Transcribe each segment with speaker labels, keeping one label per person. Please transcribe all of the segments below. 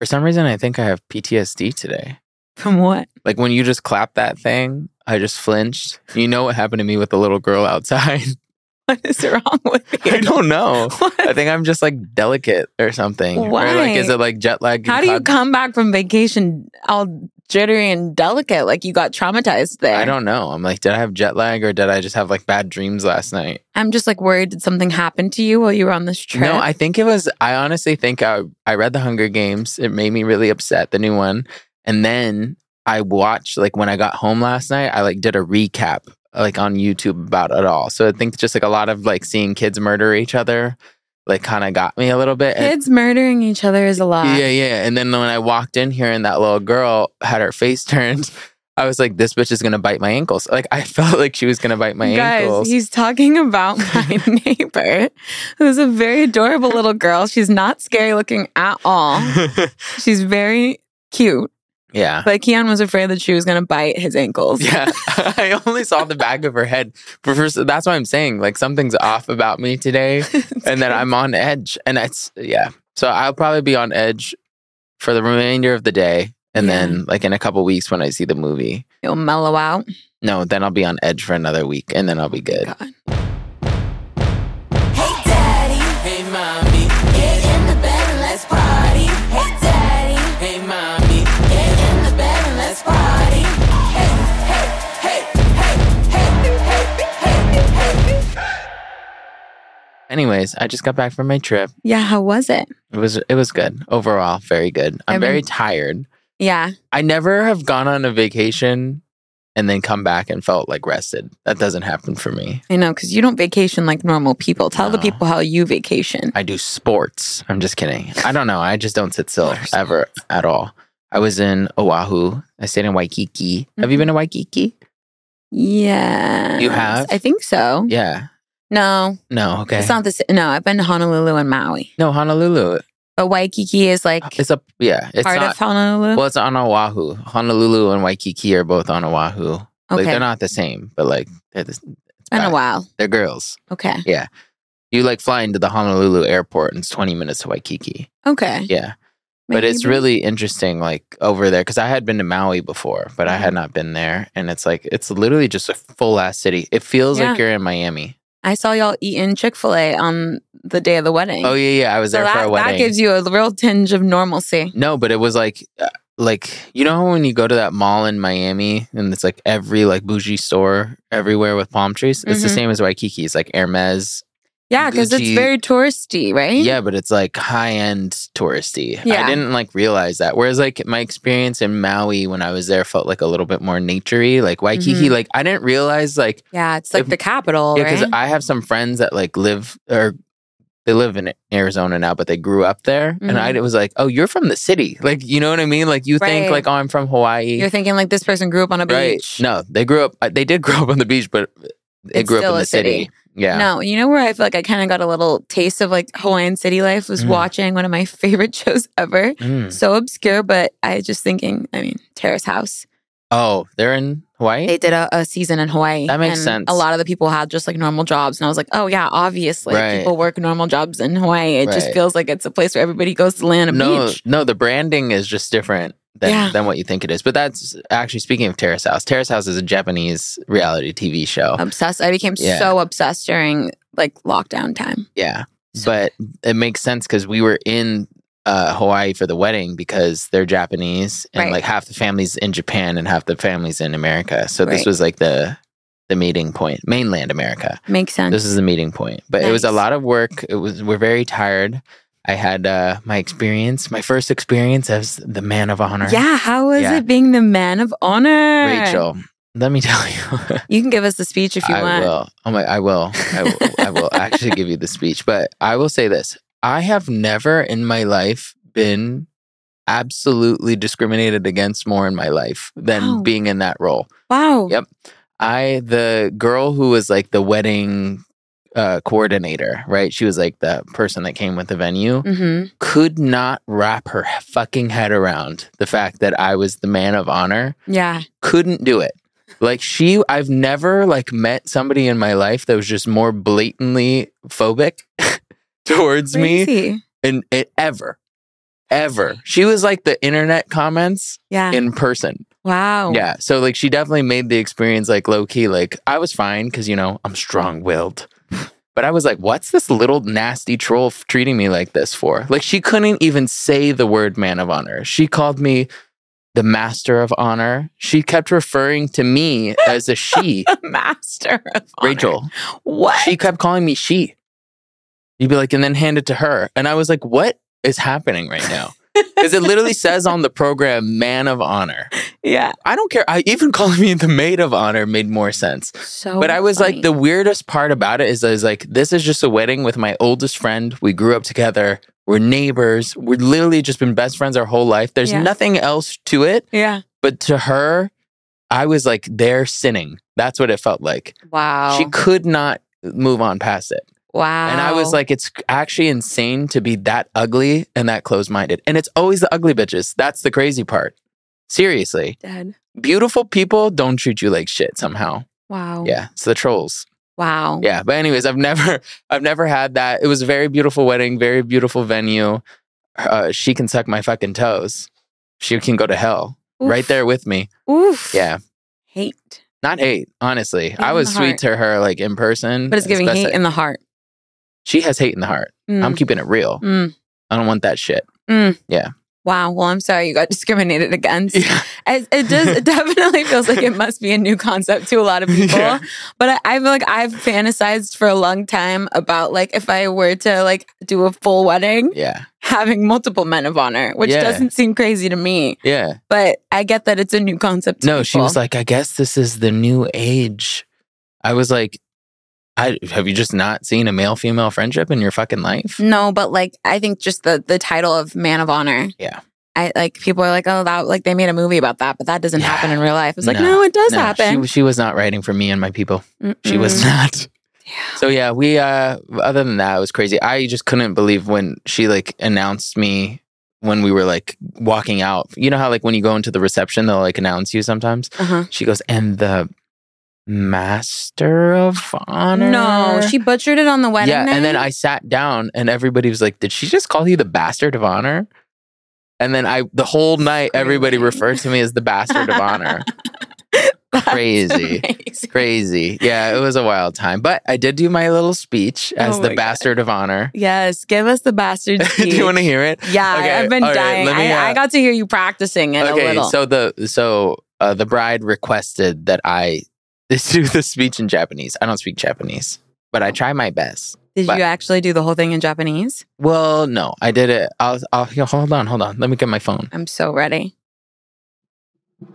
Speaker 1: For some reason, I think I have PTSD today.
Speaker 2: From what?
Speaker 1: Like when you just clap that thing, I just flinched. You know what happened to me with the little girl outside?
Speaker 2: What is wrong with you?
Speaker 1: I don't know. I
Speaker 2: What?
Speaker 1: think I'm just like delicate or something. Or like, is
Speaker 2: Why?
Speaker 1: it like jet lag?
Speaker 2: How do you
Speaker 1: caused-
Speaker 2: come back from vacation all jittery and delicate? Like you got traumatized there.
Speaker 1: I don't know. I'm like, did I have jet lag or did I just have like bad dreams last night?
Speaker 2: I'm just like worried did something happen to you while you were on this trip?
Speaker 1: No, I think it was. I honestly think I I read The Hunger Games. It made me really upset, the new one. And then I watched like when I got home last night. I like did a recap like on YouTube about it all. So I think just like a lot of like seeing kids murder each other, like kind of got me a little bit. And-
Speaker 2: Kids murdering each other is a lot.
Speaker 1: yeah, yeah. And then when I walked in here and that little girl had her face turned, I was like, this bitch is gonna bite my ankles. Like I felt like she was gonna bite my
Speaker 2: Guys,
Speaker 1: ankles.
Speaker 2: he's talking about my neighbor, who's a very adorable little girl. She's not scary looking at all. She's very cute.
Speaker 1: yeah.
Speaker 2: Like Keon was afraid that she was gonna bite his ankles.
Speaker 1: Yeah, I only saw the back of her head. But first, that's why I'm saying like something's off about me today, and that I'm on edge. And that's yeah. So I'll probably be on edge for the remainder of the day, and then like in a couple weeks when I see the movie.
Speaker 2: It'll mellow out.
Speaker 1: No, then I'll be on edge for another week, and then I'll be good.
Speaker 2: God.
Speaker 3: Hey daddy,
Speaker 1: Hey mommy,
Speaker 3: get in the bed and let's party. Hey daddy,
Speaker 1: hey mommy,
Speaker 3: get in the bed and let's party. Hey, hey, hey, hey, hey, hey, hey, hey, hey.
Speaker 1: Anyways, I just got back from my trip.
Speaker 2: Yeah, how was it?
Speaker 1: It was it was good overall, very good. I'm
Speaker 2: Evan?
Speaker 1: very tired.
Speaker 2: Yeah.
Speaker 1: I never have gone on a vacation and then come back and felt like rested. That doesn't happen for me.
Speaker 2: I know, because you don't vacation like normal people. Tell the
Speaker 1: No.
Speaker 2: people how you vacation.
Speaker 1: I do sports. I'm just kidding. I don't know. I just don't sit still ever at all. I was in Oahu. I stayed in Waikiki. Have you
Speaker 2: Mm-hmm.
Speaker 1: been to Waikiki?
Speaker 2: Yeah.
Speaker 1: have?
Speaker 2: I think so.
Speaker 1: Yeah.
Speaker 2: No,
Speaker 1: No. Okay.
Speaker 2: it's not the sa- No, I've been to Honolulu and Maui.
Speaker 1: no, Honolulu.
Speaker 2: But Waikiki is like
Speaker 1: It's a yeah. It's
Speaker 2: part
Speaker 1: not.
Speaker 2: of Honolulu.
Speaker 1: well, it's on Oahu. Honolulu and Waikiki are both on Oahu. Like
Speaker 2: Okay.
Speaker 1: they're not the same, but like they're the,
Speaker 2: it's been
Speaker 1: bad.
Speaker 2: a while.
Speaker 1: they're girls.
Speaker 2: Okay.
Speaker 1: You like fly into the Honolulu airport and it's 20 minutes to Waikiki.
Speaker 2: Okay.
Speaker 1: Yeah. but it's
Speaker 2: Maybe.
Speaker 1: really interesting like over there because i had been to maui before but i
Speaker 2: Mm-hmm.
Speaker 1: had not been there and it's like it's literally just a full ass city it feels like
Speaker 2: Yeah.
Speaker 1: you're in miami
Speaker 2: I saw y'all eating Chick fil A on the day of the wedding.
Speaker 1: oh yeah yeah i was
Speaker 2: So
Speaker 1: there
Speaker 2: that,
Speaker 1: for a
Speaker 2: that
Speaker 1: wedding
Speaker 2: gives you a real tinge of normalcy.
Speaker 1: no but it was like uh, like you know how when you go to that mall in miami and it's like every like bougie store everywhere with palm trees it's the
Speaker 2: Mhm.
Speaker 1: same as waikiki it's like hermes
Speaker 2: Yeah, because it's
Speaker 1: Gucci-
Speaker 2: very touristy, right?
Speaker 1: yeah but it's like high end touristy i
Speaker 2: Yeah.
Speaker 1: didn't like realize that whereas like my experience in maui when i was there felt like a little bit more naturey like waikiki
Speaker 2: Mm-hmm.
Speaker 1: like i didn't realize like
Speaker 2: Yeah, it's like
Speaker 1: If-
Speaker 2: the capital,
Speaker 1: Yeah, because
Speaker 2: right?
Speaker 1: I have some friends that like live or they live in Arizona now, but they grew up there. And I was like, oh, you're from the city. Like, you know what I mean? Like, you think
Speaker 2: Mm-hmm. Right.
Speaker 1: like, oh, I'm from Hawaii.
Speaker 2: You're thinking like this person grew up on a
Speaker 1: right.
Speaker 2: beach.
Speaker 1: No, they grew up, uh, they did grow up on the beach, but they
Speaker 2: It's
Speaker 1: grew up in
Speaker 2: still
Speaker 1: the
Speaker 2: a
Speaker 1: city.
Speaker 2: city.
Speaker 1: Yeah.
Speaker 2: No, you know where I feel like I kind of got a little taste of like Hawaiian city life was
Speaker 1: Mm.
Speaker 2: watching one of my favorite shows ever.
Speaker 1: Mm.
Speaker 2: So obscure, but I just thinking, I mean, Terrace House.
Speaker 1: Oh, they're in Hawaii?
Speaker 2: They did a, a season in Hawaii.
Speaker 1: That makes
Speaker 2: and
Speaker 1: sense.
Speaker 2: A lot of the people had just like normal jobs. And I was like, oh, yeah, obviously
Speaker 1: Right.
Speaker 2: people work normal jobs in Hawaii. It just
Speaker 1: Right.
Speaker 2: feels like it's a place where everybody goes to land a
Speaker 1: no,
Speaker 2: beach.
Speaker 1: no, the branding is just different than,
Speaker 2: Yeah.
Speaker 1: than what you think it is. But that's actually speaking of Terrace House, Terrace House is a Japanese reality TV show.
Speaker 2: Obsessed. I became
Speaker 1: Yeah.
Speaker 2: so obsessed during like lockdown time.
Speaker 1: Yeah. But it makes sense because we were in uh, Hawaii for the wedding because they're Japanese and
Speaker 2: Right.
Speaker 1: like half the families in Japan and half the families in America. So this
Speaker 2: Right.
Speaker 1: was like the the meeting point, mainland America.
Speaker 2: Makes sense.
Speaker 1: This is the meeting point. But it was a
Speaker 2: Nice.
Speaker 1: lot of work. It was we're very tired. I had uh, my experience, my first experience as the man of honor.
Speaker 2: yeah. How is
Speaker 1: Yeah.
Speaker 2: it being the man of honor?
Speaker 1: Rachel, let me tell you.
Speaker 2: You can give us the speech if you
Speaker 1: I
Speaker 2: want.
Speaker 1: will. Oh my, I will. I will. I will actually give you the speech, but I will say this: I have never in my life been absolutely discriminated against more in my life than
Speaker 2: Wow.
Speaker 1: being in that role.
Speaker 2: Wow.
Speaker 1: Yep. I the girl who was like the wedding uh, coordinator, right? She was like the person that came with the venue.
Speaker 2: hmm
Speaker 1: Could not wrap her fucking head around the fact that I was the man of honor
Speaker 2: Yeah.
Speaker 1: couldn't do it. Like she, I've never like met somebody in my life that was just more blatantly phobic towards me
Speaker 2: Crazy.
Speaker 1: and, and ever. ever. She was like the internet comments
Speaker 2: Yeah.
Speaker 1: in person.
Speaker 2: wow.
Speaker 1: Yeah. So like she definitely made the experience like low key. Like I was fine because you know I'm strong willed. But I was like, what's this little nasty troll f- treating me like this for? Like she couldn't even say the word man of honor. She called me the master of honor. She kept referring to me as a she,
Speaker 2: Master of honor.
Speaker 1: Rachel.
Speaker 2: What?
Speaker 1: She kept calling me she. You'd be like, and then hand it to her. And I was like, what is happening right now? Because it literally says on the program, man of honor.
Speaker 2: yeah.
Speaker 1: I don't care. I even calling me the maid of honor made more sense.
Speaker 2: So
Speaker 1: but I was
Speaker 2: funny.
Speaker 1: like, the weirdest part about it is I was like, this is just a wedding with my oldest friend. We grew up together. We're neighbors. We've literally just been best friends our whole life. There's
Speaker 2: Yeah.
Speaker 1: nothing else to it.
Speaker 2: Yeah.
Speaker 1: But to her, I was like, they're sinning. That's what it felt like.
Speaker 2: Wow.
Speaker 1: She could not move on past it.
Speaker 2: wow.
Speaker 1: And I was like, it's actually insane to be that ugly and that closed minded. And it's always the ugly bitches. That's the crazy part. Seriously,
Speaker 2: dead.
Speaker 1: beautiful people don't treat you like shit somehow.
Speaker 2: Wow.
Speaker 1: Yeah, it's the trolls.
Speaker 2: Wow.
Speaker 1: Yeah, but anyways, I've never, I've never had that. It was a very beautiful wedding, very beautiful venue. Uh, she can suck my fucking toes. She can go to hell
Speaker 2: Oof.
Speaker 1: right there with me.
Speaker 2: Oof.
Speaker 1: Yeah,
Speaker 2: Hate.
Speaker 1: not hate. Honestly, I
Speaker 2: in
Speaker 1: was
Speaker 2: the
Speaker 1: sweet to her like in person,
Speaker 2: But it's giving
Speaker 1: especially-
Speaker 2: hate in the heart.
Speaker 1: she has hate in the heart.
Speaker 2: Mm.
Speaker 1: I'm keeping it real.
Speaker 2: Mm.
Speaker 1: I don't want that shit.
Speaker 2: Mm.
Speaker 1: Yeah.
Speaker 2: Wow. Well, I'm sorry you got discriminated against.
Speaker 1: Yeah.
Speaker 2: It, it does. It definitely feels like it must be a new concept to a lot of people.
Speaker 1: Yeah.
Speaker 2: But I, I feel like I've fantasized for a long time about like if I were to like do a full wedding,
Speaker 1: Yeah.
Speaker 2: having multiple men of honor, which
Speaker 1: Yeah.
Speaker 2: doesn't seem crazy to me.
Speaker 1: Yeah.
Speaker 2: But I get that it's a new concept. To
Speaker 1: No, she was
Speaker 2: people.
Speaker 1: like, I guess this is the new age. I was like, I have you just not seen a male female friendship in your fucking life?
Speaker 2: no, but like I think just the the title of man of honor.
Speaker 1: Yeah.
Speaker 2: I like people are like, oh, that like they made a movie about that, but that doesn't
Speaker 1: Yeah.
Speaker 2: happen in real life. It's like,
Speaker 1: No.
Speaker 2: no, it does
Speaker 1: No,
Speaker 2: happen.
Speaker 1: She, she was not writing for me and my people. She was
Speaker 2: Mm-mm.
Speaker 1: not.
Speaker 2: Yeah.
Speaker 1: So yeah, we uh other than that, it was crazy. I just couldn't believe when she like announced me when we were like walking out. You know how like when you go into the reception, they'll like announce you sometimes?
Speaker 2: Uh-huh.
Speaker 1: She goes, and the master of honor.
Speaker 2: No, she butchered it on the wedding.
Speaker 1: yeah, and then
Speaker 2: night?
Speaker 1: I sat down, and everybody was like, "Did she just call you the bastard of honor?" And then I, the whole night, everybody
Speaker 2: Crazy.
Speaker 1: referred to me as the bastard of honor.
Speaker 2: That's
Speaker 1: Crazy.
Speaker 2: amazing.
Speaker 1: Crazy, yeah, it was a wild time. But I did do my little speech as
Speaker 2: Oh my
Speaker 1: the
Speaker 2: God.
Speaker 1: bastard of honor.
Speaker 2: Yes, give us the bastard.
Speaker 1: do you want to hear it?
Speaker 2: Yeah, I-
Speaker 1: Okay,
Speaker 2: I've been
Speaker 1: all right,
Speaker 2: dying.
Speaker 1: let me,
Speaker 2: I, I
Speaker 1: uh,
Speaker 2: got to hear you practicing it a
Speaker 1: Okay,
Speaker 2: little.
Speaker 1: so the so uh, the bride requested that I do the speech in Japanese. I don't speak Japanese, but I try my best.
Speaker 2: Did
Speaker 1: but-
Speaker 2: you actually do the whole thing in Japanese?
Speaker 1: Well, no, I did it. I'll, I'll hold on, hold on. Let me get my phone.
Speaker 2: I'm so ready.
Speaker 1: So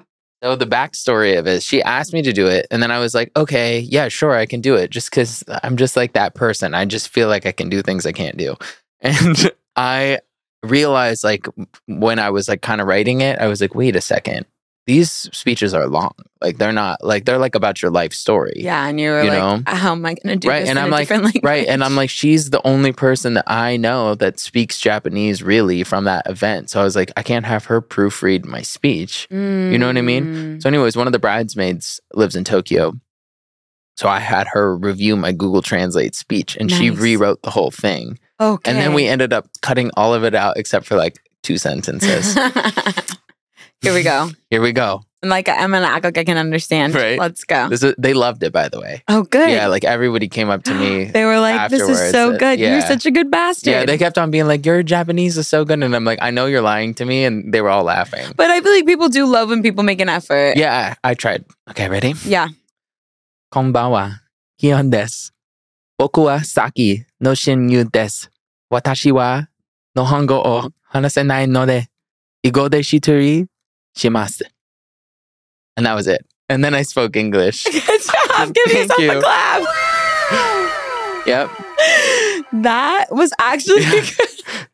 Speaker 1: Oh, the backstory of it, she asked me to do it, and then I was like, okay, yeah, sure, I can do it, just because I'm just like that person. I just feel like I can do things I can't do, and I realized like when I was like kind of writing it, I was like, wait a second, these speeches are long. Like they're not like they're like about your life story.
Speaker 2: Yeah, and you were
Speaker 1: You
Speaker 2: like, how am I going to do
Speaker 1: Right,
Speaker 2: this
Speaker 1: and
Speaker 2: in
Speaker 1: I'm
Speaker 2: a
Speaker 1: like-
Speaker 2: different language?
Speaker 1: Right. And I'm like, she's the only person that I know that speaks Japanese really from that event. So I was like, I can't have her proofread my speech.
Speaker 2: you
Speaker 1: know what I mean? So, anyways, one of the bridesmaids lives in Tokyo. So I had her review my Google Translate speech and she
Speaker 2: Nice.
Speaker 1: rewrote the whole thing.
Speaker 2: Mm. Okay.
Speaker 1: And then we ended up cutting all of it out except for like two sentences.
Speaker 2: Here we go.
Speaker 1: Here we go.
Speaker 2: And like, I'm going to act like I can understand.
Speaker 1: Right.
Speaker 2: Let's go.
Speaker 1: This is, they loved it, by the way.
Speaker 2: oh, good.
Speaker 1: Yeah. Like everybody came up to me.
Speaker 2: they were like, this is
Speaker 1: afterwards,
Speaker 2: so
Speaker 1: uh,
Speaker 2: good. You're
Speaker 1: yeah.
Speaker 2: such a good bastard.
Speaker 1: yeah. They kept on being like, your Japanese is so good. And I'm like, I know you're lying to me. And they were all laughing.
Speaker 2: but I feel like people do love when people make an effort.
Speaker 1: Yeah. I, I tried. Okay. Ready?
Speaker 2: Yeah.
Speaker 1: こんばんは。ヒヨンです。僕はさっきの親友です。私は日本語を話せないので、英語で一人します。And that was it. And then I spoke English.
Speaker 2: Good job. Give
Speaker 1: Thank
Speaker 2: yourself
Speaker 1: you.
Speaker 2: a clap.
Speaker 1: yep.
Speaker 2: That was actually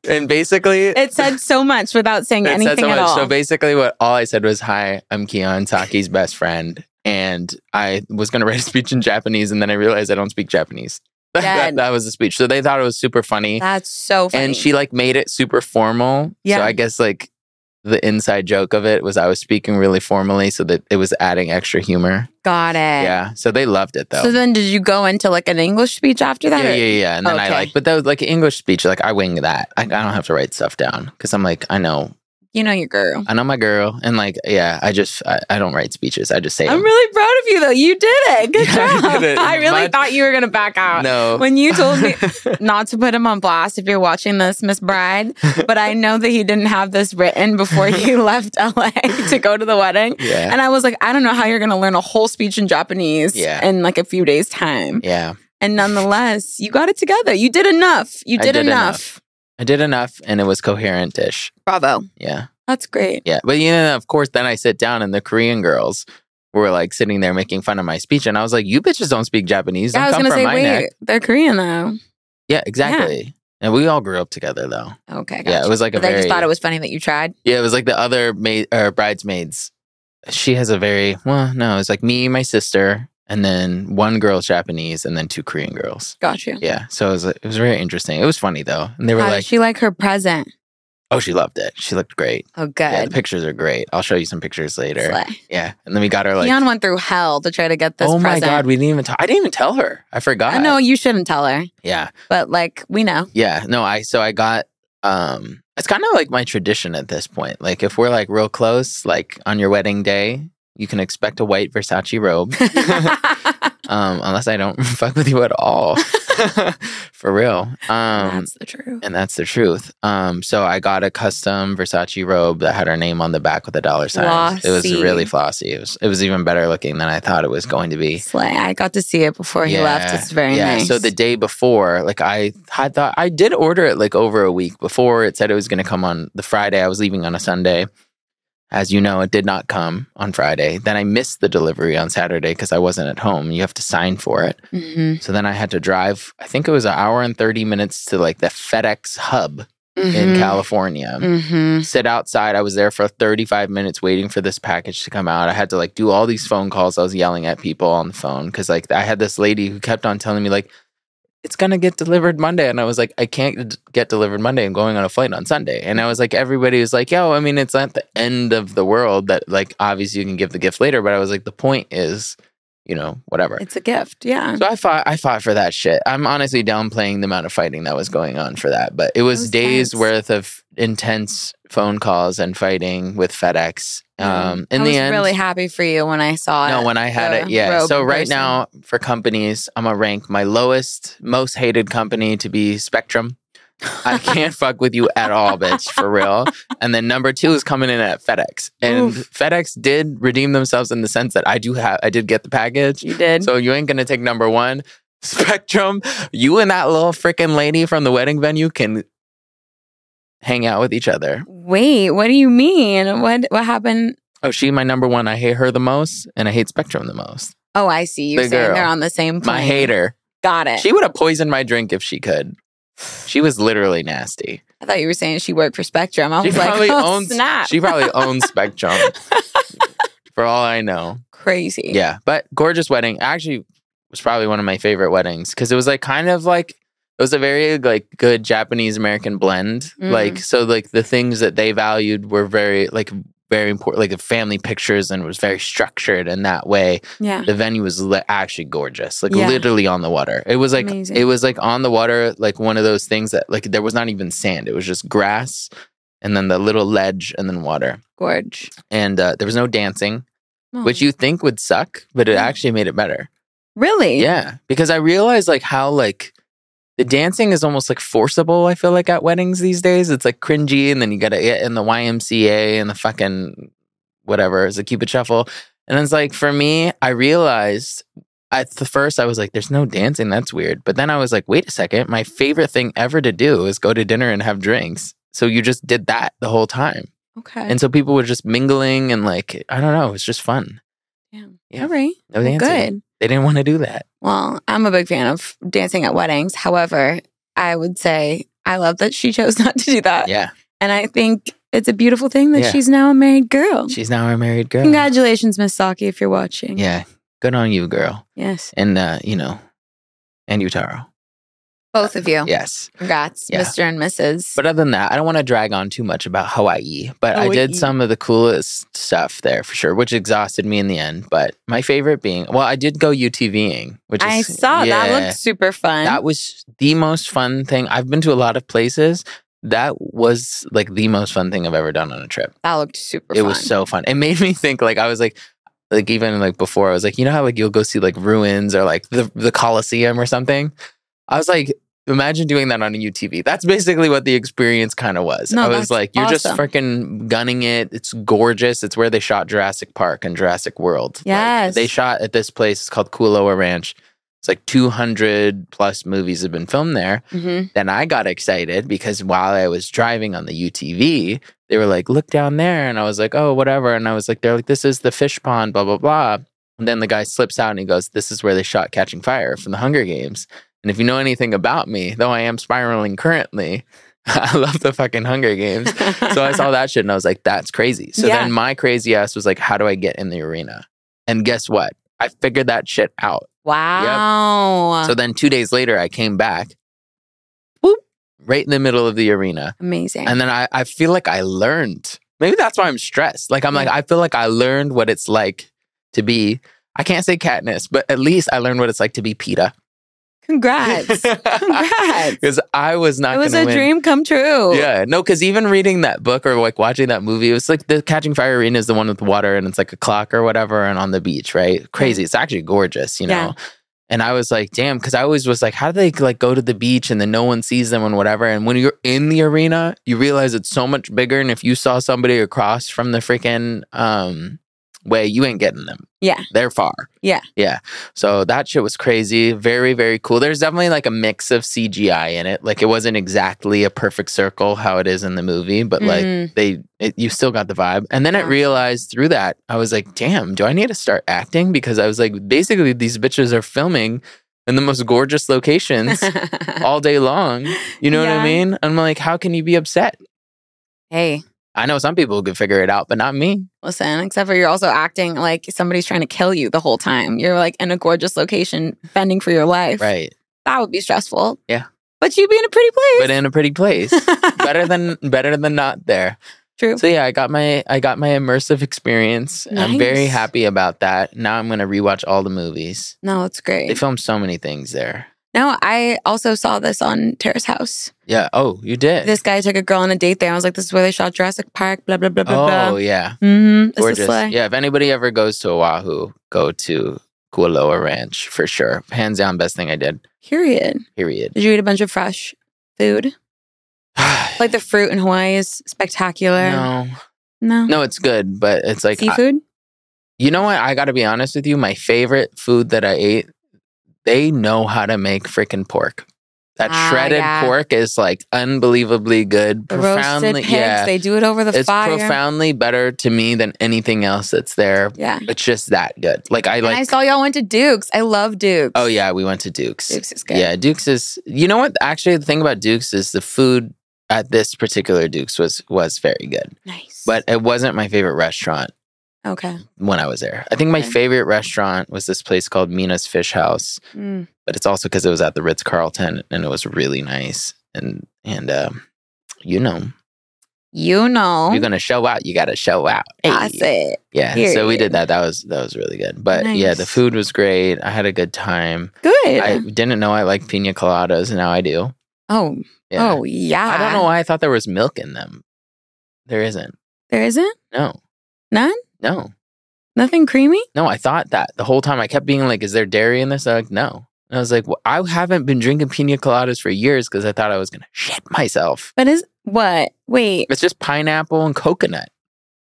Speaker 1: And basically,
Speaker 2: it said so much without saying
Speaker 1: it
Speaker 2: anything
Speaker 1: said so
Speaker 2: at
Speaker 1: much.
Speaker 2: all.
Speaker 1: So basically, what all I said was, "Hi, I'm Keon Saki's best friend," and I was going to write a speech in Japanese, and then I realized I don't speak Japanese. That- that,
Speaker 2: Dead.
Speaker 1: that was the speech. So they thought it was super funny.
Speaker 2: That's so funny.
Speaker 1: and she like made it super formal.
Speaker 2: Yeah.
Speaker 1: So I guess like the inside joke of it was I was speaking really formally, so that it was adding extra humor.
Speaker 2: Got it.
Speaker 1: Yeah, so they loved it though.
Speaker 2: Eh. So then, did you go into like an English speech after that?
Speaker 1: yeah,
Speaker 2: or-
Speaker 1: yeah, yeah. And then I
Speaker 2: Okay.
Speaker 1: like, but that was like English speech. Like I wing that. I, I don't have to write stuff down because I'm like, I know,
Speaker 2: You know your girl.
Speaker 1: I know my girl, and like, yeah, I just, I, I don't write speeches. I just say, them.
Speaker 2: I'm really proud of you, though. You did it. Good
Speaker 1: Yeah, I
Speaker 2: job. I,
Speaker 1: did it.
Speaker 2: really
Speaker 1: My-
Speaker 2: thought you were gonna back out.
Speaker 1: no.
Speaker 2: When you told me not to put him on blast if you're watching this, Miss Bride, but I know that he didn't have this written before he left LA to go to the wedding.
Speaker 1: yeah,
Speaker 2: And I was like, I don't know how you're going to learn a whole speech in Japanese
Speaker 1: Yeah.
Speaker 2: in like a few days' time.
Speaker 1: yeah,
Speaker 2: And nonetheless, you got it together. You did enough. You
Speaker 1: I
Speaker 2: did,
Speaker 1: did
Speaker 2: enough.
Speaker 1: I did enough, and it was coherent-ish.
Speaker 2: Bravo.
Speaker 1: Yeah,
Speaker 2: That's great.
Speaker 1: yeah. But you know, of course, then I sit down, and the Korean girls were like sitting there making fun of my speech, and I was like, "You bitches don't speak Japanese. Don't
Speaker 2: Yeah, I was
Speaker 1: come
Speaker 2: going to
Speaker 1: from
Speaker 2: say,
Speaker 1: my
Speaker 2: wait,
Speaker 1: neck."
Speaker 2: they're Korean though.
Speaker 1: Yeah, exactly. And we all grew up together, though.
Speaker 2: Okay.
Speaker 1: Yeah, it was like a
Speaker 2: but I
Speaker 1: very.
Speaker 2: just thought it was funny that you tried.
Speaker 1: Yeah, it was like the other maid or bridesmaids. She has a very well, no, it's like me, my sister, and then one girl Japanese, and then two Korean girls.
Speaker 2: Got you.
Speaker 1: Yeah, so it was it was very interesting. It was funny though, and they were
Speaker 2: How
Speaker 1: like,
Speaker 2: did she like her present?
Speaker 1: "Oh, she loved it. She looked great.
Speaker 2: Oh,
Speaker 1: Yeah, the
Speaker 2: good.
Speaker 1: pictures are great. I'll show you some pictures later."
Speaker 2: Slay.
Speaker 1: Yeah, and then we got her like,
Speaker 2: Keon went through hell to try to get this
Speaker 1: "Oh my
Speaker 2: present.
Speaker 1: god, we didn't even. T- I didn't even tell her. I forgot.
Speaker 2: I know you shouldn't tell her,
Speaker 1: Yeah,
Speaker 2: but like we know.
Speaker 1: Yeah, no, I so I got um it's kind of like my tradition at this point. Like if we're like real close, like on your wedding day, you can expect a white Versace robe. um unless I don't fuck with you at all. For real. Um
Speaker 2: That's the truth.
Speaker 1: and that's the truth. Um so I got a custom Versace robe that had her name on the back with a dollar sign. It was
Speaker 2: Flossy.
Speaker 1: really flossy. It was it was even better looking than I thought it was going to be.
Speaker 2: Slay. I got to see it before he left. It's very nice.
Speaker 1: So the day before, like I had thought I did order it like over a week before. It said it was going to come on the Friday. I was leaving on a Sunday. As you know, it did not come on Friday. Then I missed the delivery on Saturday because I wasn't at home. You have to sign for it.
Speaker 2: Mhm.
Speaker 1: So then I had to drive, I think it was an hour and 30 minutes to like the FedEx hub in
Speaker 2: Mhm.
Speaker 1: California.
Speaker 2: Mhm.
Speaker 1: Sit outside. I was there for 35 minutes waiting for this package to come out. I had to like do all these phone calls. I was yelling at people on the phone because like I had this lady who kept on telling me like it's gonna get delivered Monday, and I was like, I can't d- get delivered Monday. I'm going on a flight on Sunday, and I was like, everybody was like, yo, I mean, it's not the end of the world. That like obviously you can give the gift later, but I was like, the point is, you know, whatever.
Speaker 2: It's a gift. Yeah.
Speaker 1: So I fought. I fought for that shit. I'm honestly downplaying the amount of fighting that was going on for that, but it was,
Speaker 2: was
Speaker 1: days
Speaker 2: tense.
Speaker 1: worth of intense phone calls and fighting with FedEx. Um, in
Speaker 2: I
Speaker 1: the
Speaker 2: was
Speaker 1: end,
Speaker 2: really happy for you when I saw it.
Speaker 1: no, when I had
Speaker 2: the
Speaker 1: it, yeah.
Speaker 2: robe
Speaker 1: So right
Speaker 2: person.
Speaker 1: now, for companies, I'm gonna rank my lowest, most hated company to be Spectrum. I can't fuck with you at all, bitch, for real. And then number two is coming in at FedEx, and
Speaker 2: Oof.
Speaker 1: FedEx did redeem themselves in the sense that I do have, I did get the package.
Speaker 2: you did.
Speaker 1: So you ain't gonna take number one. Spectrum, you and that little freaking lady from the wedding venue can hang out with each other.
Speaker 2: Wait, what do you mean? What what happened?
Speaker 1: Oh, she my number one. I hate her the most, and I hate Spectrum the most.
Speaker 2: Oh, I see. You're
Speaker 1: The
Speaker 2: saying
Speaker 1: girl.
Speaker 2: they're on the same Eh. plane.
Speaker 1: My hater.
Speaker 2: Got it.
Speaker 1: She would have poisoned my drink if she could. She was literally nasty.
Speaker 2: I thought you were saying she worked for Spectrum. I
Speaker 1: She
Speaker 2: was like,
Speaker 1: probably
Speaker 2: oh,
Speaker 1: owns.
Speaker 2: snap.
Speaker 1: She probably owns Spectrum. For all I know.
Speaker 2: Crazy.
Speaker 1: Yeah, but gorgeous wedding. Actually, was probably one of my favorite weddings because it was like kind of like it was a very like good Japanese American blend.
Speaker 2: Mm.
Speaker 1: Like so, like the things that they valued were very like very important, like the family pictures, and it was very structured in that way.
Speaker 2: Yeah.
Speaker 1: The venue was li- actually gorgeous, like
Speaker 2: Yeah.
Speaker 1: literally on the water. It was like
Speaker 2: Amazing.
Speaker 1: it was like on the water, like one of those things that like there was not even sand; it was just grass, and then the little ledge, and then water.
Speaker 2: Gorge.
Speaker 1: And uh, there was no dancing
Speaker 2: Oh.
Speaker 1: which you think would suck, but it
Speaker 2: Yeah.
Speaker 1: actually made it better.
Speaker 2: really?
Speaker 1: Yeah, because I realized like how like the dancing is almost like forceable. I feel like at weddings these days, it's like cringy, and then you got to get in the YMCA and the fucking whatever is a cupid shuffle, and it's like for me, I realized. At the first, I was like, there's no dancing. That's weird. But then I was like, wait a second. My favorite thing ever to do is go to dinner and have drinks. So you just did that the whole time.
Speaker 2: Okay.
Speaker 1: And so people were just mingling and like, I don't know. It was just fun. yeah.
Speaker 2: All right.
Speaker 1: No
Speaker 2: Well,
Speaker 1: dancing.
Speaker 2: good.
Speaker 1: They didn't want to do that.
Speaker 2: Well, I'm a big fan of dancing at weddings. However, I would say I love that she chose not to do that.
Speaker 1: Yeah.
Speaker 2: And I think it's a beautiful thing that
Speaker 1: Yeah.
Speaker 2: she's now a married girl.
Speaker 1: She's now a married girl.
Speaker 2: Congratulations, Miss Saki, if you're watching.
Speaker 1: Yeah. Good on you, girl.
Speaker 2: Yes.
Speaker 1: And, uh, you know, and Utaro.
Speaker 2: Both of you.
Speaker 1: Yes.
Speaker 2: Congrats,
Speaker 1: Yeah.
Speaker 2: Mr. and Mrs.
Speaker 1: But other than that, I don't want to drag on too much about Hawaii, but I did
Speaker 2: Hawaii.
Speaker 1: some of the coolest stuff there for sure, which exhausted me in the end. But my favorite being, well, I did go UTVing, which
Speaker 2: I
Speaker 1: is,
Speaker 2: saw that
Speaker 1: Yeah.
Speaker 2: looked super fun.
Speaker 1: That was the most fun thing. I've been to a lot of places. That was like the most fun thing I've ever done on a trip.
Speaker 2: that looked super
Speaker 1: it
Speaker 2: fun.
Speaker 1: was so fun. It made me think like I was like like even like before I was like you know how like you'll go see like ruins or like the the Colosseum or something. I was like imagine doing that on a UTV. That's basically what the experience kind of was.
Speaker 2: No,
Speaker 1: I
Speaker 2: that's
Speaker 1: was like you're just
Speaker 2: awesome.
Speaker 1: freaking gunning it. It's gorgeous. It's where they shot Jurassic Park and Jurassic World. Like,
Speaker 2: Yes.
Speaker 1: they shot at this place it's called Kualoa Ranch. It's like 200 plus movies have been filmed there
Speaker 2: Mhm.
Speaker 1: then I got excited because while I was driving on the UTV, they were like, look down there. And I was like, oh, whatever. And I was like, they're like, this is the fish pond, blah, blah, blah. And then the guy slips out and he goes, this is where they shot Catching Fire from the Hunger Games. And if you know anything about me, though I am spiraling currently, I love the fucking Hunger Games. So I saw that shit and I was like, that's crazy. So
Speaker 2: Yeah.
Speaker 1: then my crazy ass was like, how do I get in the arena? And guess what? I figured that shit out.
Speaker 2: wow.
Speaker 1: So then two days later, I came back, whoop, right in the middle of the arena.
Speaker 2: Amazing.
Speaker 1: And then I, I feel like I learned. Maybe that's why I'm stressed. Like, I'm like, I feel like I learned what it's like to be, I can't say Katniss, but at least I learned what it's like to be PETA.
Speaker 2: Congrats. Congrats.
Speaker 1: Because I was not
Speaker 2: it was
Speaker 1: gonna
Speaker 2: a
Speaker 1: win.
Speaker 2: dream come true.
Speaker 1: Yeah, no, because even reading that book or like watching that movie, it's like the Catching Fire Arena is the one with water and it's like a clock or whatever and on the beach, right? Crazy. It's actually gorgeous, you know?
Speaker 2: Yeah.
Speaker 1: And I was like, damn, because I always was like, how do they like go to the beach and then no one sees them and whatever? And when you're in the arena, you realize it's so much bigger. And if you saw somebody across from the freaking um, way, you ain't getting them.
Speaker 2: Yeah.
Speaker 1: They're far.
Speaker 2: Yeah.
Speaker 1: Yeah. So that shit was crazy. Very, very cool. There's definitely like a mix of CGI in it. Like it wasn't exactly a perfect circle how it is in the movie, but
Speaker 2: Mhm.
Speaker 1: like they, it, you still got the vibe. And then I
Speaker 2: Yeah.
Speaker 1: realized through that, I was like, damn, do I need to start acting? Because I was like, basically, these bitches are filming in the most gorgeous locations all day long. You know what
Speaker 2: Yeah.
Speaker 1: I mean? I'm like, how can you be upset?
Speaker 2: hey,
Speaker 1: I know some people could figure it out, but not me.
Speaker 2: listen, except for you're also acting like somebody's trying to kill you the whole time. You're like in a gorgeous location, fending for your life.
Speaker 1: Right.
Speaker 2: That would be stressful.
Speaker 1: Yeah.
Speaker 2: But you'd be in a pretty
Speaker 1: But
Speaker 2: place.
Speaker 1: in a pretty place. better than better than not there.
Speaker 2: True.
Speaker 1: So yeah, I got my I got my immersive experience. I'm very
Speaker 2: Nice.
Speaker 1: happy about that. Now I'm gonna rewatch all the movies.
Speaker 2: no, it's
Speaker 1: They
Speaker 2: great.
Speaker 1: filmed so many things there.
Speaker 2: No, I also saw this on Terrace House.
Speaker 1: Yeah. Oh, you did.
Speaker 2: This guy took a girl on a date there. I was like, this is where they shot Jurassic Park, blah, blah, blah, blah,
Speaker 1: oh
Speaker 2: blah.
Speaker 1: yeah,
Speaker 2: Mm-hmm. It's a
Speaker 1: gorgeous.
Speaker 2: sleigh.
Speaker 1: Yeah. If anybody ever goes to Oahu, go to Kualoa Ranch for sure. Hands down, best thing I did.
Speaker 2: Period.
Speaker 1: Period.
Speaker 2: Did you eat a bunch of fresh food? Like the fruit in Hawaii is spectacular.
Speaker 1: no,
Speaker 2: No.
Speaker 1: no, it's good, but it's like I-
Speaker 2: Seafood?
Speaker 1: You know what? I got to be honest with you. My favorite food that I ate, they know how to make freaking pork. That
Speaker 2: Ah,
Speaker 1: shredded
Speaker 2: yeah.
Speaker 1: pork is like unbelievably good.
Speaker 2: the roasted
Speaker 1: Profoundly,
Speaker 2: pigs.
Speaker 1: yeah.
Speaker 2: They do it over the
Speaker 1: It's
Speaker 2: fire.
Speaker 1: profoundly better to me than anything else that's there.
Speaker 2: Yeah.
Speaker 1: It's just that good. Like I
Speaker 2: and I
Speaker 1: like.
Speaker 2: saw y'all went to Duke's. I love Duke's.
Speaker 1: oh yeah, we went to Duke's.
Speaker 2: Duke's is good.
Speaker 1: Yeah, Duke's is. You know what? Actually, the thing about Duke's is the food at this particular Duke's was was very good,
Speaker 2: Nice.
Speaker 1: but it wasn't my favorite restaurant.
Speaker 2: okay.
Speaker 1: when I was there. I think my
Speaker 2: Okay.
Speaker 1: favorite restaurant was this place called Mina's Fish House,
Speaker 2: Mm.
Speaker 1: but it's also because it was at the Ritz Carlton and it was really nice. And and um, you know,
Speaker 2: You know.
Speaker 1: you're gonna show out. You gotta show out.
Speaker 2: I
Speaker 1: Hey.
Speaker 2: said.
Speaker 1: yeah. So we
Speaker 2: period.
Speaker 1: did that. That was that was really good. But yeah, the
Speaker 2: Nice.
Speaker 1: food was great. I had a good time.
Speaker 2: Good.
Speaker 1: I didn't know I liked pina coladas, and now I do.
Speaker 2: oh.
Speaker 1: Yeah.
Speaker 2: Oh yeah.
Speaker 1: I don't know why I thought there was milk in them. There isn't.
Speaker 2: There isn't
Speaker 1: No,
Speaker 2: none.
Speaker 1: no,
Speaker 2: Nothing creamy.
Speaker 1: no. I thought that the whole time. I kept being like, "Is there dairy in this?" They're like, "No." And I was like, well, "I haven't been drinking pina coladas for years because I thought I was gonna shit myself."
Speaker 2: But is what? Wait.
Speaker 1: It's just pineapple and coconut,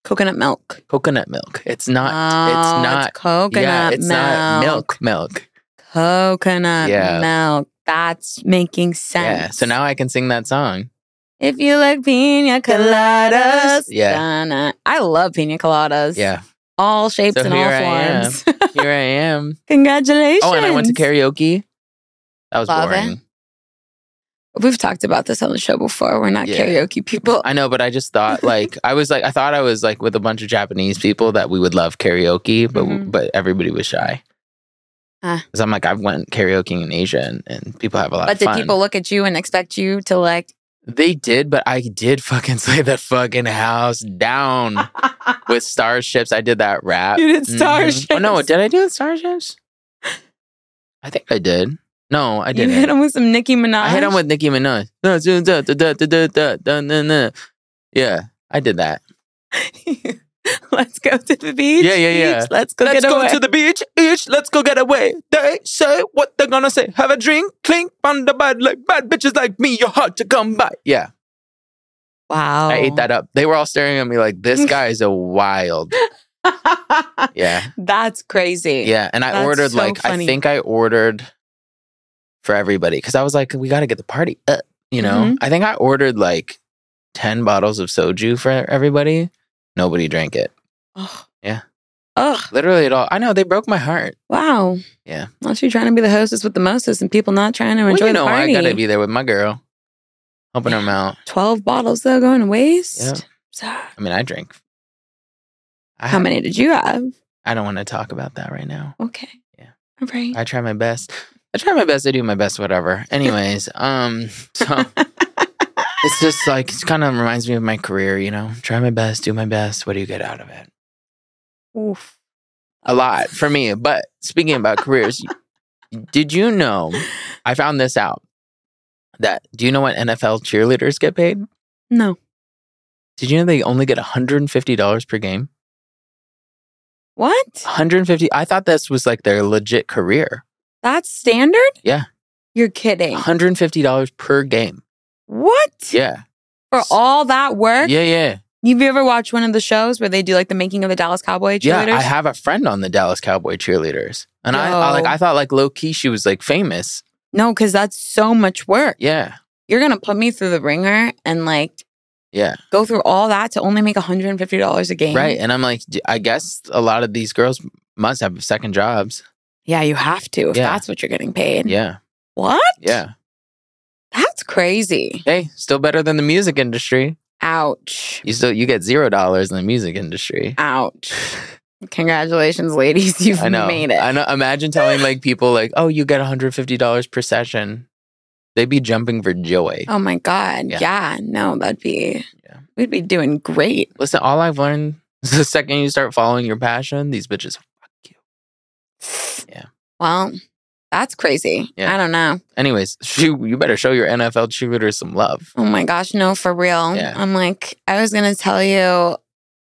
Speaker 2: Coconut milk.
Speaker 1: coconut milk. It's not.
Speaker 2: Oh,
Speaker 1: not-
Speaker 2: coconut
Speaker 1: yeah, it's
Speaker 2: milk.
Speaker 1: not milk milk.
Speaker 2: Coconut
Speaker 1: Yeah.
Speaker 2: milk. That's making sense.
Speaker 1: Yeah. So now I can sing that song.
Speaker 2: If you like pina coladas,
Speaker 1: Yeah.
Speaker 2: donna- I love pina coladas.
Speaker 1: Yeah.
Speaker 2: all shapes
Speaker 1: So
Speaker 2: and all
Speaker 1: here I
Speaker 2: forms.
Speaker 1: Here I am.
Speaker 2: Congratulations!
Speaker 1: oh, and I went to karaoke. That was
Speaker 2: Love it.
Speaker 1: boring.
Speaker 2: We've talked about this on the show before. We're not
Speaker 1: Yeah.
Speaker 2: karaoke people.
Speaker 1: I know, but I just thought like I was like I thought I was like with a bunch of Japanese people that we would love karaoke, but
Speaker 2: Mhm.
Speaker 1: but everybody was shy.
Speaker 2: Ah.
Speaker 1: Because I'm like, I went karaoke in Asia and, and people have a lot
Speaker 2: But
Speaker 1: of
Speaker 2: did
Speaker 1: fun.
Speaker 2: people look at you and expect you to like?
Speaker 1: They did, but I did fucking slay that fucking house down with starships. I did that rap.
Speaker 2: You did
Speaker 1: Mhm.
Speaker 2: Starships.
Speaker 1: Oh, no, did I do starships? I think I did. No, I
Speaker 2: you
Speaker 1: didn't.
Speaker 2: hit him with some Nicki Minaj.
Speaker 1: I hit him with Nicki Minaj. No, do, da, da, da, da, da, da, da, na, na. Yeah, I did that.
Speaker 2: Let's go to the beach.
Speaker 1: Yeah, yeah, yeah.
Speaker 2: beach. Let's go
Speaker 1: let's
Speaker 2: get
Speaker 1: go
Speaker 2: away.
Speaker 1: to the beach, each, let's go get away. They say what they're gonna say. Have a drink, clink, on the bed, like bad bitches like me, you're hard to come by. Yeah,
Speaker 2: wow.
Speaker 1: I ate that up. They were all staring at me like, this guy is a wild.
Speaker 2: up.
Speaker 1: Yeah,
Speaker 2: That's crazy.
Speaker 1: yeah. And I
Speaker 2: That's
Speaker 1: ordered,
Speaker 2: so
Speaker 1: like,
Speaker 2: funny.
Speaker 1: I think I ordered for everybody because I was like, we gotta get the party up, you know?
Speaker 2: Mhm.
Speaker 1: I think I ordered like 10 bottles of soju for everybody. Nobody drank it.
Speaker 2: Ugh.
Speaker 1: Yeah.
Speaker 2: Ugh.
Speaker 1: Literally at all. I know, they broke my heart.
Speaker 2: Wow.
Speaker 1: Yeah.
Speaker 2: Aren't you trying to be the hostess with the mostest and people not trying to
Speaker 1: Well,
Speaker 2: enjoy
Speaker 1: you know,
Speaker 2: the
Speaker 1: I
Speaker 2: party?
Speaker 1: gotta be there with my girl, helping them out.
Speaker 2: 12 bottles though going to waste.
Speaker 1: Yeah.
Speaker 2: So,
Speaker 1: I mean, I drink. I
Speaker 2: how
Speaker 1: had-
Speaker 2: many did you have?
Speaker 1: I don't want to talk about that right now.
Speaker 2: Okay.
Speaker 1: Yeah.
Speaker 2: All right.
Speaker 1: I try my best. I try my best. I do my best. Whatever. Anyways, um, so it's just like it kind of reminds me of my career. You know, try my best, do my best. What do you get out of it?
Speaker 2: Oof.
Speaker 1: A lot for me. But speaking about careers, did you know? I found this out. That do you know what NFL cheerleaders get paid?
Speaker 2: No.
Speaker 1: Did you know they only get one hundred and fifty dollars per game?
Speaker 2: What?
Speaker 1: One hundred and fifty. I thought this was like their legit career.
Speaker 2: That's standard?
Speaker 1: Yeah.
Speaker 2: You're kidding.
Speaker 1: $150 per game.
Speaker 2: What?
Speaker 1: Yeah.
Speaker 2: For all that work?
Speaker 1: Yeah, yeah.
Speaker 2: You've ever watched one of the shows where they do like the making of a Dallas Cowboy
Speaker 1: Yeah,
Speaker 2: cheerleaders?
Speaker 1: I have a friend on the Dallas Cowboy cheerleaders. And I, I
Speaker 2: Yo.
Speaker 1: like I thought like low key she was like famous.
Speaker 2: no, because that's so much work.
Speaker 1: Yeah.
Speaker 2: You're gonna put me through the ringer and like
Speaker 1: Yeah.
Speaker 2: go through all that to only make $150 a game.
Speaker 1: Right. And I'm like d- I guess a lot of these girls must have second jobs.
Speaker 2: Yeah, you have to if
Speaker 1: Yeah.
Speaker 2: that's what you're getting paid.
Speaker 1: Yeah.
Speaker 2: What?
Speaker 1: Yeah.
Speaker 2: That's crazy.
Speaker 1: Hey, still better than the music industry.
Speaker 2: Ouch.
Speaker 1: You still you get 0 dollars in the music industry.
Speaker 2: Ouch. Congratulations, ladies. You've
Speaker 1: I know.
Speaker 2: made it.
Speaker 1: I know. Imagine telling like people like, "Oh, you get $150 per session." They'd be jumping for joy.
Speaker 2: Oh my God. Yeah.
Speaker 1: Yeah.
Speaker 2: no, that'd be,
Speaker 1: Yeah.
Speaker 2: we'd be doing great.
Speaker 1: Listen, all I've learned is the second you start following your passion, these bitches. Yeah.
Speaker 2: Well, that's crazy.
Speaker 1: Yeah.
Speaker 2: I don't know.
Speaker 1: Anyways, shoot, you better show your NFL cheerleaders some love.
Speaker 2: Oh my gosh. No, for real.
Speaker 1: Yeah.
Speaker 2: I'm like, I was going to tell you,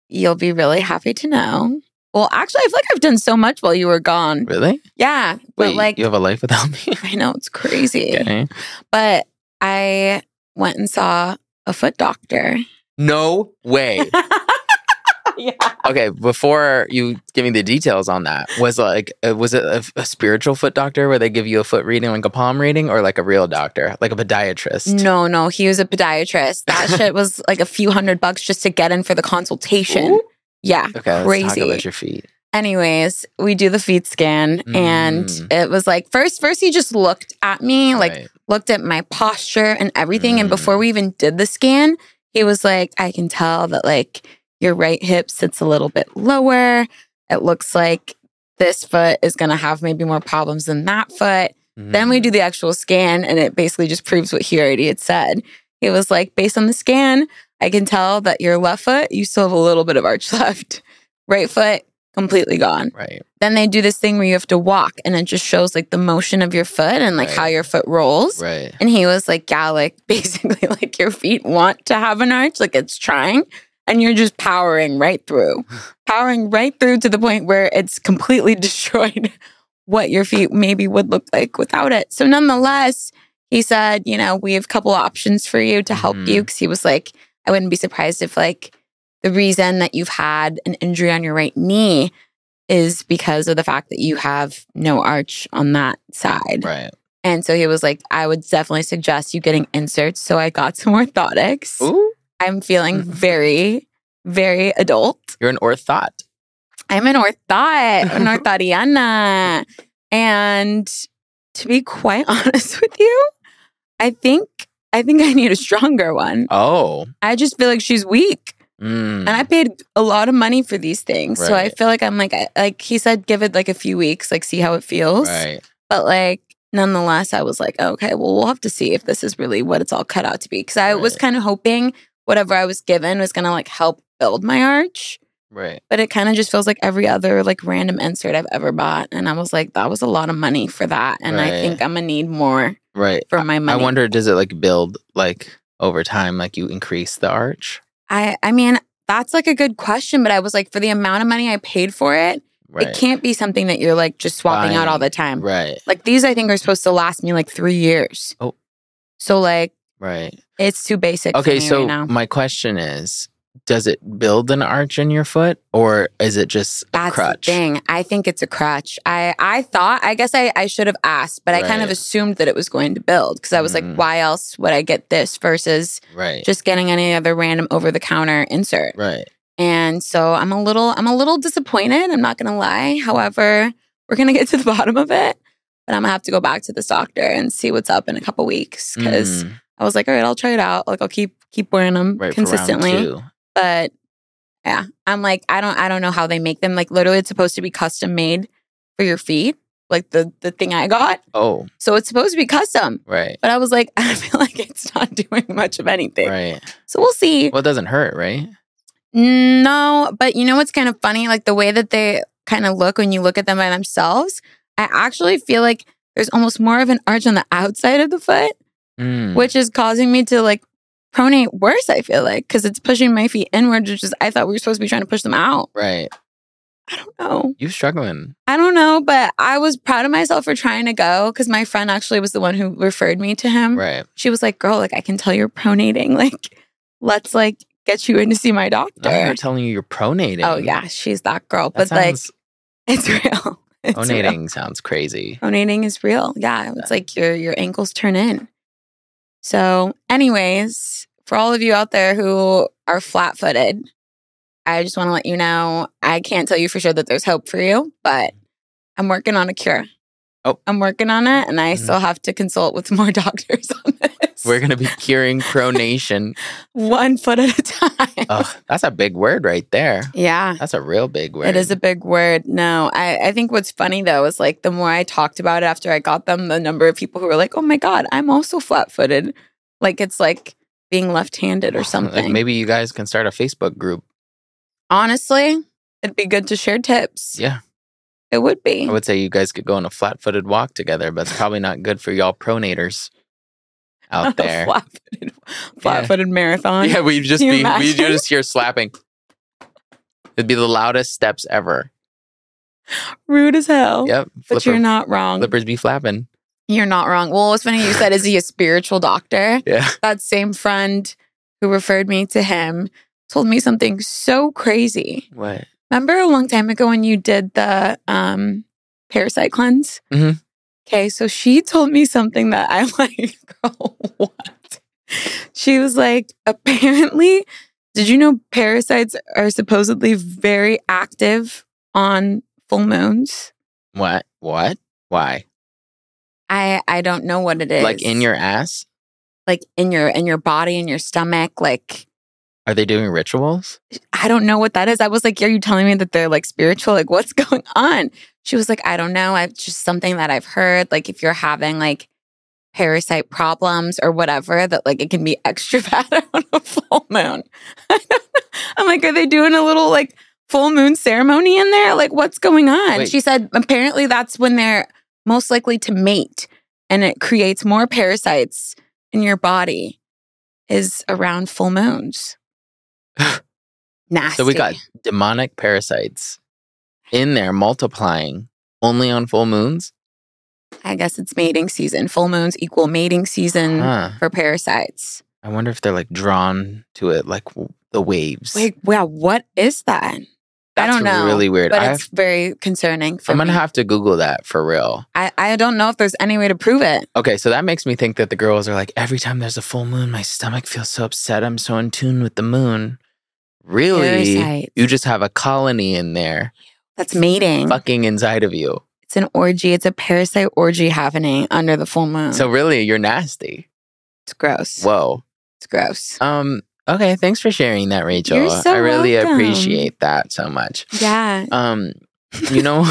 Speaker 2: you'll be really happy to know. Well, actually, I feel like I've done so much while you were gone.
Speaker 1: Really?
Speaker 2: Yeah.
Speaker 1: Wait,
Speaker 2: but like,
Speaker 1: you have a life without me?
Speaker 2: I know it's crazy.
Speaker 1: okay.
Speaker 2: But I went and saw a foot doctor.
Speaker 1: No way.
Speaker 2: yeah.
Speaker 1: okay, before you give me the details on that, was like, uh, was it a, a spiritual foot doctor where they give you a foot reading, like a palm reading, or like a real doctor, like a podiatrist?
Speaker 2: No, no, he was a podiatrist. That shit was like a few hundred bucks just to get in for the consultation.
Speaker 1: Ooh.
Speaker 2: Yeah.
Speaker 1: Okay, let's
Speaker 2: Crazy.
Speaker 1: talk about your feet.
Speaker 2: Anyways, we do the feet scan and
Speaker 1: Mm.
Speaker 2: it was like first first he just looked at me, like
Speaker 1: Right.
Speaker 2: looked at my posture and everything and
Speaker 1: Mm.
Speaker 2: before we even did the scan, he was like, "I can tell that like your right hip sits a little bit lower. It looks like this foot is going to have maybe more problems than that foot." Then we
Speaker 1: Mm.
Speaker 2: do the actual scan, and it basically just proves what he already had said. He was like, based on the scan, I can tell that your left foot, you still have a little bit of arch left. Right foot, completely gone.
Speaker 1: Mm-hmm. Right.
Speaker 2: Then they do this thing where you have to walk, and it just shows like the motion of your foot and like
Speaker 1: Right.
Speaker 2: how your foot rolls.
Speaker 1: Right.
Speaker 2: And he was like, yeah, like basically, like your feet want to have an arch, like it's trying, and you're just powering right through, powering right through to the point where it's completely destroyed what your feet maybe would look like without it. So, nonetheless, he said, you know, we have a couple options for you to help
Speaker 1: Mhm.
Speaker 2: you. Cause he was like, I wouldn't be surprised if, like, the reason that you've had an injury on your right knee is because of the fact that you have no arch on that side.
Speaker 1: Right.
Speaker 2: And so he was like, I would definitely suggest you getting inserts. So I got some orthotics.
Speaker 1: Ooh, Mm-hmm.
Speaker 2: I'm feeling very, very adult.
Speaker 1: you're an orthot.
Speaker 2: I'm an orthot, an orthotiana. And to be quite honest with you, I think I think I need a stronger one.
Speaker 1: Oh,
Speaker 2: I just feel like she's weak.
Speaker 1: Mm.
Speaker 2: and I paid a lot of money for these things. So I
Speaker 1: Right.
Speaker 2: feel like I'm like I- like he said, give it like a few weeks, like see how it feels.
Speaker 1: Right.
Speaker 2: But like nonetheless, I was like, okay, well we'll have to see if this is really what it's all cut out to be because I was
Speaker 1: Right.
Speaker 2: kind of hoping whatever I was given was gonna like help build my arch.
Speaker 1: Right.
Speaker 2: But it kind of just feels like every other like random insert I've ever bought, and I was like, that was a lot of money for that, and I
Speaker 1: Right.
Speaker 2: think I'm gonna need more
Speaker 1: Right.
Speaker 2: for my money.
Speaker 1: I wonder, does it like build like over time, like you increase the arch?
Speaker 2: I I mean that's like a good question, but I was like, for the amount of money I paid for it,
Speaker 1: Right.
Speaker 2: It can't be something that you're like just swapping out all the time.
Speaker 1: Right.
Speaker 2: Like these, I think, are supposed to last me like three years.
Speaker 1: Oh.
Speaker 2: So, like,
Speaker 1: Right.
Speaker 2: it's too basic
Speaker 1: Okay.
Speaker 2: for me
Speaker 1: So
Speaker 2: right now.
Speaker 1: my question is, does it build an arch in your foot, or is it just a
Speaker 2: That's
Speaker 1: crutch?
Speaker 2: the thing. I think it's a crutch. I, I thought, I guess I, I should have asked, but I kind of
Speaker 1: Right.
Speaker 2: assumed that it was going to build because I was
Speaker 1: Mhm.
Speaker 2: like, why else would I get this versus
Speaker 1: Right.
Speaker 2: just getting any other random over the counter insert?
Speaker 1: right.
Speaker 2: And so I'm a little I'm a little disappointed, I'm not going to lie. However, we're going to get to the bottom of it. But I'm going to have to go back to this doctor and see what's up in a couple weeks cuz
Speaker 1: Mm,
Speaker 2: I was like, "All right, I'll try it out. Like I'll keep keep wearing
Speaker 1: right,
Speaker 2: them
Speaker 1: for round
Speaker 2: consistently."
Speaker 1: two.
Speaker 2: But yeah, I'm like I don't I don't know how they make them. Like literally it's supposed to be custom made for your feet, like the the thing I got.
Speaker 1: Oh,
Speaker 2: So it's supposed to be custom.
Speaker 1: right.
Speaker 2: But I was like, I feel like it's not doing much of anything.
Speaker 1: Right.
Speaker 2: So we'll see.
Speaker 1: Well, it doesn't hurt, right?
Speaker 2: No, but you know what's kind of funny? Like the way that they kind of look when you look at them by themselves, I actually feel like there's almost more of an arch on the outside of the foot,
Speaker 1: Mm,
Speaker 2: which is causing me to like pronate worse, I feel like, because it's pushing my feet inward, which is, I thought we were supposed to be trying to push them out.
Speaker 1: right.
Speaker 2: I don't know.
Speaker 1: You struggling?
Speaker 2: I don't know, but I was proud of myself for trying to go because my friend actually was the one who referred me to him.
Speaker 1: Right.
Speaker 2: She was like, girl, like I can tell you're pronating. Like, let's like get you in to see my doctor.
Speaker 1: Oh, they're telling you you're pronating.
Speaker 2: Oh yeah, she's that girl.
Speaker 1: That
Speaker 2: but
Speaker 1: sounds,
Speaker 2: like, it's real. It's Real.
Speaker 1: pronating sounds crazy.
Speaker 2: Onating is real. Yeah, it's like your your ankles turn in. So, anyways, for all of you out there who are flat footed, I just want to let you know I can't tell you for sure that there's hope for you, but I'm working on a cure.
Speaker 1: Oh.
Speaker 2: I'm working on it, and I
Speaker 1: Mhm.
Speaker 2: still have to consult with more doctors on this.
Speaker 1: We're gonna be curing pronation.
Speaker 2: one foot at a time.
Speaker 1: oh, that's a big word right there.
Speaker 2: Yeah.
Speaker 1: That's a real big word.
Speaker 2: It is a big word. No, I, I think what's funny though is like the more I talked about it after I got them, the number of people who were like, oh my God, I'm also flat footed. Like it's like being left handed or something.
Speaker 1: Like maybe you guys can start a Facebook group.
Speaker 2: Honestly, it'd be good to share tips.
Speaker 1: Yeah.
Speaker 2: It would be.
Speaker 1: I would say you guys could go on a flat footed walk together, but it's probably not good for y'all pronators out there.
Speaker 2: flat footed flat footed marathon.
Speaker 1: yeah, we'd just
Speaker 2: Can you
Speaker 1: be we
Speaker 2: imagine?
Speaker 1: just hear slapping. It'd be the loudest steps ever.
Speaker 2: Rude as hell.
Speaker 1: Yep.
Speaker 2: Oh, But you're not wrong.
Speaker 1: flippers be flapping.
Speaker 2: You're not wrong. Well, what's funny you said, is he a spiritual doctor?
Speaker 1: Yeah.
Speaker 2: that same friend who referred me to him told me something so crazy.
Speaker 1: What?
Speaker 2: Remember a long time ago when you did the um, parasite cleanse?
Speaker 1: Mhm.
Speaker 2: Okay, so she told me something that I'm like, girl, what? She was like, apparently, did you know parasites are supposedly very active on full moons?
Speaker 1: What? What? Why?
Speaker 2: I I don't know what it is.
Speaker 1: Like in your ass?
Speaker 2: like in your in your body in your stomach like
Speaker 1: Are they doing rituals?
Speaker 2: I don't know what that is. I was like, Are you telling me that they're like spiritual? Like, what's going on? She was like, I don't know. It's just something that I've heard. Like, if you're having like parasite problems or whatever, that like it can be extra bad on a full moon. I'm like, Are they doing a little like full moon ceremony in there? Like, what's going on?
Speaker 1: Wait.
Speaker 2: She said, Apparently, that's when they're most likely to mate and it creates more parasites in your body is around full moons. Nasty.
Speaker 1: So we got demonic parasites in there multiplying only on full moons?
Speaker 2: I guess it's mating season. Full moons equal mating season
Speaker 1: Huh.
Speaker 2: for parasites.
Speaker 1: I wonder if they're like drawn to it like w- the waves.
Speaker 2: Wait, wow, what is that? I
Speaker 1: That's
Speaker 2: don't know.
Speaker 1: really weird.
Speaker 2: But
Speaker 1: I
Speaker 2: it's very concerning for
Speaker 1: I'm
Speaker 2: me.
Speaker 1: gonna have to Google that for real.
Speaker 2: I, I don't know if there's any way to prove it.
Speaker 1: Okay, so that makes me think that the girls are like, every time there's a full moon, my stomach feels so upset. I'm so in tune with the moon. Really?
Speaker 2: Parasites.
Speaker 1: You just have a colony in there,
Speaker 2: That's mating.
Speaker 1: fucking inside of you.
Speaker 2: It's an orgy. It's a parasite orgy happening under the full moon.
Speaker 1: So really, you're nasty.
Speaker 2: it's gross.
Speaker 1: Whoa.
Speaker 2: It's gross.
Speaker 1: Um. Okay, thanks for sharing that, Rachel.
Speaker 2: so
Speaker 1: I really
Speaker 2: welcome.
Speaker 1: appreciate that so much.
Speaker 2: Uh, Yeah.
Speaker 1: Um, you know,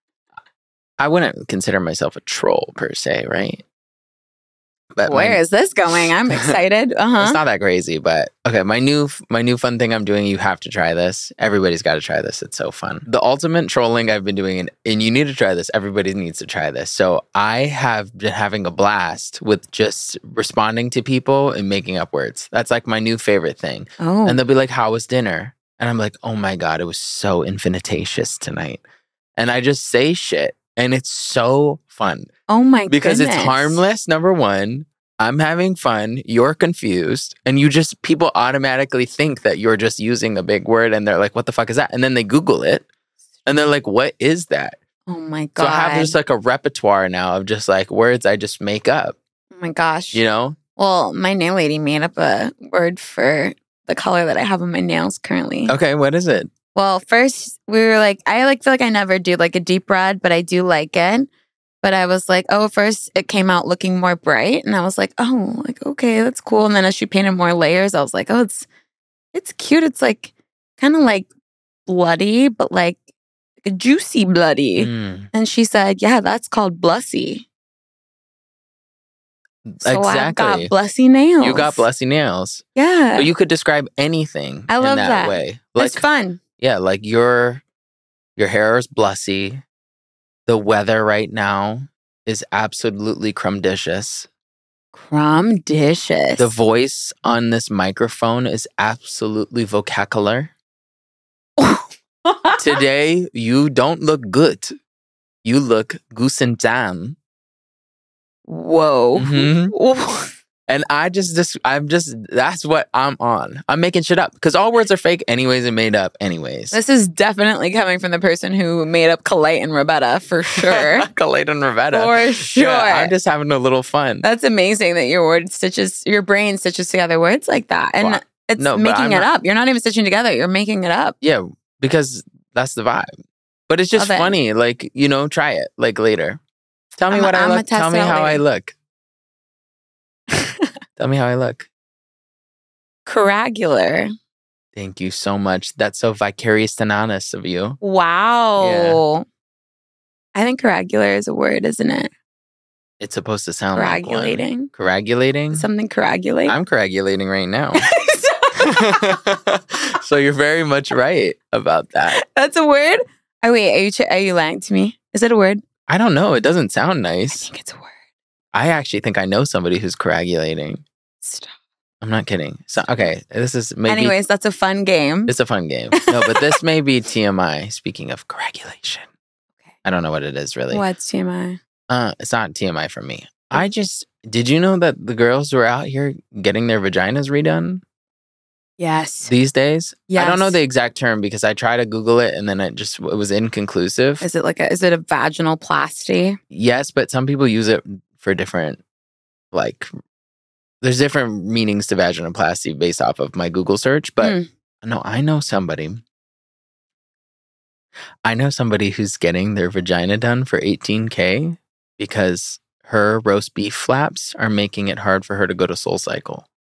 Speaker 1: I wouldn't consider myself a troll per se, right? But my-
Speaker 2: Where is this going? I'm excited. Uh
Speaker 1: It's
Speaker 2: huh.
Speaker 1: not that crazy, but okay. My new my new fun thing I'm doing. You have to try this. Everybody's got to try this. It's so fun. The ultimate trolling I've been doing, and, and you need to try this. Everybody needs to try this. So I have been having a blast with just responding to people and making up words. That's like my new favorite thing.
Speaker 2: Oh.
Speaker 1: And they'll be like, How was dinner? And I'm like, Oh my God, it was so infinitatious tonight. And I just say shit. And it's so fun
Speaker 2: oh my
Speaker 1: because it's
Speaker 2: goodness.
Speaker 1: harmless, number one. I'm having fun. You're confused. And you just, people automatically think that you're just using a big word and they're like, What the fuck is that? And then they Google it and they're like, What is that?
Speaker 2: Oh my god.
Speaker 1: So I have just like a repertoire now of just like words I just make up,
Speaker 2: oh my gosh.
Speaker 1: you know?
Speaker 2: Well, my nail lady made up a word for the color that I have on my nails currently.
Speaker 1: Okay, what is it?
Speaker 2: Well, first we were like, I like feel like I never do like a deep red, but I do like it. But I was like, oh, first it came out looking more bright, and I was like, oh, like okay, that's cool. And then as she painted more layers, I was like, oh, it's it's cute. It's like kind of like bloody, but like a juicy bloody.
Speaker 1: Mm,
Speaker 2: And she said, yeah, that's called blussy. So I've got
Speaker 1: exactly.
Speaker 2: blussy nails.
Speaker 1: You got blessy nails.
Speaker 2: Yeah,
Speaker 1: But you could describe anything
Speaker 2: I
Speaker 1: in
Speaker 2: love
Speaker 1: that,
Speaker 2: that.
Speaker 1: way. Like
Speaker 2: it's fun.
Speaker 1: yeah, like your your hair is blussy. The weather right now is absolutely crumdicious.
Speaker 2: Crumb dishes.
Speaker 1: The voice on this microphone is absolutely vocacular. Today you don't look good. You look goose and down.
Speaker 2: Whoa.
Speaker 1: Mhm.
Speaker 2: Whoa.
Speaker 1: And I just, just, I'm just, that's what I'm on. I'm making shit up because all words are fake, anyways, and made up, anyways.
Speaker 2: This is definitely coming from the person who made up Colette and Rebecca for sure.
Speaker 1: Khalid and Ravetta.
Speaker 2: for sure.
Speaker 1: Yeah, I'm just having a little fun.
Speaker 2: That's amazing that your word stitches your brain stitches together words like that. And
Speaker 1: Well,
Speaker 2: it's
Speaker 1: no, but
Speaker 2: making
Speaker 1: I'm
Speaker 2: it
Speaker 1: not-
Speaker 2: up. You're not even stitching together. You're making it up.
Speaker 1: Yeah, because that's the vibe. But it's just
Speaker 2: Love it.
Speaker 1: funny. Like, you know, try it like later. Tell me
Speaker 2: I'ma-
Speaker 1: what I
Speaker 2: I'ma
Speaker 1: look. Tell
Speaker 2: test
Speaker 1: me
Speaker 2: it out
Speaker 1: how I
Speaker 2: later.
Speaker 1: look. Tell me how I look.
Speaker 2: Coragular.
Speaker 1: Thank you so much. That's so vicarious and honest of you.
Speaker 2: Wow. I think coragular is a word, isn't it?
Speaker 1: It's supposed to sound like one.
Speaker 2: Coagulating.
Speaker 1: Coagulating?
Speaker 2: Something coagulate.
Speaker 1: I'm coagulating right now. so you're very much right about that.
Speaker 2: That's a word. Oh wait, are you ch- are you lying to me? Is it a word?
Speaker 1: I don't know. It doesn't sound
Speaker 2: I
Speaker 1: nice.
Speaker 2: think it's a word.
Speaker 1: I actually think I know somebody who's coagulating.
Speaker 2: Stop.
Speaker 1: I'm not kidding. So okay, this is maybe
Speaker 2: Anyways, that's a fun game.
Speaker 1: it's a fun game. No, but this may be TMI. Speaking of coagulation,
Speaker 2: Okay.
Speaker 1: I don't know what it is really.
Speaker 2: What's TMI?
Speaker 1: Uh, it's not TMI for me.
Speaker 2: Oh.
Speaker 1: I just did you know that the girls were out here getting their vaginas redone
Speaker 2: Yes.
Speaker 1: these days? I don't know
Speaker 2: Yes.
Speaker 1: the exact term because I tried to Google it and then it just it was inconclusive.
Speaker 2: Is it like a is it a vaginal plasty?
Speaker 1: Yes, but some people use it for different, like, there's different meanings to vaginoplasty based off of my Google search. But
Speaker 2: Mm.
Speaker 1: no, I know somebody. I know somebody who's getting their vagina done for 18K because her roast beef flaps are making it hard for her to go to Soul Cycle.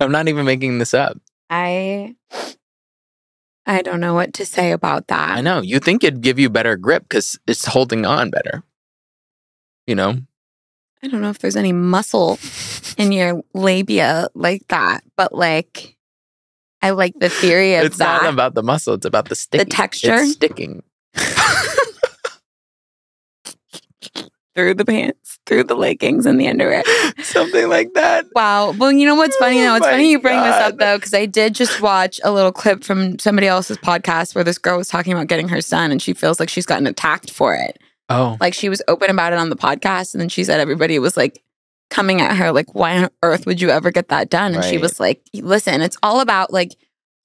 Speaker 1: I'm not even making this up.
Speaker 2: I I don't know what to say about that.
Speaker 1: I know. You think it'd give you better grip because it's holding on better. You know?
Speaker 2: I don't know if there's any muscle in your labia like that, but like I like the theory of
Speaker 1: it's
Speaker 2: that.
Speaker 1: not about the muscle, it's about the sticking.
Speaker 2: texture?
Speaker 1: It's sticking.
Speaker 2: through the pants, through the leggings and the underwear.
Speaker 1: Something like that.
Speaker 2: Wow. Well, you know what's funny though?
Speaker 1: Oh
Speaker 2: It's funny
Speaker 1: my
Speaker 2: you bring this up
Speaker 1: God.
Speaker 2: though, because I did just watch a little clip from somebody else's podcast where this girl was talking about getting her son and she feels like she's gotten attacked for it.
Speaker 1: Oh.
Speaker 2: like she was open about it on the podcast and then she said everybody was like coming at her like why on earth would you ever get that done and she
Speaker 1: Right.
Speaker 2: was like listen it's all about like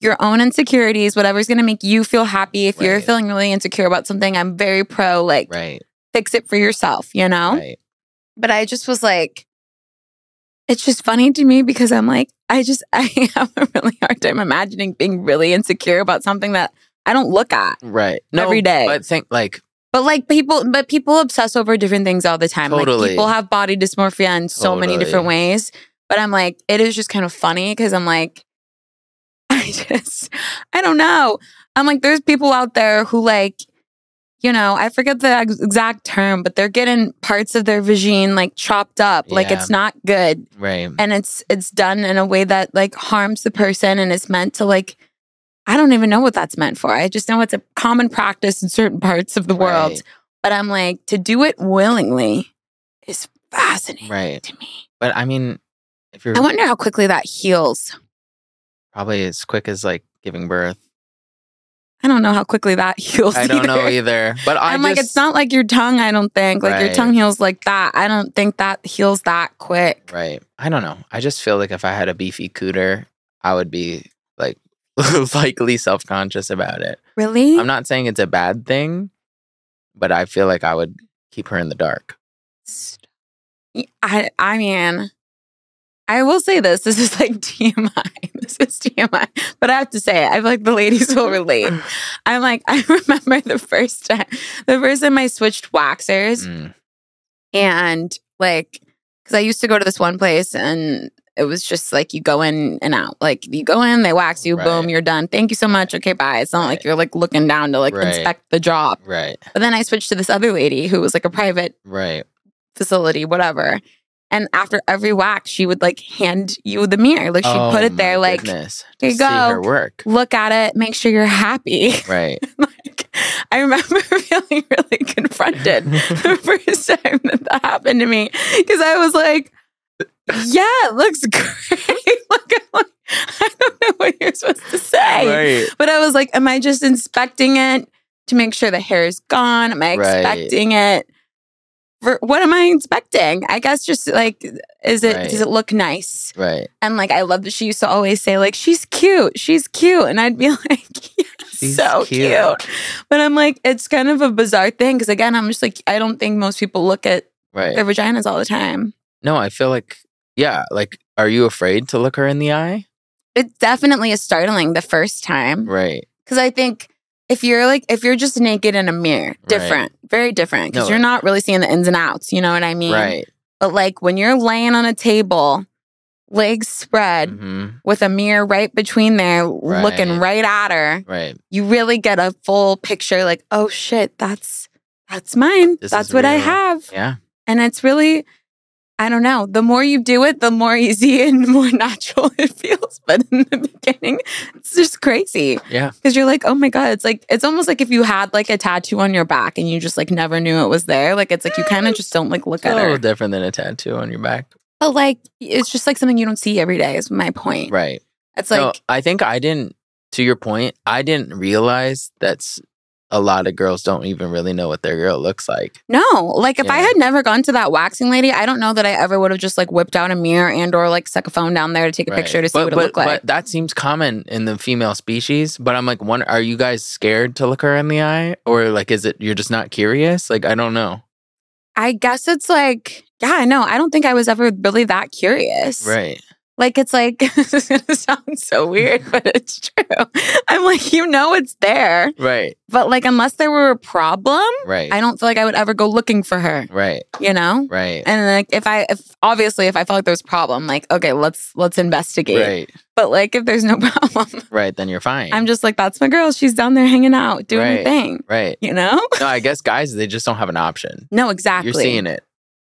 Speaker 2: your own insecurities whatever's going to make you feel happy if you're
Speaker 1: Right.
Speaker 2: feeling really insecure about something i'm very pro like
Speaker 1: Right.
Speaker 2: fix it for yourself you know
Speaker 1: Right.
Speaker 2: but i just was like it's just funny to me because i'm like i just i have a really hard time imagining being really insecure about something that i don't look at
Speaker 1: Right. No,
Speaker 2: Every day.
Speaker 1: But think like
Speaker 2: But like people, but people obsess over different things all the time.
Speaker 1: Totally.
Speaker 2: Like people have body dysmorphia in so many
Speaker 1: Totally.
Speaker 2: different ways. But I'm like, it is just kind of funny because I'm like, I just, I don't know. I'm like, there's people out there who like, you know, I forget the ex- exact term, but they're getting parts of their vagine like chopped up. Like
Speaker 1: Yeah.
Speaker 2: it's not good,
Speaker 1: Right.
Speaker 2: and it's it's done in a way that like harms the person, and is meant to like. I don't even know what that's meant for. I just know it's a common practice in certain parts of the world. But I'm like, to do it willingly is fascinating
Speaker 1: Right. right.
Speaker 2: to me.
Speaker 1: But I mean, if you're
Speaker 2: I wonder how quickly that heals.
Speaker 1: probably as quick as like giving birth,
Speaker 2: I don't know how quickly that heals.
Speaker 1: I don't know
Speaker 2: either.
Speaker 1: either. But I
Speaker 2: I'm
Speaker 1: just,
Speaker 2: like, it's not like your tongue, I don't think. Like, your
Speaker 1: Right.
Speaker 2: tongue heals like that. I don't think that heals that quick.
Speaker 1: Right. I don't know. I just feel like if I had a beefy cooter, I would be like likely self conscious about it.
Speaker 2: Really?
Speaker 1: I'm not saying it's a bad thing, but I feel like I would keep her in the dark.
Speaker 2: I, I mean, I will say this. This is like TMI. This is TMI. But I have to say it. I feel like the ladies will relate. I'm like, I remember the first time, the first time I switched waxers.
Speaker 1: Mm,
Speaker 2: And like, because I used to go to this one place and it was just like you go in and out. Like you go in, they wax you, boom,
Speaker 1: Right.
Speaker 2: you're done. Thank you so much. Okay, bye. It's not like
Speaker 1: Right.
Speaker 2: you're like looking down to like
Speaker 1: Right.
Speaker 2: inspect the job.
Speaker 1: right.
Speaker 2: But then I switched to this other lady who was like a private
Speaker 1: Right.
Speaker 2: facility, whatever. And after every wax, she would like hand you the mirror. Like she'd
Speaker 1: Oh
Speaker 2: put it
Speaker 1: my
Speaker 2: there, like,
Speaker 1: goodness.
Speaker 2: "Here you
Speaker 1: See her
Speaker 2: go.
Speaker 1: work.
Speaker 2: look at it, make sure you're happy.
Speaker 1: Right.
Speaker 2: like I remember feeling really confronted the first time that that happened to me because I was like, "Yeah, it looks great." like, I'm like, I don't know what you're supposed to say,
Speaker 1: right.
Speaker 2: but I was like, "Am I just inspecting it to make sure the hair is gone? Am I
Speaker 1: Right.
Speaker 2: expecting it?" For, what am I inspecting? I guess just like, is it
Speaker 1: Right.
Speaker 2: does it look nice?
Speaker 1: Right.
Speaker 2: And like, I love that she used to always say like, "She's cute, she's cute," and I'd be like, "Yes,
Speaker 1: She's
Speaker 2: so
Speaker 1: cute.
Speaker 2: cute. But I'm like, it's kind of a bizarre thing because again, I'm just like, I don't think most people look at
Speaker 1: Right.
Speaker 2: their vaginas all the time.
Speaker 1: No, I feel like, yeah, like, are you afraid to look her in the eye?
Speaker 2: It definitely is startling the first time
Speaker 1: Right.
Speaker 2: because I think if you're like, if you're just naked in a mirror, different, very different
Speaker 1: No,
Speaker 2: because you're
Speaker 1: it-
Speaker 2: not really seeing the ins and outs. You know what I mean?
Speaker 1: Right.
Speaker 2: But like when you're laying on a table, legs spread.
Speaker 1: hmm
Speaker 2: With a mirror right between there, looking right at her.
Speaker 1: Right.
Speaker 2: you really get a full picture like oh shit that's that's mine
Speaker 1: This
Speaker 2: that's
Speaker 1: is
Speaker 2: what i
Speaker 1: real.
Speaker 2: have
Speaker 1: Yeah.
Speaker 2: and it's really i don't know the more you do it the more easy and more natural it feels but in the beginning it's just crazy
Speaker 1: Yeah.
Speaker 2: because you're like oh my god it's like it's almost like if you had like a tattoo on your back and you just like never knew it was there like it's like you kind of just don't like look
Speaker 1: It's a
Speaker 2: at
Speaker 1: little
Speaker 2: it
Speaker 1: different than a tattoo on your back.
Speaker 2: but like it's just like something you don't see every day is my point
Speaker 1: Right.
Speaker 2: it's
Speaker 1: no,
Speaker 2: like
Speaker 1: I think I didn't. To your point, I didn't realize that's a lot of girls don't even really know what their girl looks like.
Speaker 2: No, like if I
Speaker 1: Yeah.
Speaker 2: had never gone to that waxing lady, I don't know that I ever would have just like whipped out a mirror and or like stuck a phone down there to take a
Speaker 1: Right.
Speaker 2: picture to see
Speaker 1: but,
Speaker 2: what
Speaker 1: but-
Speaker 2: it looked like.
Speaker 1: But that seems common in the female species. But I'm like, one, are you guys scared to look her in the eye, or like, is it you're just not curious? Like, I don't know.
Speaker 2: I guess it's like, yeah, I know. I don't think I was ever really that curious.
Speaker 1: Right.
Speaker 2: Like it's like this is gonna sound so weird, but it's true. I'm like, you know it's there.
Speaker 1: Right.
Speaker 2: But like unless there were a problem,
Speaker 1: Right.
Speaker 2: I don't feel like I would ever go looking for her,
Speaker 1: right.
Speaker 2: you know?
Speaker 1: Right.
Speaker 2: And like if I if obviously if I felt like there was a problem, like, okay, let's let's investigate.
Speaker 1: Right.
Speaker 2: But like if there's no problem,
Speaker 1: Right. Then you're fine.
Speaker 2: I'm just like, that's my girl. She's down there hanging out, doing her
Speaker 1: Right.
Speaker 2: thing.
Speaker 1: right.
Speaker 2: You know?
Speaker 1: No, I guess guys, they just don't have an option.
Speaker 2: No, exactly.
Speaker 1: You're seeing it.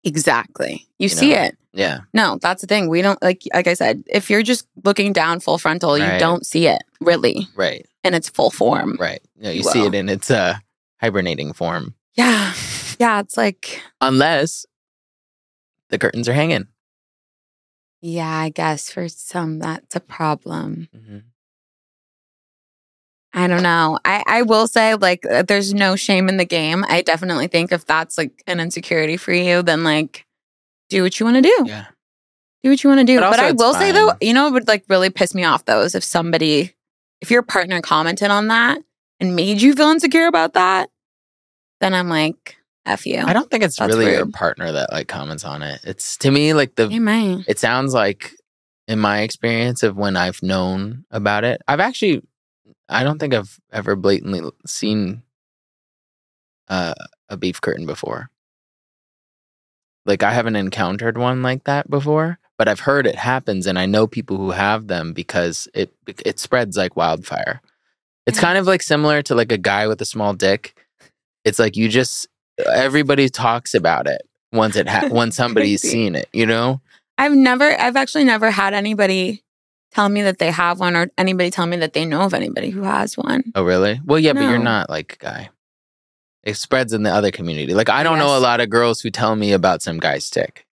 Speaker 2: Exactly. You,
Speaker 1: You
Speaker 2: see
Speaker 1: know?
Speaker 2: it.
Speaker 1: Yeah.
Speaker 2: No, that's the thing. We don't like like I said, if you're just looking down full frontal, you
Speaker 1: Right.
Speaker 2: don't see it really
Speaker 1: Right.
Speaker 2: in its full form.
Speaker 1: Right. No, you
Speaker 2: Well.
Speaker 1: see it in its uh, hibernating form.
Speaker 2: Yeah. Yeah. It's like,
Speaker 1: unless the curtains are hanging.
Speaker 2: yeah, I guess for some that's a problem.
Speaker 1: Mm-hmm.
Speaker 2: I don't know. I, I will say, like, uh, there's no shame in the game. I definitely think if that's like an insecurity for you, then like do what you want to do.
Speaker 1: Yeah.
Speaker 2: do what you want to do.
Speaker 1: But
Speaker 2: But,
Speaker 1: also
Speaker 2: I
Speaker 1: it's
Speaker 2: will say though,
Speaker 1: fine.
Speaker 2: you know, it would like really piss me off though is if somebody, if your partner commented on that and made you feel insecure about that, then I'm like, f you.
Speaker 1: I don't think it's
Speaker 2: That's
Speaker 1: really your
Speaker 2: rude.
Speaker 1: partner that like comments on it. It's to me like the
Speaker 2: Hey, man.
Speaker 1: it sounds like in my experience of when I've known about it. I've actually I don't think I've ever blatantly seen uh, a beef curtain before. Like I haven't encountered one like that before, but I've heard it happens, and I know people who have them because it it spreads like wildfire. It's kind of like similar to like a guy with a small dick. It's like you just everybody talks about it once it ha- once somebody's
Speaker 2: Crazy.
Speaker 1: seen it, you know.
Speaker 2: I've never, I've actually never had anybody tell me that they have one or anybody tell me that they know of anybody who has one.
Speaker 1: Oh, really? Well, yeah, but you're
Speaker 2: No.
Speaker 1: not like a guy. It spreads in the other community. Like I don't know a
Speaker 2: Yes.
Speaker 1: lot of girls who tell me about some guy's dick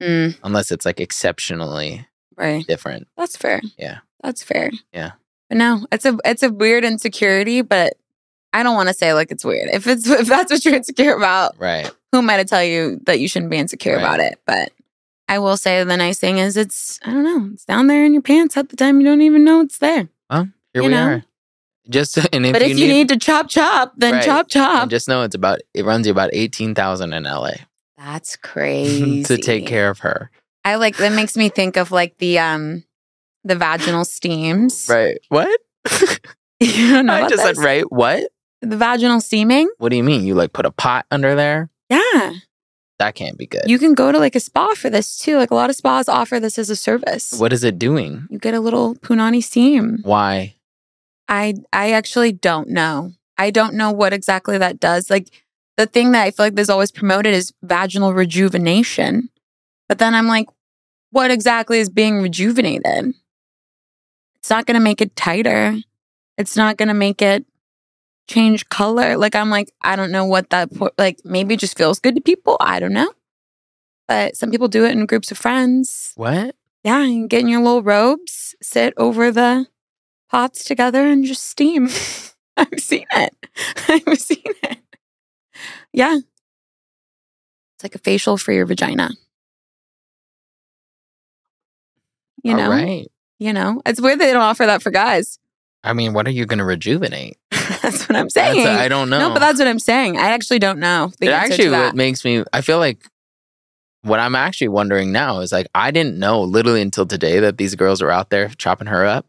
Speaker 2: Mm,
Speaker 1: unless it's like exceptionally
Speaker 2: right.
Speaker 1: different.
Speaker 2: That's fair.
Speaker 1: Yeah.
Speaker 2: That's fair.
Speaker 1: Yeah.
Speaker 2: But no, it's a it's a weird insecurity, but I don't want to say like it's weird. If it's if that's what you're insecure about,
Speaker 1: Right.
Speaker 2: who am I to tell you that you shouldn't be insecure
Speaker 1: Right.
Speaker 2: about it? But I will say the nice thing is it's I don't know, it's down there in your pants half the time you don't even know it's there.
Speaker 1: Here
Speaker 2: You
Speaker 1: we
Speaker 2: know?
Speaker 1: are. Just and if
Speaker 2: but
Speaker 1: you
Speaker 2: if
Speaker 1: need,
Speaker 2: you need to chop chop, then
Speaker 1: Right.
Speaker 2: chop chop.
Speaker 1: and just know it's about it runs you about eighteen thousand in LA
Speaker 2: that's crazy.
Speaker 1: to take care of her.
Speaker 2: I like that makes me think of like the um the vaginal steams.
Speaker 1: Right. What?
Speaker 2: You don't know
Speaker 1: I
Speaker 2: about
Speaker 1: just
Speaker 2: this?
Speaker 1: said right. What?
Speaker 2: the vaginal steaming.
Speaker 1: What do you mean? You like put a pot under there?
Speaker 2: Yeah.
Speaker 1: That can't be good.
Speaker 2: You can go to like a spa for this too. Like a lot of spas offer this as a service.
Speaker 1: what is it doing?
Speaker 2: You get a little punani steam.
Speaker 1: Why?
Speaker 2: I I actually don't know. I don't know what exactly that does. Like the thing that I feel like there's always promoted is vaginal rejuvenation. But then I'm like, what exactly is being rejuvenated? It's not gonna make it tighter. It's not gonna make it change color. Like I'm like, I don't know what that po- like maybe it just feels good to people. I don't know. But some people do it in groups of friends.
Speaker 1: What?
Speaker 2: Yeah, and get in your little robes, sit over the pots together and just steam. I've seen it. I've seen it. Yeah. It's like a facial for your vagina. You know,
Speaker 1: All right.
Speaker 2: you know, it's weird they don't offer that for guys.
Speaker 1: I mean, what are you going to rejuvenate?
Speaker 2: that's what I'm
Speaker 1: That's-
Speaker 2: saying.
Speaker 1: I don't know.
Speaker 2: No, but that's what I'm saying. I actually don't know. The
Speaker 1: it
Speaker 2: answer
Speaker 1: actually
Speaker 2: to that.
Speaker 1: what makes me i feel like what i'm actually wondering now is like i didn't know literally until today that these girls are out there chopping her up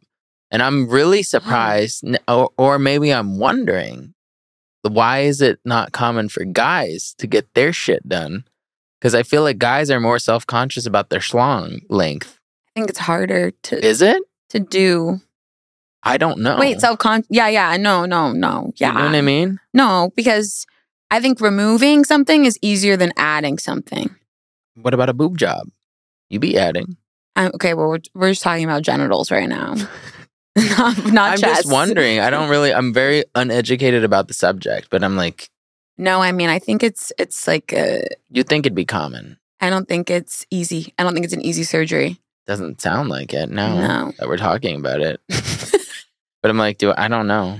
Speaker 1: and i'm really surprised n- or, or maybe i'm wondering why is it not common for guys to get their shit done because i feel like guys are more self-conscious about their schlong length
Speaker 2: I think it's harder to
Speaker 1: is it
Speaker 2: to do.
Speaker 1: i don't know
Speaker 2: Wait, self con. Yeah, yeah. No, no, no. Yeah.
Speaker 1: you know what i mean
Speaker 2: No, because I think removing something is easier than adding something.
Speaker 1: what about a boob job you be adding
Speaker 2: Um, okay, well, we're, we're just talking about genitals right now, not, not
Speaker 1: i'm
Speaker 2: chest.
Speaker 1: just wondering i don't really i'm very uneducated about the subject but i'm like
Speaker 2: No, I mean, I think it's it's like I
Speaker 1: You'd think it'd be common.
Speaker 2: I don't think it's easy. I don't think it's an easy surgery.
Speaker 1: Doesn't sound like it now
Speaker 2: No.
Speaker 1: that we're talking about it. but I'm like, do I, I don't know.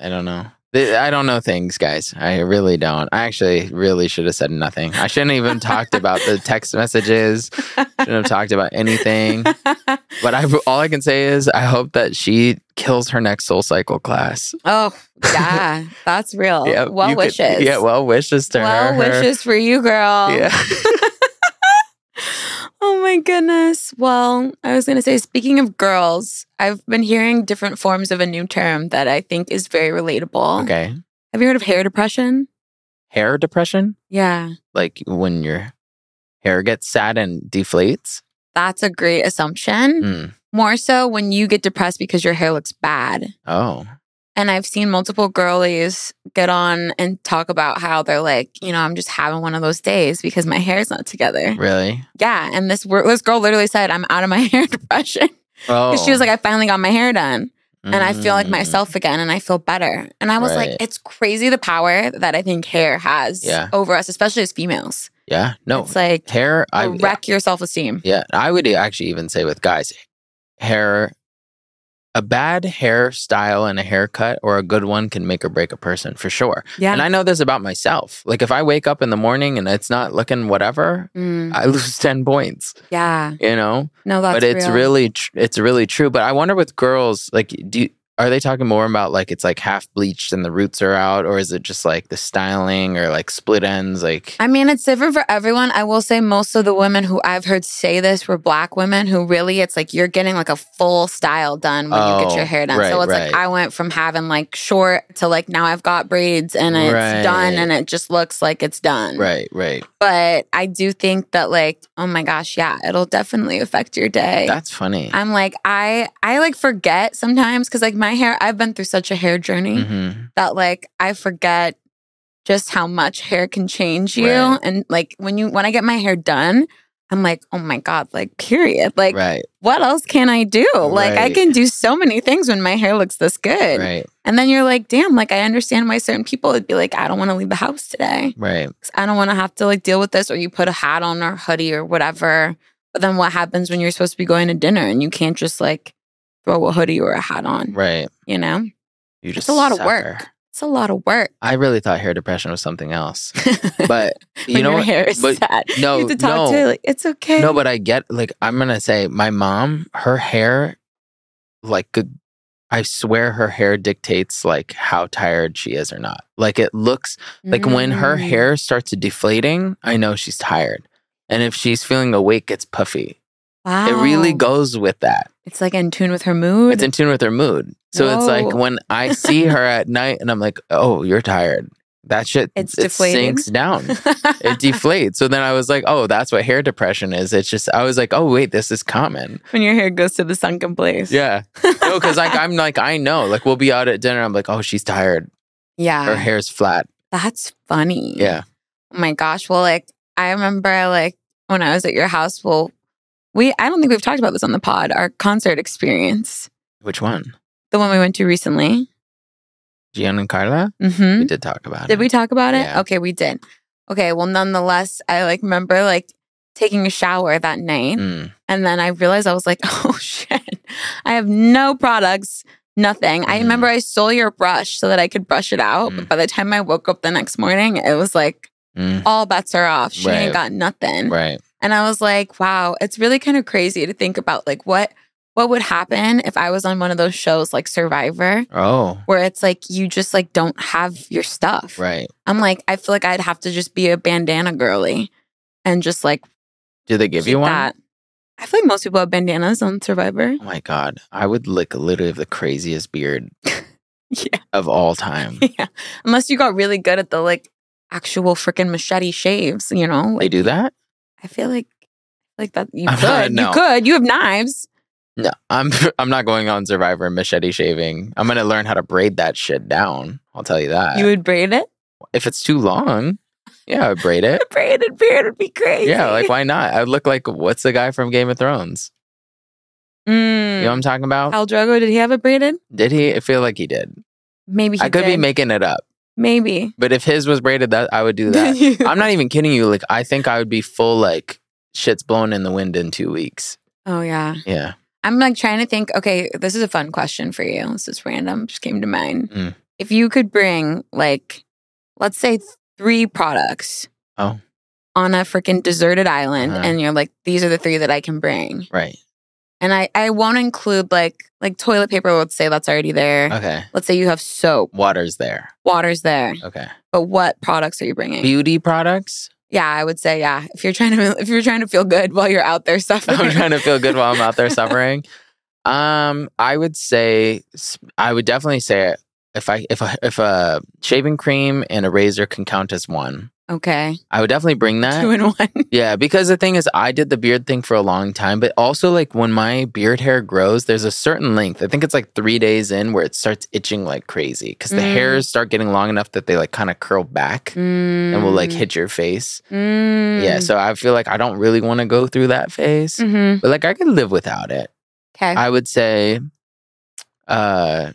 Speaker 1: I don't know. Th- I don't know things, guys. I really don't. I actually really should have said nothing. I shouldn't have even talked about the text messages. Shouldn't have talked about anything. But I, all I can say is, I hope that she kills her next Soul Cycle class.
Speaker 2: oh yeah, that's real.
Speaker 1: Yeah,
Speaker 2: well
Speaker 1: you could-
Speaker 2: wishes.
Speaker 1: yeah, well wishes to her.
Speaker 2: well
Speaker 1: her-
Speaker 2: wishes for you, girl.
Speaker 1: Yeah.
Speaker 2: Oh my goodness. Well, I was going to say, speaking of girls, I've been hearing different forms of a new term that I think is very relatable.
Speaker 1: Okay.
Speaker 2: Have you heard of hair depression?
Speaker 1: Hair depression,
Speaker 2: Yeah.
Speaker 1: like when your hair gets sad and deflates.
Speaker 2: That's a great assumption.
Speaker 1: Mm.
Speaker 2: More so when you get depressed because your hair looks bad.
Speaker 1: Oh,
Speaker 2: And I've seen multiple girlies get on and talk about how they're like, you know, I'm just having one of those days because my hair's not together.
Speaker 1: really?
Speaker 2: Yeah. And this, wor- this girl literally said, I'm out of my hair depression.
Speaker 1: Oh,
Speaker 2: 'Cause she was like, I finally got my hair done. and I feel like
Speaker 1: Mm.
Speaker 2: myself again and I feel better. And I was
Speaker 1: Right.
Speaker 2: like, it's crazy the power that I think hair has
Speaker 1: Yeah.
Speaker 2: over us, especially as females.
Speaker 1: Yeah, no
Speaker 2: It's like
Speaker 1: hair. I
Speaker 2: I wreck your self esteem.
Speaker 1: yeah, I would actually even say with guys, hair, a bad hairstyle and a haircut or a good one can make or break a person for sure.
Speaker 2: Yeah.
Speaker 1: And I know this about myself. Like if I wake up in the morning and it's not looking whatever,
Speaker 2: Mm,
Speaker 1: I lose ten points.
Speaker 2: yeah.
Speaker 1: You know,
Speaker 2: No, that's
Speaker 1: but it's
Speaker 2: real.
Speaker 1: really tr- it's really true. But I wonder with girls, like do you, Are they talking more about like it's like half bleached and the roots are out, or is it just like the styling or like split ends? Like,
Speaker 2: I mean, it's different for everyone. I will say most of the women who I've heard say this were black women who really, it's like you're getting like a full style done when you get
Speaker 1: Oh,
Speaker 2: your hair done.
Speaker 1: right,
Speaker 2: so it's
Speaker 1: right.
Speaker 2: like I went from having like short to like now I've got braids and it's
Speaker 1: Right.
Speaker 2: done and it just looks like it's done.
Speaker 1: right, right.
Speaker 2: But I do think that like, oh my gosh, yeah, it'll definitely affect your day.
Speaker 1: That's funny.
Speaker 2: I'm like, I I like forget sometimes because like my hair, I've been through such a hair journey
Speaker 1: hmm
Speaker 2: that like I forget just how much hair can change you.
Speaker 1: Right.
Speaker 2: And like when you when I get my hair done, I'm like, oh my God, like period. Like
Speaker 1: right,
Speaker 2: what else can I do? Like I
Speaker 1: Right.
Speaker 2: can do so many things when my hair looks this good.
Speaker 1: right,
Speaker 2: And then you're like, damn, like I understand why certain people would be like, I don't want to leave the house today.
Speaker 1: right.
Speaker 2: 'Cause I don't want to have to like deal with this or you put a hat on or hoodie or whatever. But then what happens when you're supposed to be going to dinner and you can't just like throw a hoodie or a hat on,
Speaker 1: Right.
Speaker 2: you know?
Speaker 1: You just
Speaker 2: It's a lot of
Speaker 1: suffer.
Speaker 2: work. It's a lot of work.
Speaker 1: I really thought hair depression was something else. But you
Speaker 2: when
Speaker 1: know
Speaker 2: your
Speaker 1: what?
Speaker 2: hair is
Speaker 1: But
Speaker 2: sad.
Speaker 1: no,
Speaker 2: you have to talk
Speaker 1: no.
Speaker 2: to like, it's okay.
Speaker 1: No, but I get like I'm gonna say my mom, her hair, like could- I swear her hair dictates like how tired she is or not. Like it looks like when her
Speaker 2: Mm.
Speaker 1: hair starts deflating, I know she's tired. And if she's feeling awake, it's puffy.
Speaker 2: wow.
Speaker 1: It really goes with that.
Speaker 2: It's like in tune Oh. with Oh. her mood.
Speaker 1: It's in tune with her mood. So it's like
Speaker 2: Whoa.
Speaker 1: when I see her at night and I'm like, oh, you're tired. That shit
Speaker 2: It's
Speaker 1: it
Speaker 2: deflating.
Speaker 1: sinks down it deflates. So then I was like, oh, that's what hair depression is. It's just I was like, oh wait, this is common.
Speaker 2: when your hair goes to the sunken place.
Speaker 1: Yeah. No, because like I'm like I know. Like we'll be out at dinner. I'm like, oh, she's tired. Her
Speaker 2: Yeah.
Speaker 1: hair's flat.
Speaker 2: That's funny.
Speaker 1: Yeah.
Speaker 2: Oh my gosh. Well, like I remember like when I was at your house, well, we I don't think we've talked about this on the pod, our concert experience.
Speaker 1: Which one?
Speaker 2: The one we went to recently.
Speaker 1: Gian and Carla.
Speaker 2: Mm-hmm.
Speaker 1: We did talk about it.
Speaker 2: Did we talk about it?
Speaker 1: Yeah.
Speaker 2: Okay, we did. Okay, well, nonetheless, I like remember like taking a shower that night,
Speaker 1: Mm,
Speaker 2: and then I realized I was like, oh shit, I have no products, nothing. I
Speaker 1: Mhm.
Speaker 2: remember I stole your brush so that I could brush it out, but
Speaker 1: Mm.
Speaker 2: by the time I woke up the next morning, it was like
Speaker 1: mm,
Speaker 2: all bets are off. She ain't
Speaker 1: Right.
Speaker 2: got nothing,
Speaker 1: right.
Speaker 2: and I was like, wow, it's really kind of crazy to think about like what what would happen if I was on one of those shows like Survivor.
Speaker 1: Oh,
Speaker 2: Where it's like you just like don't have your stuff.
Speaker 1: right.
Speaker 2: I'm like, I feel like I'd have to just be a bandana girly and just like
Speaker 1: Did they give
Speaker 2: keep
Speaker 1: you one?
Speaker 2: that. I feel like most people have bandanas on Survivor.
Speaker 1: Oh my god, I would lick literally the craziest beard
Speaker 2: Yeah.
Speaker 1: of all time.
Speaker 2: yeah. Unless you got really good at the like actual freaking machete shaves, you know?
Speaker 1: They
Speaker 2: Like,
Speaker 1: do that?
Speaker 2: I feel like like that you
Speaker 1: Uh,
Speaker 2: could.
Speaker 1: no.
Speaker 2: You could. You have knives.
Speaker 1: No, I'm I'm not going on Survivor and machete shaving. I'm gonna learn how to braid that shit down. I'll tell you that.
Speaker 2: you would braid it.
Speaker 1: if it's too long, yeah, I braid it.
Speaker 2: A braided beard would be crazy.
Speaker 1: Yeah, like why not? I look like what's the guy from Game of Thrones? You know what
Speaker 2: mm.
Speaker 1: I'm talking about?
Speaker 2: Al Drogo, did he have it braided?
Speaker 1: Did he? I feel like he did.
Speaker 2: Maybe he
Speaker 1: I could be
Speaker 2: did.
Speaker 1: making it up,
Speaker 2: Maybe.
Speaker 1: but if his was braided, that I would do that. I'm not even kidding you. Like I think I would be full like shit's blown in the wind in two weeks.
Speaker 2: oh yeah.
Speaker 1: Yeah,
Speaker 2: I'm like trying to think. Okay, this is a fun question for you. This is random, just came to mind.
Speaker 1: Mm.
Speaker 2: If you could bring, like, let's say three products.
Speaker 1: Oh.
Speaker 2: On a freaking deserted island,
Speaker 1: Uh-huh.
Speaker 2: and you're like, these are the three that I can bring,
Speaker 1: right.
Speaker 2: and I I won't include like like toilet paper. Let's say that's already there.
Speaker 1: Okay,
Speaker 2: Let's say you have soap,
Speaker 1: water's there.
Speaker 2: water's there,
Speaker 1: Okay,
Speaker 2: but what products are you bringing?
Speaker 1: beauty products.
Speaker 2: yeah, I would say yeah. If you're trying to if you're trying to feel good while you're out there suffering,
Speaker 1: I'm trying to feel good while I'm out there suffering. Um, I would say I would definitely say if I if I, if a shaving cream and a razor can count as one,
Speaker 2: okay,
Speaker 1: I would definitely bring
Speaker 2: two
Speaker 1: that.
Speaker 2: in one.
Speaker 1: Yeah, because the thing is, I did the beard thing for a long time, but also like when my beard hair grows, there's a certain length. I think it's like three days in where it starts itching like crazy because the
Speaker 2: Mm.
Speaker 1: hairs start getting long enough that they like kind of curl back and will like hit your face.
Speaker 2: Mm.
Speaker 1: Yeah, so I feel like I don't really want to go through that phase,
Speaker 2: Mm-hmm.
Speaker 1: but like I could live without it.
Speaker 2: Okay.
Speaker 1: I would say, uh,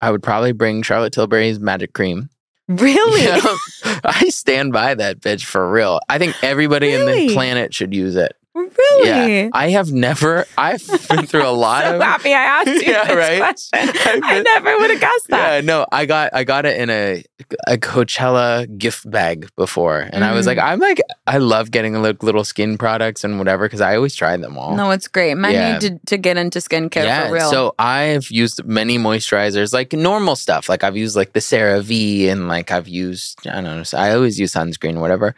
Speaker 1: I would probably bring Charlotte Tilbury's magic cream.
Speaker 2: Really?
Speaker 1: You know? I stand by that bitch for real. I think everybody in
Speaker 2: Really?
Speaker 1: the planet should use it.
Speaker 2: Really?
Speaker 1: Yeah. I have never, I've been through a lot
Speaker 2: so
Speaker 1: of.
Speaker 2: happy I asked you
Speaker 1: Yeah,
Speaker 2: this
Speaker 1: right?
Speaker 2: question.
Speaker 1: I've
Speaker 2: I
Speaker 1: been-
Speaker 2: never would have guessed that.
Speaker 1: Yeah, no, I got I got it in a a Coachella gift bag before, and I was
Speaker 2: Mhm.
Speaker 1: like, I'm like, I love getting like little skin products and whatever because I always try them all.
Speaker 2: No, it's great. Men
Speaker 1: Yeah.
Speaker 2: need to, to get into skincare
Speaker 1: yeah,
Speaker 2: for real.
Speaker 1: so I've used many moisturizers, like normal stuff. Like I've used like the CeraVe, and like I've used I don't know. I always use sunscreen, whatever.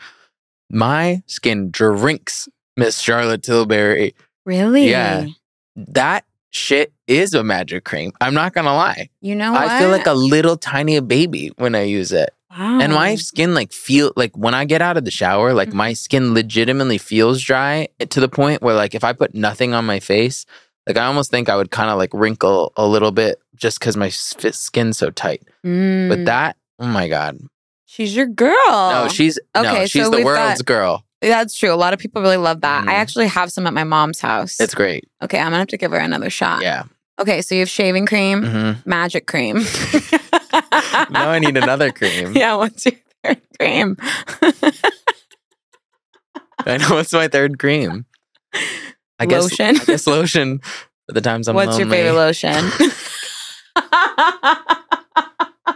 Speaker 1: My skin drinks Miss Charlotte Tilbury.
Speaker 2: really?
Speaker 1: Yeah. That shit is a magic cream. I'm not gonna lie.
Speaker 2: You know what?
Speaker 1: I feel like a little tiny baby when I use it.
Speaker 2: wow.
Speaker 1: And my skin like feel like when I get out of the shower, like
Speaker 2: Mm-hmm.
Speaker 1: my skin legitimately feels dry to the point where like if I put nothing on my face, like I almost think I would kind of like wrinkle a little bit just because my s- f- skin's so tight. But
Speaker 2: Mm.
Speaker 1: that, oh my god,
Speaker 2: she's your girl.
Speaker 1: no, she's no,
Speaker 2: Okay,
Speaker 1: she's
Speaker 2: so
Speaker 1: the
Speaker 2: we've
Speaker 1: world's girl.
Speaker 2: That's true. A lot of people really love that. I
Speaker 1: Mhm.
Speaker 2: actually have some at my mom's house.
Speaker 1: It's great.
Speaker 2: okay, I'm gonna have to give her another shot.
Speaker 1: Yeah.
Speaker 2: Okay, so you have shaving cream,
Speaker 1: hmm
Speaker 2: magic cream.
Speaker 1: now I need another cream.
Speaker 2: Yeah, what's your third cream?
Speaker 1: I know it's my third cream. I guess
Speaker 2: Lotion.
Speaker 1: I guess lotion. For the times I'm
Speaker 2: what's your
Speaker 1: lonely.
Speaker 2: favorite lotion?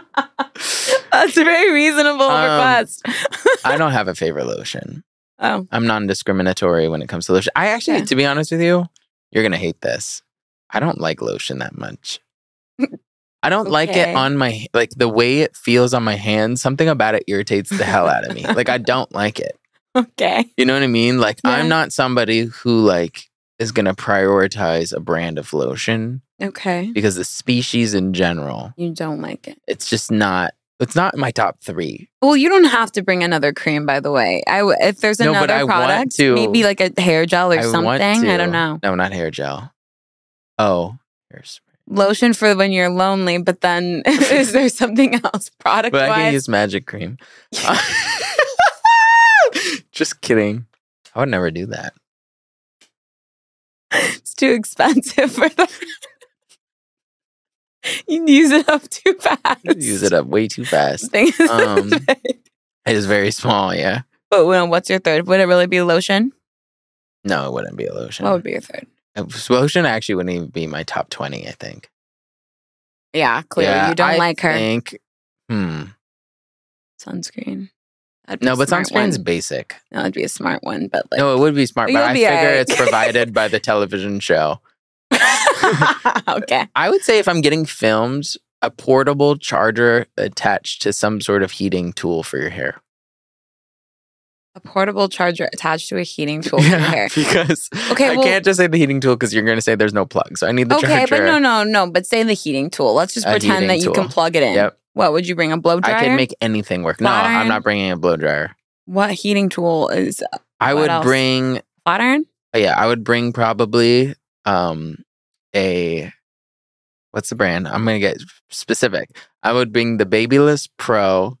Speaker 2: That's a very reasonable
Speaker 1: Um,
Speaker 2: request.
Speaker 1: I don't have a favorite lotion.
Speaker 2: Oh,
Speaker 1: I'm non-discriminatory when it comes to lotion. I actually,
Speaker 2: Yeah.
Speaker 1: to be honest with you, you're gonna hate this. I don't like lotion that much. I don't like
Speaker 2: Okay.
Speaker 1: it on my like the way it feels on my hands. Something about it irritates the hell out of me. Like I don't like it.
Speaker 2: okay.
Speaker 1: You know what I mean? Like
Speaker 2: Yeah.
Speaker 1: I'm not somebody who like is gonna prioritize a brand of lotion
Speaker 2: Okay.
Speaker 1: because the species in general,
Speaker 2: You don't like it.
Speaker 1: it's just not. It's not my top three.
Speaker 2: Well, you don't have to bring another cream, by the way. I w- if there's
Speaker 1: No,
Speaker 2: another
Speaker 1: but I want
Speaker 2: product,
Speaker 1: to.
Speaker 2: maybe like a hair gel or
Speaker 1: I
Speaker 2: something.
Speaker 1: want
Speaker 2: I
Speaker 1: to-
Speaker 2: don't know.
Speaker 1: No, not hair gel. Oh, hairspray.
Speaker 2: Lotion for when you're lonely, but then is there something else product
Speaker 1: But I can
Speaker 2: wise?
Speaker 1: use magic cream. Just kidding. I would never do that.
Speaker 2: It's too expensive for that. you use it up too fast.
Speaker 1: I'd use it up way too fast.
Speaker 2: Thing is
Speaker 1: Um, It is very small, yeah.
Speaker 2: but well, what's your third? Would it really be lotion?
Speaker 1: No, it wouldn't be a lotion.
Speaker 2: What would be your third?
Speaker 1: A lotion actually wouldn't even be my top 20, I think.
Speaker 2: Yeah, clearly
Speaker 1: Yeah,
Speaker 2: you don't
Speaker 1: I
Speaker 2: like her.
Speaker 1: think, hmm.
Speaker 2: sunscreen. That'd be
Speaker 1: No,
Speaker 2: a
Speaker 1: but
Speaker 2: smart
Speaker 1: sunscreen's
Speaker 2: one.
Speaker 1: basic.
Speaker 2: that would be a smart one, but like
Speaker 1: No, it would be smart,
Speaker 2: But
Speaker 1: but
Speaker 2: you'll
Speaker 1: I
Speaker 2: be
Speaker 1: figure
Speaker 2: alright.
Speaker 1: it's provided by the television show.
Speaker 2: okay.
Speaker 1: I would say if I'm getting filmed, a portable charger attached to some sort of heating tool for your hair.
Speaker 2: A portable charger attached to a heating tool for your hair.
Speaker 1: because
Speaker 2: Okay,
Speaker 1: I
Speaker 2: well-
Speaker 1: can't just say the heating tool because you're going to say there's no plug. So I need the
Speaker 2: okay,
Speaker 1: charger.
Speaker 2: but no, no, no. But say the heating tool. Let's just
Speaker 1: A
Speaker 2: pretend that
Speaker 1: heating
Speaker 2: you can
Speaker 1: tool.
Speaker 2: plug it in.
Speaker 1: Yep.
Speaker 2: What would you bring? A blow dryer?
Speaker 1: I can make anything work. No,
Speaker 2: Flat iron?
Speaker 1: I'm not bringing a blow dryer.
Speaker 2: what heating tool is a
Speaker 1: I
Speaker 2: What
Speaker 1: would
Speaker 2: else?
Speaker 1: bring,
Speaker 2: flat iron?
Speaker 1: yeah, I would bring probably um a what's the brand? I'm going to get specific. I would bring the Babyless Pro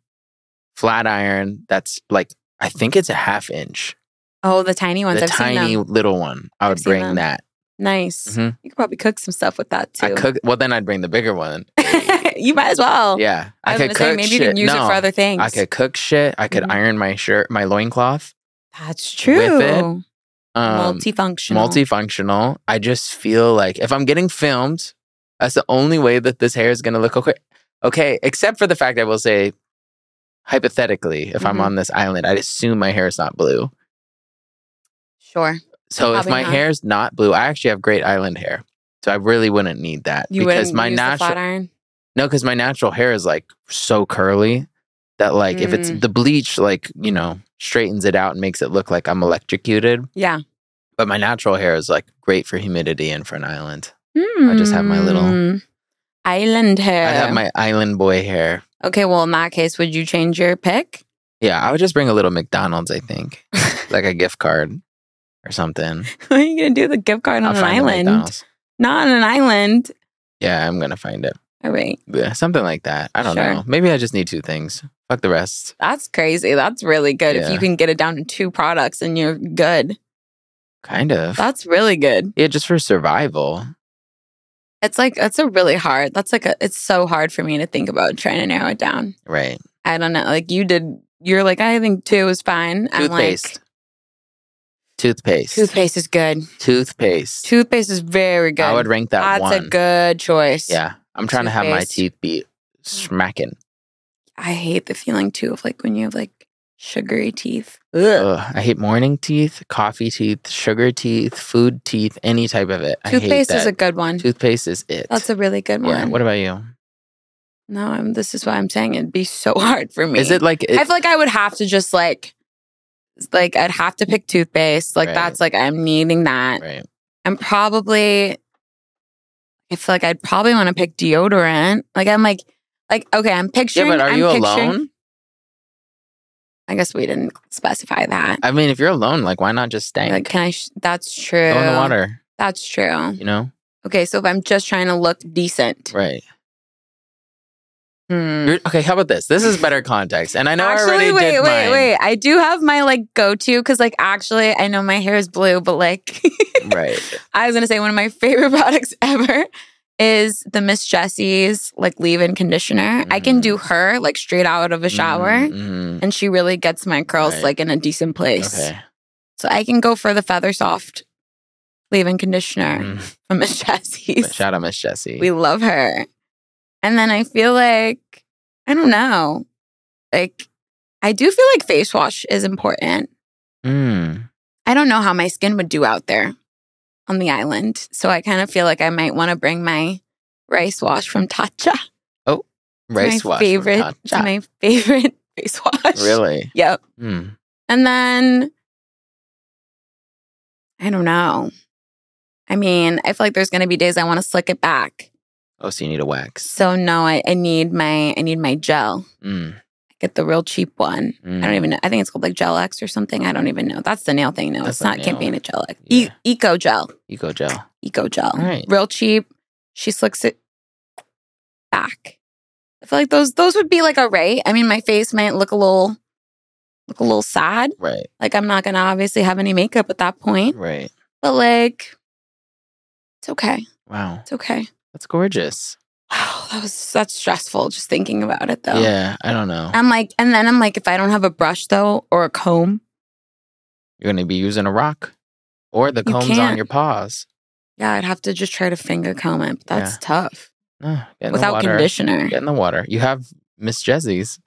Speaker 1: flat iron. That's like I think it's a half inch,
Speaker 2: Oh, the tiny ones.
Speaker 1: the
Speaker 2: I've
Speaker 1: tiny
Speaker 2: seen them.
Speaker 1: little one. I would
Speaker 2: seen them.
Speaker 1: bring that.
Speaker 2: Nice.
Speaker 1: Mhm.
Speaker 2: You could probably cook some stuff with that too.
Speaker 1: I cook. Well, then I'd bring the bigger one.
Speaker 2: you might as well.
Speaker 1: Yeah,
Speaker 2: I,
Speaker 1: I,
Speaker 2: was
Speaker 1: could
Speaker 2: gonna say
Speaker 1: cook
Speaker 2: maybe
Speaker 1: shit.
Speaker 2: you can use
Speaker 1: no.
Speaker 2: it for other things.
Speaker 1: I could cook shit. I could
Speaker 2: Mhm.
Speaker 1: iron my shirt, my loincloth.
Speaker 2: That's
Speaker 1: with it.
Speaker 2: true.
Speaker 1: Um,
Speaker 2: Multifunctional.
Speaker 1: multifunctional. I just feel like if I'm getting filmed, that's the only way that this hair is going to look okay. Okay, except for the fact I will say, hypothetically, if I'm
Speaker 2: Mhm.
Speaker 1: on this island, I'd assume my hair is not blue.
Speaker 2: Sure.
Speaker 1: So if
Speaker 2: Probably
Speaker 1: my
Speaker 2: not.
Speaker 1: hair is not blue, I actually have great island hair. So I really wouldn't need that
Speaker 2: You
Speaker 1: because
Speaker 2: wouldn't
Speaker 1: my
Speaker 2: use the flat
Speaker 1: natural
Speaker 2: iron.
Speaker 1: no, because my natural hair is like so curly that like if it's
Speaker 2: Mm.
Speaker 1: the bleach, like you know, straightens it out and makes it look like I'm electrocuted.
Speaker 2: Yeah.
Speaker 1: But my natural hair is like great for humidity and for an island. I just have my little-
Speaker 2: Mm. island hair.
Speaker 1: I have my island boy hair.
Speaker 2: okay, well, in that case, would you change your pick?
Speaker 1: Yeah, I would just bring a little McDonald's. I think like a gift card or something.
Speaker 2: What are you going to do with a gift card on an
Speaker 1: find a
Speaker 2: island?
Speaker 1: McDonald's.
Speaker 2: Not on an island.
Speaker 1: Yeah, I'm gonna find it.
Speaker 2: All right.
Speaker 1: Yeah, something like that. I don't
Speaker 2: Sure.
Speaker 1: know. Maybe I just need two things. Fuck the rest.
Speaker 2: That's crazy. That's really good. If you
Speaker 1: Yeah.
Speaker 2: can get it down to two products and you're good,
Speaker 1: Kind of.
Speaker 2: that's really good.
Speaker 1: yeah, just for survival.
Speaker 2: It's like, that's a really hard, that's like a, it's so hard for me to think about trying to narrow it down.
Speaker 1: Right.
Speaker 2: I don't know. Like you did, you're like, I think two is fine. I'm like,
Speaker 1: Toothpaste. Toothpaste.
Speaker 2: Toothpaste is good.
Speaker 1: Toothpaste.
Speaker 2: Toothpaste is very good.
Speaker 1: I would rank that
Speaker 2: That's
Speaker 1: one.
Speaker 2: a good choice.
Speaker 1: yeah. I'm trying to have my
Speaker 2: Toothpaste. Mm.
Speaker 1: teeth be smacking.
Speaker 2: I hate the feeling too of like when you have like sugary teeth.
Speaker 1: Ugh, I hate morning teeth, coffee teeth, sugar teeth, food teeth, any type of it.
Speaker 2: Toothpaste
Speaker 1: I hate
Speaker 2: is a
Speaker 1: that.
Speaker 2: good one.
Speaker 1: Toothpaste is it.
Speaker 2: That's a really good
Speaker 1: yeah.
Speaker 2: one.
Speaker 1: What about you?
Speaker 2: no, I'm, this is why I'm saying it'd be so hard for me.
Speaker 1: Is it like it,
Speaker 2: I feel like I would have to just like, like I'd have to pick toothpaste. Like
Speaker 1: Right.
Speaker 2: that's like I'm needing that.
Speaker 1: right?
Speaker 2: I'm probably. I feel like I'd probably want to pick deodorant. Like I'm like, like okay, I'm
Speaker 1: Yeah,
Speaker 2: picturing.
Speaker 1: but are
Speaker 2: I'm
Speaker 1: you
Speaker 2: picturing-
Speaker 1: alone?
Speaker 2: I guess we didn't specify that.
Speaker 1: I mean, if you're alone, like why not just stank?
Speaker 2: Like, can I? Sh- that's true.
Speaker 1: Go in the water,
Speaker 2: That's true.
Speaker 1: you know?
Speaker 2: Okay, so if I'm just trying to look decent,
Speaker 1: Right.
Speaker 2: hmm.
Speaker 1: You're- okay, how about this? This is better context. And I know I already
Speaker 2: wait,
Speaker 1: did
Speaker 2: wait,
Speaker 1: mine.
Speaker 2: wait. I do have my like go to because like actually I know my hair is blue, but like
Speaker 1: Right.
Speaker 2: I was gonna say one of my favorite products ever is the Miss Jessie's like leave-in conditioner. I can
Speaker 1: Mhm.
Speaker 2: do her like straight out of a shower,
Speaker 1: Mhm, mhm.
Speaker 2: and she really gets my curls
Speaker 1: Right.
Speaker 2: like in a decent place.
Speaker 1: Okay.
Speaker 2: So I can go for the Feather Soft leave-in conditioner
Speaker 1: Mm.
Speaker 2: from Miss
Speaker 1: But
Speaker 2: Jessie's.
Speaker 1: Shout out Miss Jessie.
Speaker 2: We love her. And then I feel like, I don't know. Like, I do feel like face wash is important.
Speaker 1: Mm.
Speaker 2: I don't know how my skin would do out there on the island. So I kind of feel like I might want to bring my rice wash from Tatcha. It's
Speaker 1: Rice
Speaker 2: my
Speaker 1: wash. from
Speaker 2: favorite.
Speaker 1: Tatcha.
Speaker 2: It's my favorite face wash.
Speaker 1: Really?
Speaker 2: Yep.
Speaker 1: Mm.
Speaker 2: And then I don't know. I mean, I feel like there's going to be days I want to slick it back.
Speaker 1: Oh, so you need a wax.
Speaker 2: So no, I, I need my I need my gel.
Speaker 1: Mm.
Speaker 2: Get the real cheap one.
Speaker 1: mm.
Speaker 2: I don't even know. I think it's called like Gel X or something. I don't even know. That's the nail thing. No,
Speaker 1: That's
Speaker 2: it's
Speaker 1: the
Speaker 2: not. Can't be
Speaker 1: nail.
Speaker 2: in a Gel X.
Speaker 1: Yeah.
Speaker 2: E- Eco Gel.
Speaker 1: Eco gel.
Speaker 2: Eco Gel.
Speaker 1: All right.
Speaker 2: Real cheap. She slicks it back. I feel like those those would be like all right. I mean, my face might look a little look a little sad.
Speaker 1: Right.
Speaker 2: Like I'm not gonna obviously have any makeup at that point.
Speaker 1: Right.
Speaker 2: But like, it's okay.
Speaker 1: Wow.
Speaker 2: It's okay.
Speaker 1: That's gorgeous.
Speaker 2: Wow, that was that's stressful just thinking about it though.
Speaker 1: Yeah. I don't know.
Speaker 2: I'm like, and then I'm like, if I don't have a brush though or a comb,
Speaker 1: You're going to be using a rock or the
Speaker 2: You
Speaker 1: combs on
Speaker 2: can't.
Speaker 1: your paws.
Speaker 2: yeah, I'd have to just try to finger comb it. But that's
Speaker 1: Yeah.
Speaker 2: tough
Speaker 1: No, Ah, get in the
Speaker 2: without
Speaker 1: water.
Speaker 2: conditioner.
Speaker 1: Get in the water. You have Miss Jessie's.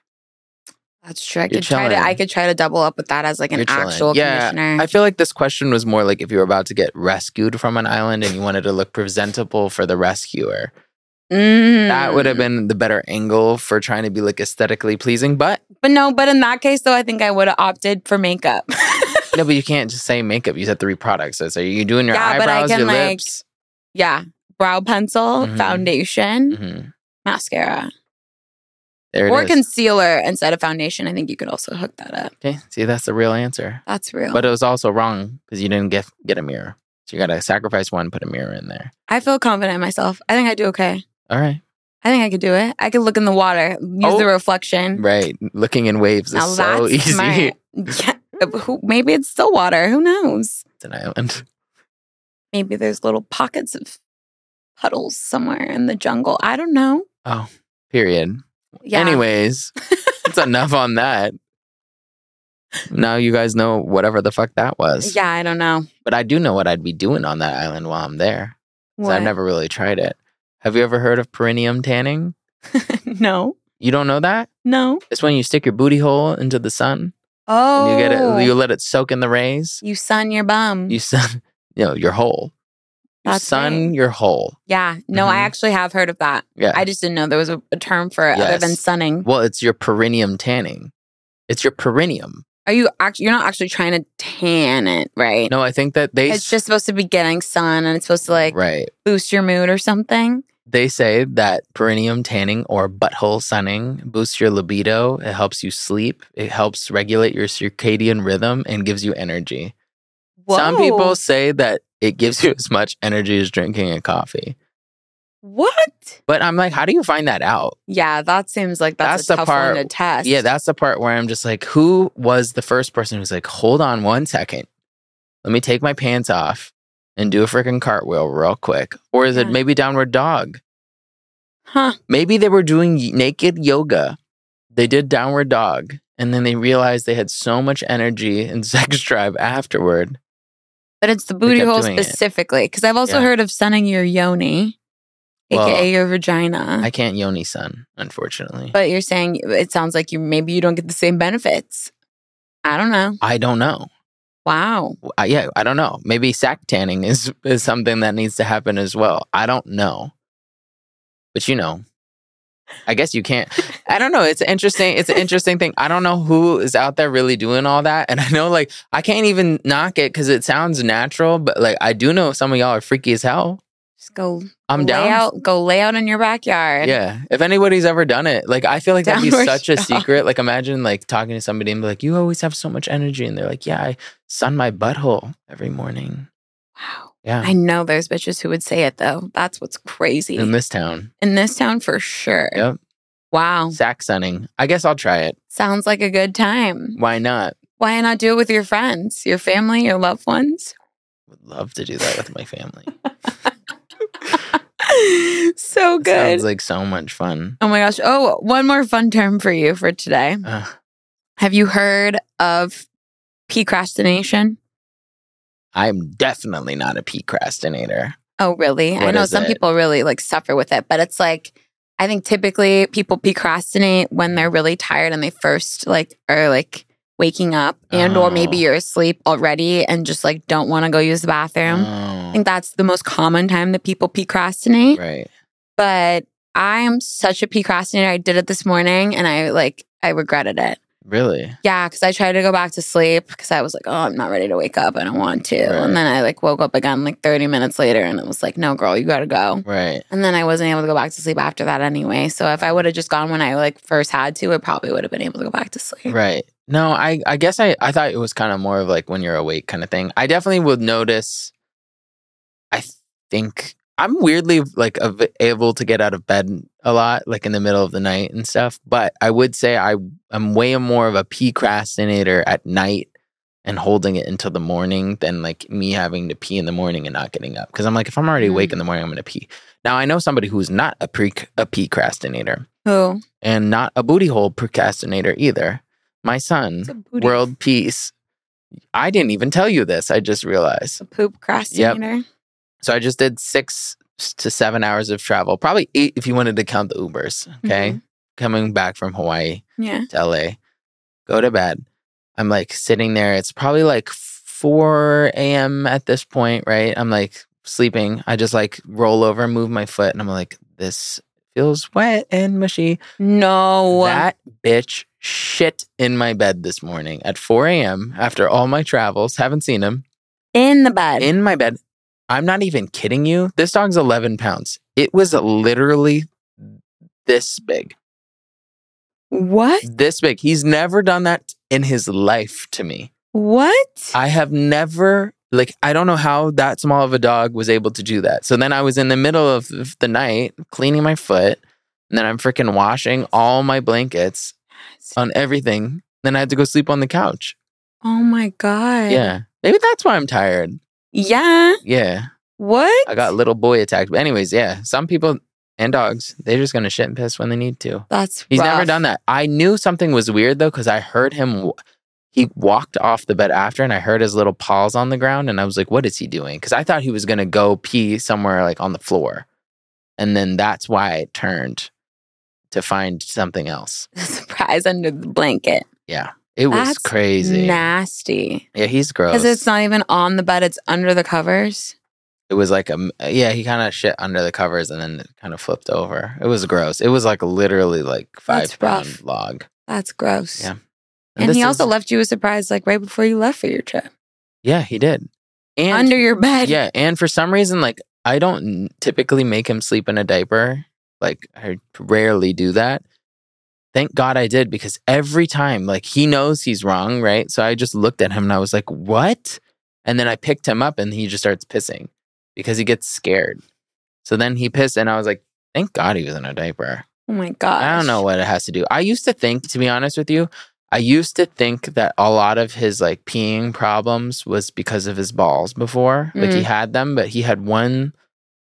Speaker 2: That's true. I
Speaker 1: You're
Speaker 2: could try to.
Speaker 1: chilling.
Speaker 2: I could try to double up with that as like an
Speaker 1: You're chilling.
Speaker 2: actual
Speaker 1: Yeah,
Speaker 2: conditioner.
Speaker 1: I feel like this question was more like if you were about to get rescued from an island and you wanted to look presentable for the rescuer.
Speaker 2: Mm.
Speaker 1: That would have been the better angle for trying to be like aesthetically pleasing. But
Speaker 2: But no. But in that case, though, I think I would have opted for makeup.
Speaker 1: no, but you can't just say makeup. You said three products. So, so you're doing your
Speaker 2: Yeah, but I
Speaker 1: eyebrows,
Speaker 2: can,
Speaker 1: your
Speaker 2: like-
Speaker 1: lips.
Speaker 2: yeah, brow pencil,
Speaker 1: Mhm.
Speaker 2: foundation,
Speaker 1: Mhm.
Speaker 2: mascara,
Speaker 1: There it
Speaker 2: or
Speaker 1: is.
Speaker 2: concealer instead of foundation. I think you could also hook that up.
Speaker 1: okay, see, that's the real answer.
Speaker 2: That's real.
Speaker 1: But it was also wrong because you didn't get get a mirror. So you got to sacrifice one, put a mirror in there.
Speaker 2: I feel confident in myself. I think I do okay.
Speaker 1: All right,
Speaker 2: I think I could do it. I could look in the water, use
Speaker 1: Oh.
Speaker 2: the reflection.
Speaker 1: right. Looking in waves is
Speaker 2: Mm-hmm. Now
Speaker 1: so
Speaker 2: that's
Speaker 1: easy.
Speaker 2: smart. Yeah. Who- Maybe it's still water. Who knows?
Speaker 1: It's an island.
Speaker 2: Maybe there's little pockets of puddles somewhere in the jungle. I don't know.
Speaker 1: Period.
Speaker 2: Yeah.
Speaker 1: Anyways, it's enough on that. Now you guys know whatever the fuck that was.
Speaker 2: Yeah, I don't know.
Speaker 1: But I do know what I'd be doing on that island while I'm there. 'cause
Speaker 2: What?
Speaker 1: I've never really tried it. Have you ever heard of perineum tanning?
Speaker 2: no.
Speaker 1: You don't know that?
Speaker 2: No.
Speaker 1: It's when you stick your booty hole into the sun
Speaker 2: Oh.
Speaker 1: and you get it you let it soak in the rays.
Speaker 2: You sun your bum.
Speaker 1: You sun you know, your hole. You
Speaker 2: That's
Speaker 1: sun
Speaker 2: right.
Speaker 1: your hole.
Speaker 2: Yeah. No, I
Speaker 1: Mhm.
Speaker 2: actually have heard of that.
Speaker 1: Yeah.
Speaker 2: I just didn't know there was a, a term for it other
Speaker 1: Yes.
Speaker 2: than sunning.
Speaker 1: well, it's your perineum tanning. It's your perineum.
Speaker 2: Are you actually? You're not actually trying to tan it, right?
Speaker 1: No, I think that they
Speaker 2: It's just supposed to be getting sun, and it's supposed to like
Speaker 1: right.
Speaker 2: boost your mood or something.
Speaker 1: They say that perineum tanning or butthole sunning boosts your libido. It helps you sleep. It helps regulate your circadian rhythm and gives you energy. Some
Speaker 2: Whoa.
Speaker 1: people say that it gives you as much energy as drinking a coffee.
Speaker 2: What?
Speaker 1: But I'm like, how do you find that out?
Speaker 2: Yeah, that seems like
Speaker 1: That's
Speaker 2: that's,
Speaker 1: the
Speaker 2: a tough
Speaker 1: part-
Speaker 2: one to test.
Speaker 1: Yeah, that's the part where I'm just like, who was the first person who's like, hold on one second. Let me take my pants off and do a freaking cartwheel real quick. Or is it
Speaker 2: Yeah.
Speaker 1: maybe downward dog?
Speaker 2: Huh.
Speaker 1: Maybe they were doing y- naked yoga. They did downward dog and then they realized they had so much energy and sex drive afterward
Speaker 2: But it's the booty
Speaker 1: kept
Speaker 2: hole
Speaker 1: doing it.
Speaker 2: specifically. Because I've also
Speaker 1: Yeah.
Speaker 2: heard of sunning your yoni,
Speaker 1: Well,
Speaker 2: aka your vagina.
Speaker 1: I can't yoni sun, unfortunately.
Speaker 2: Mm. but you're saying it sounds like you maybe you don't get the same benefits. I don't know.
Speaker 1: I don't know.
Speaker 2: Wow.
Speaker 1: I, yeah, I don't know. Maybe sack tanning is is something that needs to happen as well. I don't know. But you know, I guess you can't. I don't know. It's interesting. It's an interesting thing. I don't know who is out there really doing all that. And I know, like, I can't even knock it because it sounds natural. But like, I do know some of y'all are freaky as hell.
Speaker 2: Just go
Speaker 1: I'm
Speaker 2: lay
Speaker 1: down.
Speaker 2: out go lay out in your backyard.
Speaker 1: Yeah. If anybody's ever done it, like I feel like that'd be
Speaker 2: Downward
Speaker 1: such a
Speaker 2: dog.
Speaker 1: secret. Like imagine like talking to somebody and be like, you always have so much energy. And they're like, yeah, I sun my butthole every morning.
Speaker 2: Wow.
Speaker 1: Yeah.
Speaker 2: I know there's bitches who would say it though. That's what's crazy.
Speaker 1: in this town.
Speaker 2: In this town for sure.
Speaker 1: Yep.
Speaker 2: Wow.
Speaker 1: Sack sunning. I guess I'll try it.
Speaker 2: Sounds like a good time.
Speaker 1: Why not?
Speaker 2: Why not do it with your friends, your family, your loved ones?
Speaker 1: Would love to do that with my family.
Speaker 2: so good.
Speaker 1: Sounds like so much fun.
Speaker 2: oh my gosh. Oh, one more fun term for you for today.
Speaker 1: Ugh.
Speaker 2: Have you heard of procrastination?
Speaker 1: I'm definitely not a procrastinator.
Speaker 2: Oh, really? I
Speaker 1: What
Speaker 2: know
Speaker 1: is
Speaker 2: some
Speaker 1: it?
Speaker 2: people really like suffer with it, but it's like I think typically people procrastinate when they're really tired and they first like are like waking up and or maybe
Speaker 1: Oh.
Speaker 2: you're asleep already and just like don't want to go use the bathroom. I
Speaker 1: Oh,
Speaker 2: think that's the most common time that people procrastinate.
Speaker 1: right.
Speaker 2: But I am such a procrastinator. I did it this morning and I like I regretted it.
Speaker 1: Really?
Speaker 2: Yeah, because I tried to go back to sleep because I was like, oh, I'm not ready to wake up. I don't want to.
Speaker 1: Right.
Speaker 2: And then I like woke up again like 30 minutes later and it was like, no, girl, you gotta go.
Speaker 1: Right.
Speaker 2: And then I wasn't able to go back to sleep after that anyway. So if I would have just gone when I like first had to, I probably would have been able to go back to sleep.
Speaker 1: Right. No, I, I guess I, I thought it was kind of more of like when you're awake kind of thing. I definitely would notice. I think I'm weirdly like av- able to get out of bed a lot, like in the middle of the night and stuff. But I would say I I'm way more of a procrastinator at night and holding it until the morning than like me having to pee in the morning and not getting up. Because I'm like, if I'm already awake in the morning, I'm gonna pee. Now I know somebody who's not a pre a procrastinator
Speaker 2: Who?
Speaker 1: and not a booty hole procrastinator either. My son, Mm.
Speaker 2: booty.
Speaker 1: world peace. I didn't even tell you this. I just realized.
Speaker 2: A poop procrastinator.
Speaker 1: So I just did six to seven hours of travel, probably eight if you wanted to count the Ubers. Okay. Coming back from Hawaii
Speaker 2: Yeah.
Speaker 1: to LA, go to bed. I'm like sitting there. It's probably like 4 a.m. at this point, right? I'm like sleeping. I just like roll over, move my foot, and I'm like, this feels wet and mushy.
Speaker 2: No.
Speaker 1: That bitch shit in my bed this morning at 4 a.m. after all my travels. Haven't seen him.
Speaker 2: in the bed.
Speaker 1: In my bed. I'm not even kidding you. This dog's 11 pounds. It was literally this big.
Speaker 2: what?
Speaker 1: This big. He's never done that in his life to me.
Speaker 2: What?
Speaker 1: I have never like I don't know how that small of a dog was able to do that. So then I was in the middle of of the night cleaning my foot, and then I'm freaking washing all my blankets on everything. Then I had to go sleep on the couch.
Speaker 2: oh my God.
Speaker 1: Yeah. Maybe that's why I'm tired.
Speaker 2: Yeah.
Speaker 1: Yeah.
Speaker 2: What?
Speaker 1: I got little boy attacked. But anyways, yeah. Some people and dogs, they're just gonna shit and piss when they need to.
Speaker 2: That's
Speaker 1: He's never
Speaker 2: rough.
Speaker 1: done that. I knew something was weird though because I heard him. w- He walked off the bed after, and I heard his little paws on the ground, and I was like, "What is he doing?" Because I thought he was gonna go pee somewhere like on the floor, and then that's why I turned to find something else.
Speaker 2: Surprise under the blanket.
Speaker 1: It was
Speaker 2: That's
Speaker 1: crazy.
Speaker 2: Nasty.
Speaker 1: yeah, he's gross.
Speaker 2: Because it's not even on the bed, it's under the covers.
Speaker 1: it was like a m- yeah. He kind of shit under the covers, and then kind of flipped over. It was gross. It was like literally like
Speaker 2: That's
Speaker 1: five pound
Speaker 2: rough.
Speaker 1: log.
Speaker 2: That's gross.
Speaker 1: Yeah.
Speaker 2: And,
Speaker 1: this
Speaker 2: he
Speaker 1: is-
Speaker 2: also left you a surprise like right before you left for your trip.
Speaker 1: yeah, he did. And
Speaker 2: under your bed.
Speaker 1: Yeah, and for some reason, like I don't typically make him sleep in a diaper. Like I rarely do that. Thank God I did because every time, like he knows he's wrong, right? So I just looked at him and I was like, "What?" And then I picked him up and he just starts pissing because he gets scared. So then he pissed and I was like, "Thank God he was in a diaper."
Speaker 2: Oh my gosh.
Speaker 1: I don't know what it has to do. I used to think, to be honest with you, I used to think that a lot of his like peeing problems was because of his balls before. Like he had them, but he had one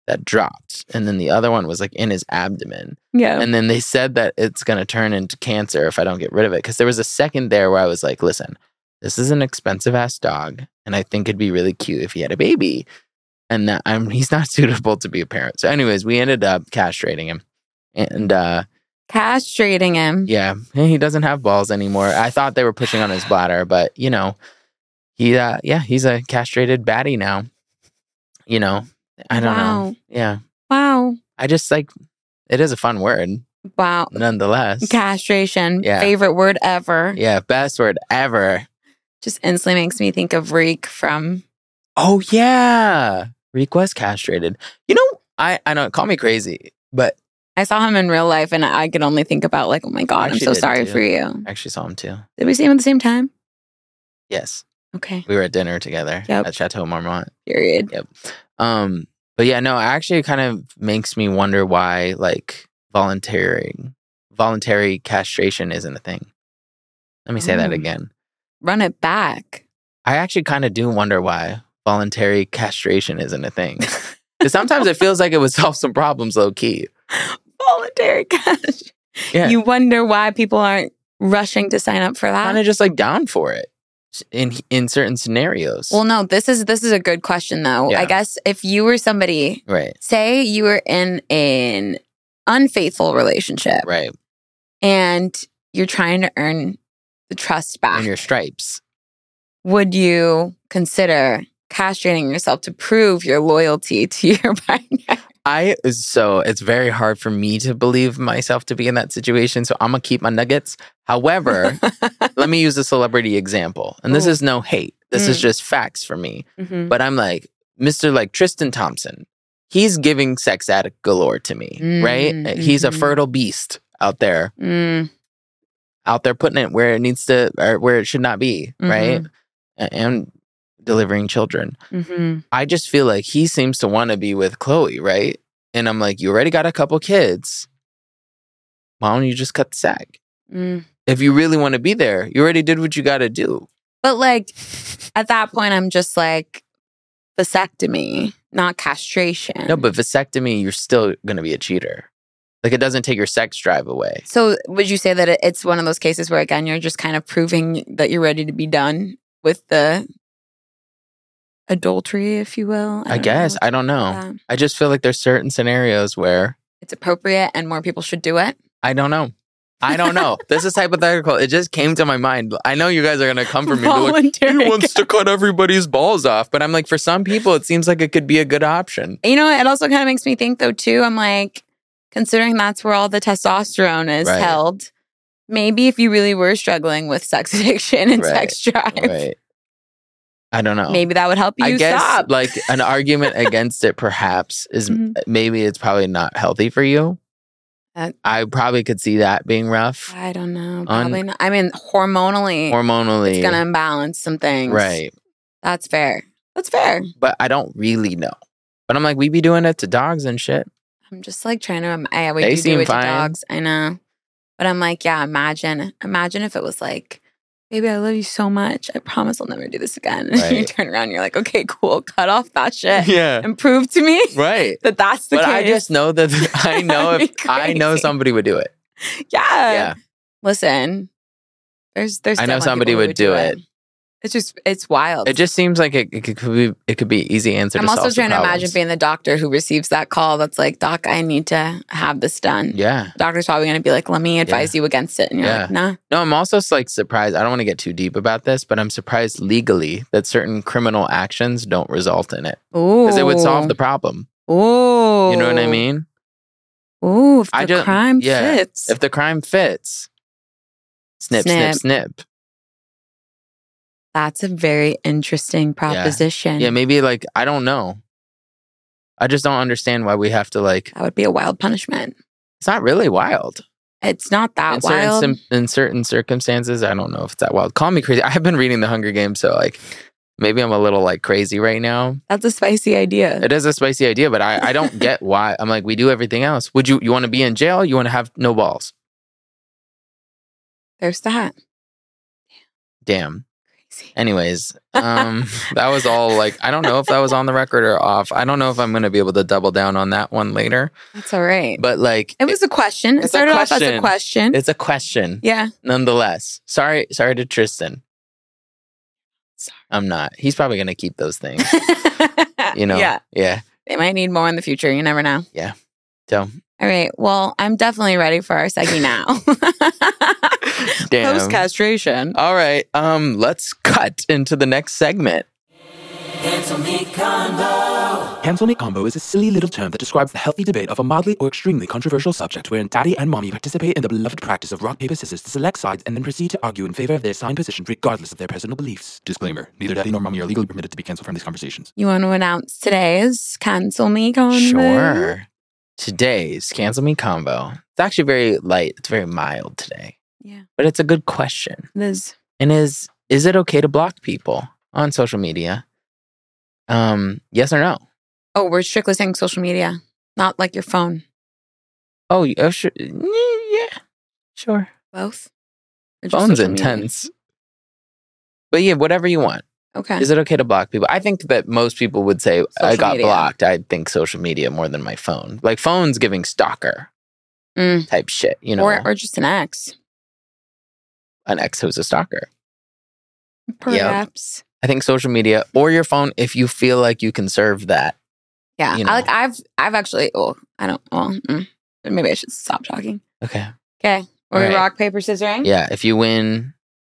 Speaker 1: that dropped, and then the other one was like in his abdomen.
Speaker 2: Yeah.
Speaker 1: And then they said that it's going to turn into cancer if I don't get rid of it. Because there was a second there where I was like, listen, this is an expensive ass dog, and I think it'd be really cute if he had a baby, and that I'm he's not suitable to be a parent. So, anyways, we ended up castrating him, and uh,
Speaker 2: Castrating him.
Speaker 1: yeah, he doesn't have balls anymore. I thought they were pushing on his bladder, but you know, he uh, yeah, he's a castrated baddie now. You know, I don't know.
Speaker 2: wow.
Speaker 1: Yeah,
Speaker 2: Wow.
Speaker 1: I just like it is a fun word
Speaker 2: Wow.
Speaker 1: nonetheless.
Speaker 2: Castration.
Speaker 1: Yeah.
Speaker 2: Favorite word ever.
Speaker 1: Yeah, best word ever.
Speaker 2: Just instantly makes me think of Reek from
Speaker 1: Oh yeah, Reek was castrated. You know, I I know. Call me crazy, but
Speaker 2: I saw him in real life and I could only think about like, oh my
Speaker 1: I
Speaker 2: god, I'm
Speaker 1: actually
Speaker 2: so
Speaker 1: did
Speaker 2: sorry
Speaker 1: too.
Speaker 2: for you.
Speaker 1: I actually saw him too.
Speaker 2: Did we see him at the same time?
Speaker 1: Yes,
Speaker 2: Okay.
Speaker 1: we were at dinner together
Speaker 2: Yep.
Speaker 1: at Chateau Marmont.
Speaker 2: Period.
Speaker 1: Um, but yeah, no, it actually kind of makes me wonder why like volunteering, voluntary castration isn't a thing. Let me say that
Speaker 2: Oh.
Speaker 1: again.
Speaker 2: Run it back.
Speaker 1: I actually kind of do wonder why voluntary castration isn't a thing. 'Cause sometimes it feels like it would solve some problems low key.
Speaker 2: Voluntary castration.
Speaker 1: Yeah.
Speaker 2: You wonder why people aren't rushing to sign up for that.
Speaker 1: kind of just like down for it in in certain scenarios.
Speaker 2: Well, no, this is this is a good question though.
Speaker 1: Yeah.
Speaker 2: I guess if you were somebody,
Speaker 1: right,
Speaker 2: say you were in an unfaithful relationship
Speaker 1: right.
Speaker 2: and you're trying to earn the trust
Speaker 1: And
Speaker 2: back,
Speaker 1: your stripes.
Speaker 2: would you consider castrating yourself to prove your loyalty to your partner?
Speaker 1: I so it's very hard for me to believe myself to be in that situation. So I'm gonna keep my nuggets. However, let me use a celebrity example, and this
Speaker 2: Ooh.
Speaker 1: is no hate. This is
Speaker 2: Oh. Mm.
Speaker 1: just facts for me.
Speaker 2: Mhm.
Speaker 1: But I'm like Mr. Like Tristan Thompson. He's giving sex addict galore to me, right? Eh,
Speaker 2: Mm,
Speaker 1: He's a
Speaker 2: mhm.
Speaker 1: fertile beast out there.
Speaker 2: Mm,
Speaker 1: out there putting it where it needs to or where it should not be, right?
Speaker 2: Mm-hmm.
Speaker 1: A- And delivering children.
Speaker 2: mhm.
Speaker 1: I just feel like he seems to want to be with Chloe, right? And I'm like, you already got a couple kids. Why don't you just cut the sack?
Speaker 2: Mm.
Speaker 1: If you really want to be there, you already did what you got to do.
Speaker 2: But like at that point, I'm just like vasectomy, not castration.
Speaker 1: No, but vasectomy, you're still going to be a cheater. Like it doesn't take your sex drive away.
Speaker 2: So would you say that it- it's one of those cases where again you're just kind of proving that you're ready to be done with the adultery, if you will?
Speaker 1: I,
Speaker 2: don't
Speaker 1: guess.
Speaker 2: know.
Speaker 1: I don't know.
Speaker 2: Yeah.
Speaker 1: I just feel like there's certain scenarios where
Speaker 2: it's appropriate and more people should do it.
Speaker 1: I don't know. I don't know. this is hypothetical. It just came to my mind. I know you guys are gonna come for me. and be
Speaker 2: Oh
Speaker 1: like,
Speaker 2: Voluntary.
Speaker 1: he wants to cut everybody's balls off, but I'm like, for some people, it seems like it could be a good option.
Speaker 2: you know, it also kind of makes me think though too. I'm like, considering that's where all the testosterone is
Speaker 1: Right.
Speaker 2: held. Maybe if you really were struggling with sex addiction and
Speaker 1: Right.
Speaker 2: sex drive,
Speaker 1: Right? I don't know.
Speaker 2: maybe that would help you
Speaker 1: I guess
Speaker 2: stop.
Speaker 1: like an argument against it, perhaps, is
Speaker 2: Mhm.
Speaker 1: maybe it's probably not healthy for you.
Speaker 2: That-
Speaker 1: I probably could see that being rough
Speaker 2: I don't know.
Speaker 1: Un-
Speaker 2: Probably not. I mean, hormonally,
Speaker 1: hormonally.
Speaker 2: it's gonna imbalance some things.
Speaker 1: right,
Speaker 2: That's fair. That's fair.
Speaker 1: but I don't really know. But I'm like, we be doing it to dogs and shit.
Speaker 2: I'm just like trying to. rem- I always
Speaker 1: They
Speaker 2: do,
Speaker 1: seem
Speaker 2: do it
Speaker 1: fine.
Speaker 2: to dogs. I know, but I'm like, yeah. Imagine, imagine if it was like, baby, I love you so much. I promise I'll never do this again. And you
Speaker 1: Right.
Speaker 2: turn around, and you're like, okay, cool. Cut off that shit
Speaker 1: Yeah,
Speaker 2: and prove to me
Speaker 1: right.
Speaker 2: that that's the
Speaker 1: but
Speaker 2: case.
Speaker 1: I just know that I know if
Speaker 2: That'd be
Speaker 1: I know
Speaker 2: crazy.
Speaker 1: somebody would do it.
Speaker 2: yeah.
Speaker 1: yeah,
Speaker 2: Listen, there's there's.
Speaker 1: I know
Speaker 2: definitely
Speaker 1: somebody
Speaker 2: people who
Speaker 1: would do it.
Speaker 2: It's just it's wild.
Speaker 1: it just seems like it, it could be it could be easy answer.
Speaker 2: I'm
Speaker 1: to
Speaker 2: also
Speaker 1: solve some
Speaker 2: trying to imagine
Speaker 1: problems.
Speaker 2: being the doctor who receives that call that's like, Doc, I need to have this done.
Speaker 1: Yeah,
Speaker 2: The doctor's probably going to be like, let me advise you against it. And you're like, nah.
Speaker 1: no, I'm also like surprised. I don't want to get too deep about this, but I'm surprised legally that certain criminal actions don't result in it
Speaker 2: Ooh.
Speaker 1: because it would solve the problem.
Speaker 2: Ooh.
Speaker 1: You know what I mean?
Speaker 2: Ooh, if the
Speaker 1: I just-
Speaker 2: crime
Speaker 1: yeah.
Speaker 2: fits.
Speaker 1: If the crime fits, snip, snip, snip.
Speaker 2: That's a very interesting proposition.
Speaker 1: Yeah, maybe like I don't know. I just don't understand why we have to like.
Speaker 2: that would be a wild punishment.
Speaker 1: It's not really wild.
Speaker 2: It's not that
Speaker 1: in
Speaker 2: wild.
Speaker 1: certain sim- in certain circumstances i don't know if it's that wild call me crazy i have been reading the hunger games so like maybe i'm a little like crazy right now
Speaker 2: that's a spicy idea.
Speaker 1: it is a spicy idea but i, I don't get why i'm like we do everything else would you you want to be in jail you want to have no balls
Speaker 2: There's that.
Speaker 1: damn
Speaker 2: Crazy.
Speaker 1: Eh. anyways um that was all like i don't know if that was on the record or off i don't know if i'm gonna be able to double down on that one later
Speaker 2: That's all right.
Speaker 1: but like
Speaker 2: it was a question.
Speaker 1: it's
Speaker 2: It
Speaker 1: a
Speaker 2: started off as a
Speaker 1: question.
Speaker 2: question.
Speaker 1: it's a question
Speaker 2: yeah.
Speaker 1: nonetheless sorry sorry to tristan I'm not. He's probably gonna keep those things. You know.
Speaker 2: Yeah.
Speaker 1: Yeah.
Speaker 2: They might need more in the future. You never know.
Speaker 1: Yeah. So-
Speaker 2: All right. Well, I'm definitely ready for our seggy now.
Speaker 1: Damn.
Speaker 2: Post castration.
Speaker 1: All right. Um. Let's cut into the next segment.
Speaker 3: Cancel me combo.
Speaker 4: Cancel me combo is a silly little term that describes the healthy debate of a mildly or extremely controversial subject wherein daddy and mommy participate in the beloved practice of rock, paper, scissors to select sides and then proceed to argue in favor of their assigned position regardless of their personal beliefs. Disclaimer Neither daddy nor mommy are legally permitted to be canceled from these conversations.
Speaker 2: You want to announce today's cancel me combo?
Speaker 1: Sure. Today's cancel me combo. It's actually very light. It's very mild today.
Speaker 2: Yeah.
Speaker 1: But it's a good question.
Speaker 2: There's
Speaker 1: And is is it okay to block people on social media? Um. Yes or no?
Speaker 2: oh, we're strictly saying social media, not like your phone.
Speaker 1: Oh. you- oh sure. Yeah. Sure.
Speaker 2: Both. Or just
Speaker 1: Phone's
Speaker 2: social media?
Speaker 1: intense. But yeah, whatever you want.
Speaker 2: Okay.
Speaker 1: Is it okay to block people? I think that most people would say I
Speaker 2: Social
Speaker 1: got
Speaker 2: media.
Speaker 1: blocked. I think social media more than my phone. Like phone's giving stalker
Speaker 2: Mm.
Speaker 1: type shit, you know.
Speaker 2: or, or just an ex,
Speaker 1: an ex who's a stalker.
Speaker 2: perhaps.
Speaker 1: I think social media or your phone if you feel like you can serve that.
Speaker 2: Yeah.
Speaker 1: You
Speaker 2: I,
Speaker 1: know.
Speaker 2: like I've I've actually. Well, I don't. Well, mm, maybe I should stop talking.
Speaker 1: Okay.
Speaker 2: Okay.
Speaker 1: All
Speaker 2: Are we
Speaker 1: right.
Speaker 2: rock paper scissoring?
Speaker 1: Yeah, if you win,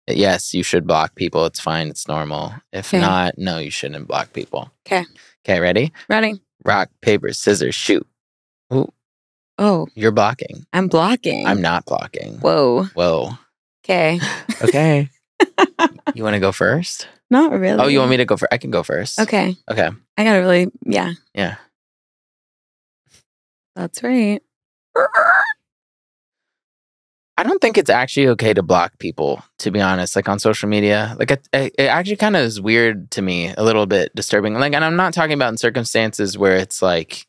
Speaker 1: yes, you should block people. It's fine. It's normal. If
Speaker 2: Okay.
Speaker 1: not, no, you shouldn't block people.
Speaker 2: 'Kay.
Speaker 1: Okay, ready?
Speaker 2: Ready?
Speaker 1: Rock, paper, scissors, shoot.
Speaker 2: Oh,
Speaker 1: You're blocking.
Speaker 2: I'm blocking.
Speaker 1: I'm not blocking.
Speaker 2: Whoa.
Speaker 1: Whoa.
Speaker 2: Okay.
Speaker 1: Okay. you want to go first?
Speaker 2: Not really.
Speaker 1: Oh, you want me to go first? I can go first.
Speaker 2: Okay.
Speaker 1: Okay.
Speaker 2: I gotta really. Yeah.
Speaker 1: Yeah.
Speaker 2: That's right.
Speaker 1: I don't think it's actually okay to block people, to be honest, like on social media. Like, it, it it actually kind of is weird to me, a little bit disturbing. Like, and I'm not talking about in circumstances where it's like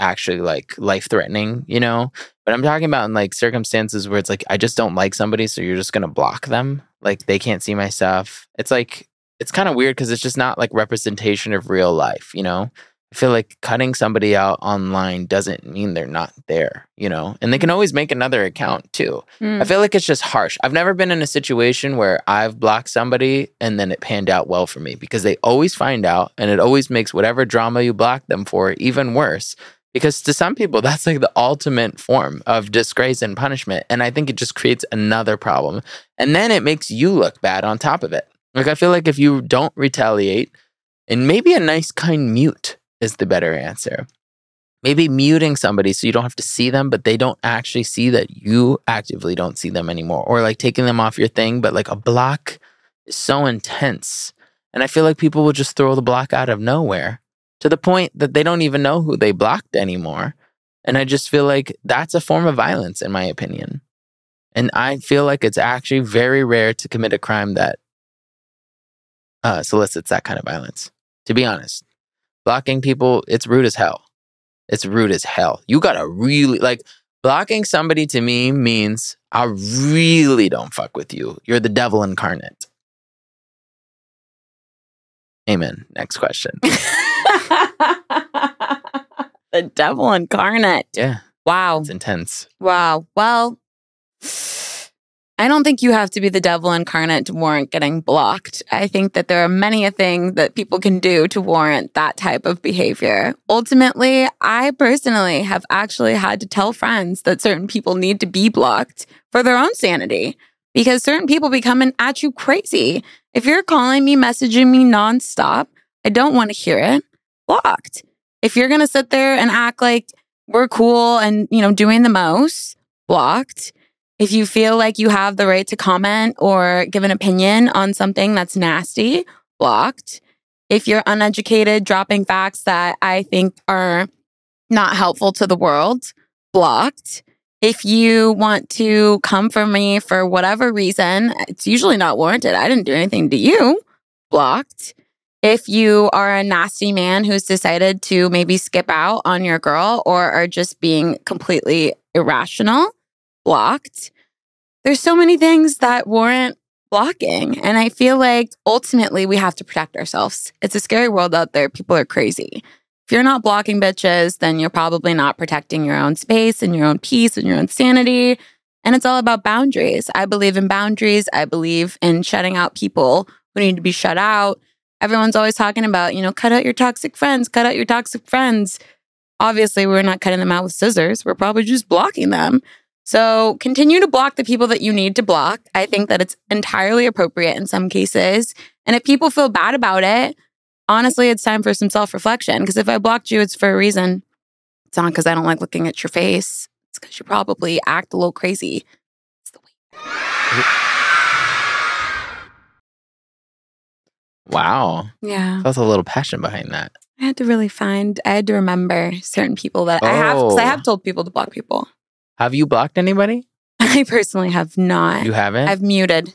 Speaker 1: actually like life threatening, you know, but I'm talking about in like circumstances where it's like, I just don't like somebody. So you're just going to block them. Like, they can't see my stuff. It's like, it's kind of weird because it's just not like representation of real life, you know? I feel like cutting somebody out online doesn't mean they're not there, you know? And they can always make another account too.
Speaker 2: Hmm.
Speaker 1: I feel like it's just harsh. I've never been in a situation where I've blocked somebody and then it panned out well for me because they always find out and it always makes whatever drama you block them for even worse. Because to some people, that's like the ultimate form of disgrace and punishment. And I think it just creates another problem. And then it makes you look bad on top of it. Like, I feel like if you don't retaliate, and maybe a nice, kind mute is the better answer. Maybe muting somebody so you don't have to see them, but they don't actually see that you actively don't see them anymore, or like taking them off your thing. But like a block is so intense. And I feel like people will just throw the block out of nowhere to the point that they don't even know who they blocked anymore. And I just feel like that's a form of violence, in my opinion. And I feel like it's actually very rare to commit a crime that uh, solicits that kind of violence. To be honest, blocking people, it's rude as hell. It's rude as hell. You gotta really like blocking somebody to me means I really don't fuck with you. You're the devil incarnate. Amen. Next question.
Speaker 2: the devil incarnate.
Speaker 1: Yeah,
Speaker 2: Wow.
Speaker 1: it's intense.
Speaker 2: Wow. Well, I don't think you have to be the devil incarnate to warrant getting blocked. I think that there are many a thing that people can do to warrant that type of behavior. Ultimately, I personally have actually had to tell friends that certain people need to be blocked for their own sanity because certain people be coming at you crazy. If you're calling me, messaging me nonstop, I don't want to hear it. Blocked. If you're going to sit there and act like we're cool and you know doing the most blocked if you feel like you have the right to comment or give an opinion on something that's nasty blocked if you're uneducated dropping facts that i think are not helpful to the world blocked if you want to come for me for whatever reason it's usually not warranted i didn't do anything to you blocked if you are a nasty man who's decided to maybe skip out on your girl or are just being completely irrational, blocked. There's so many things that warrant blocking. And I feel like ultimately we have to protect ourselves. It's a scary world out there. People are crazy. If you're not blocking bitches, then you're probably not protecting your own space and your own peace and your own sanity. And it's all about boundaries. I believe in boundaries. I believe in shutting out people who need to be shut out. Everyone's always talking about, you know, cut out your toxic friends, cut out your toxic friends. Obviously, we're not cutting them out with scissors. We're probably just blocking them. So continue to block the people that you need to block. I think that it's entirely appropriate in some cases. And if people feel bad about it, honestly, it's time for some self reflection. Because if I blocked you, it's for a reason. It's not because I don't like looking at your face, it's because you probably act a little crazy. It's the way
Speaker 1: Wow.
Speaker 2: Yeah.
Speaker 1: That was a little passion behind that.
Speaker 2: I had to really find, I had to remember certain people that I have, because I
Speaker 1: Oh.
Speaker 2: have told people to block people.
Speaker 1: Have you blocked anybody?
Speaker 2: I personally have not.
Speaker 1: You haven't?
Speaker 2: I've muted,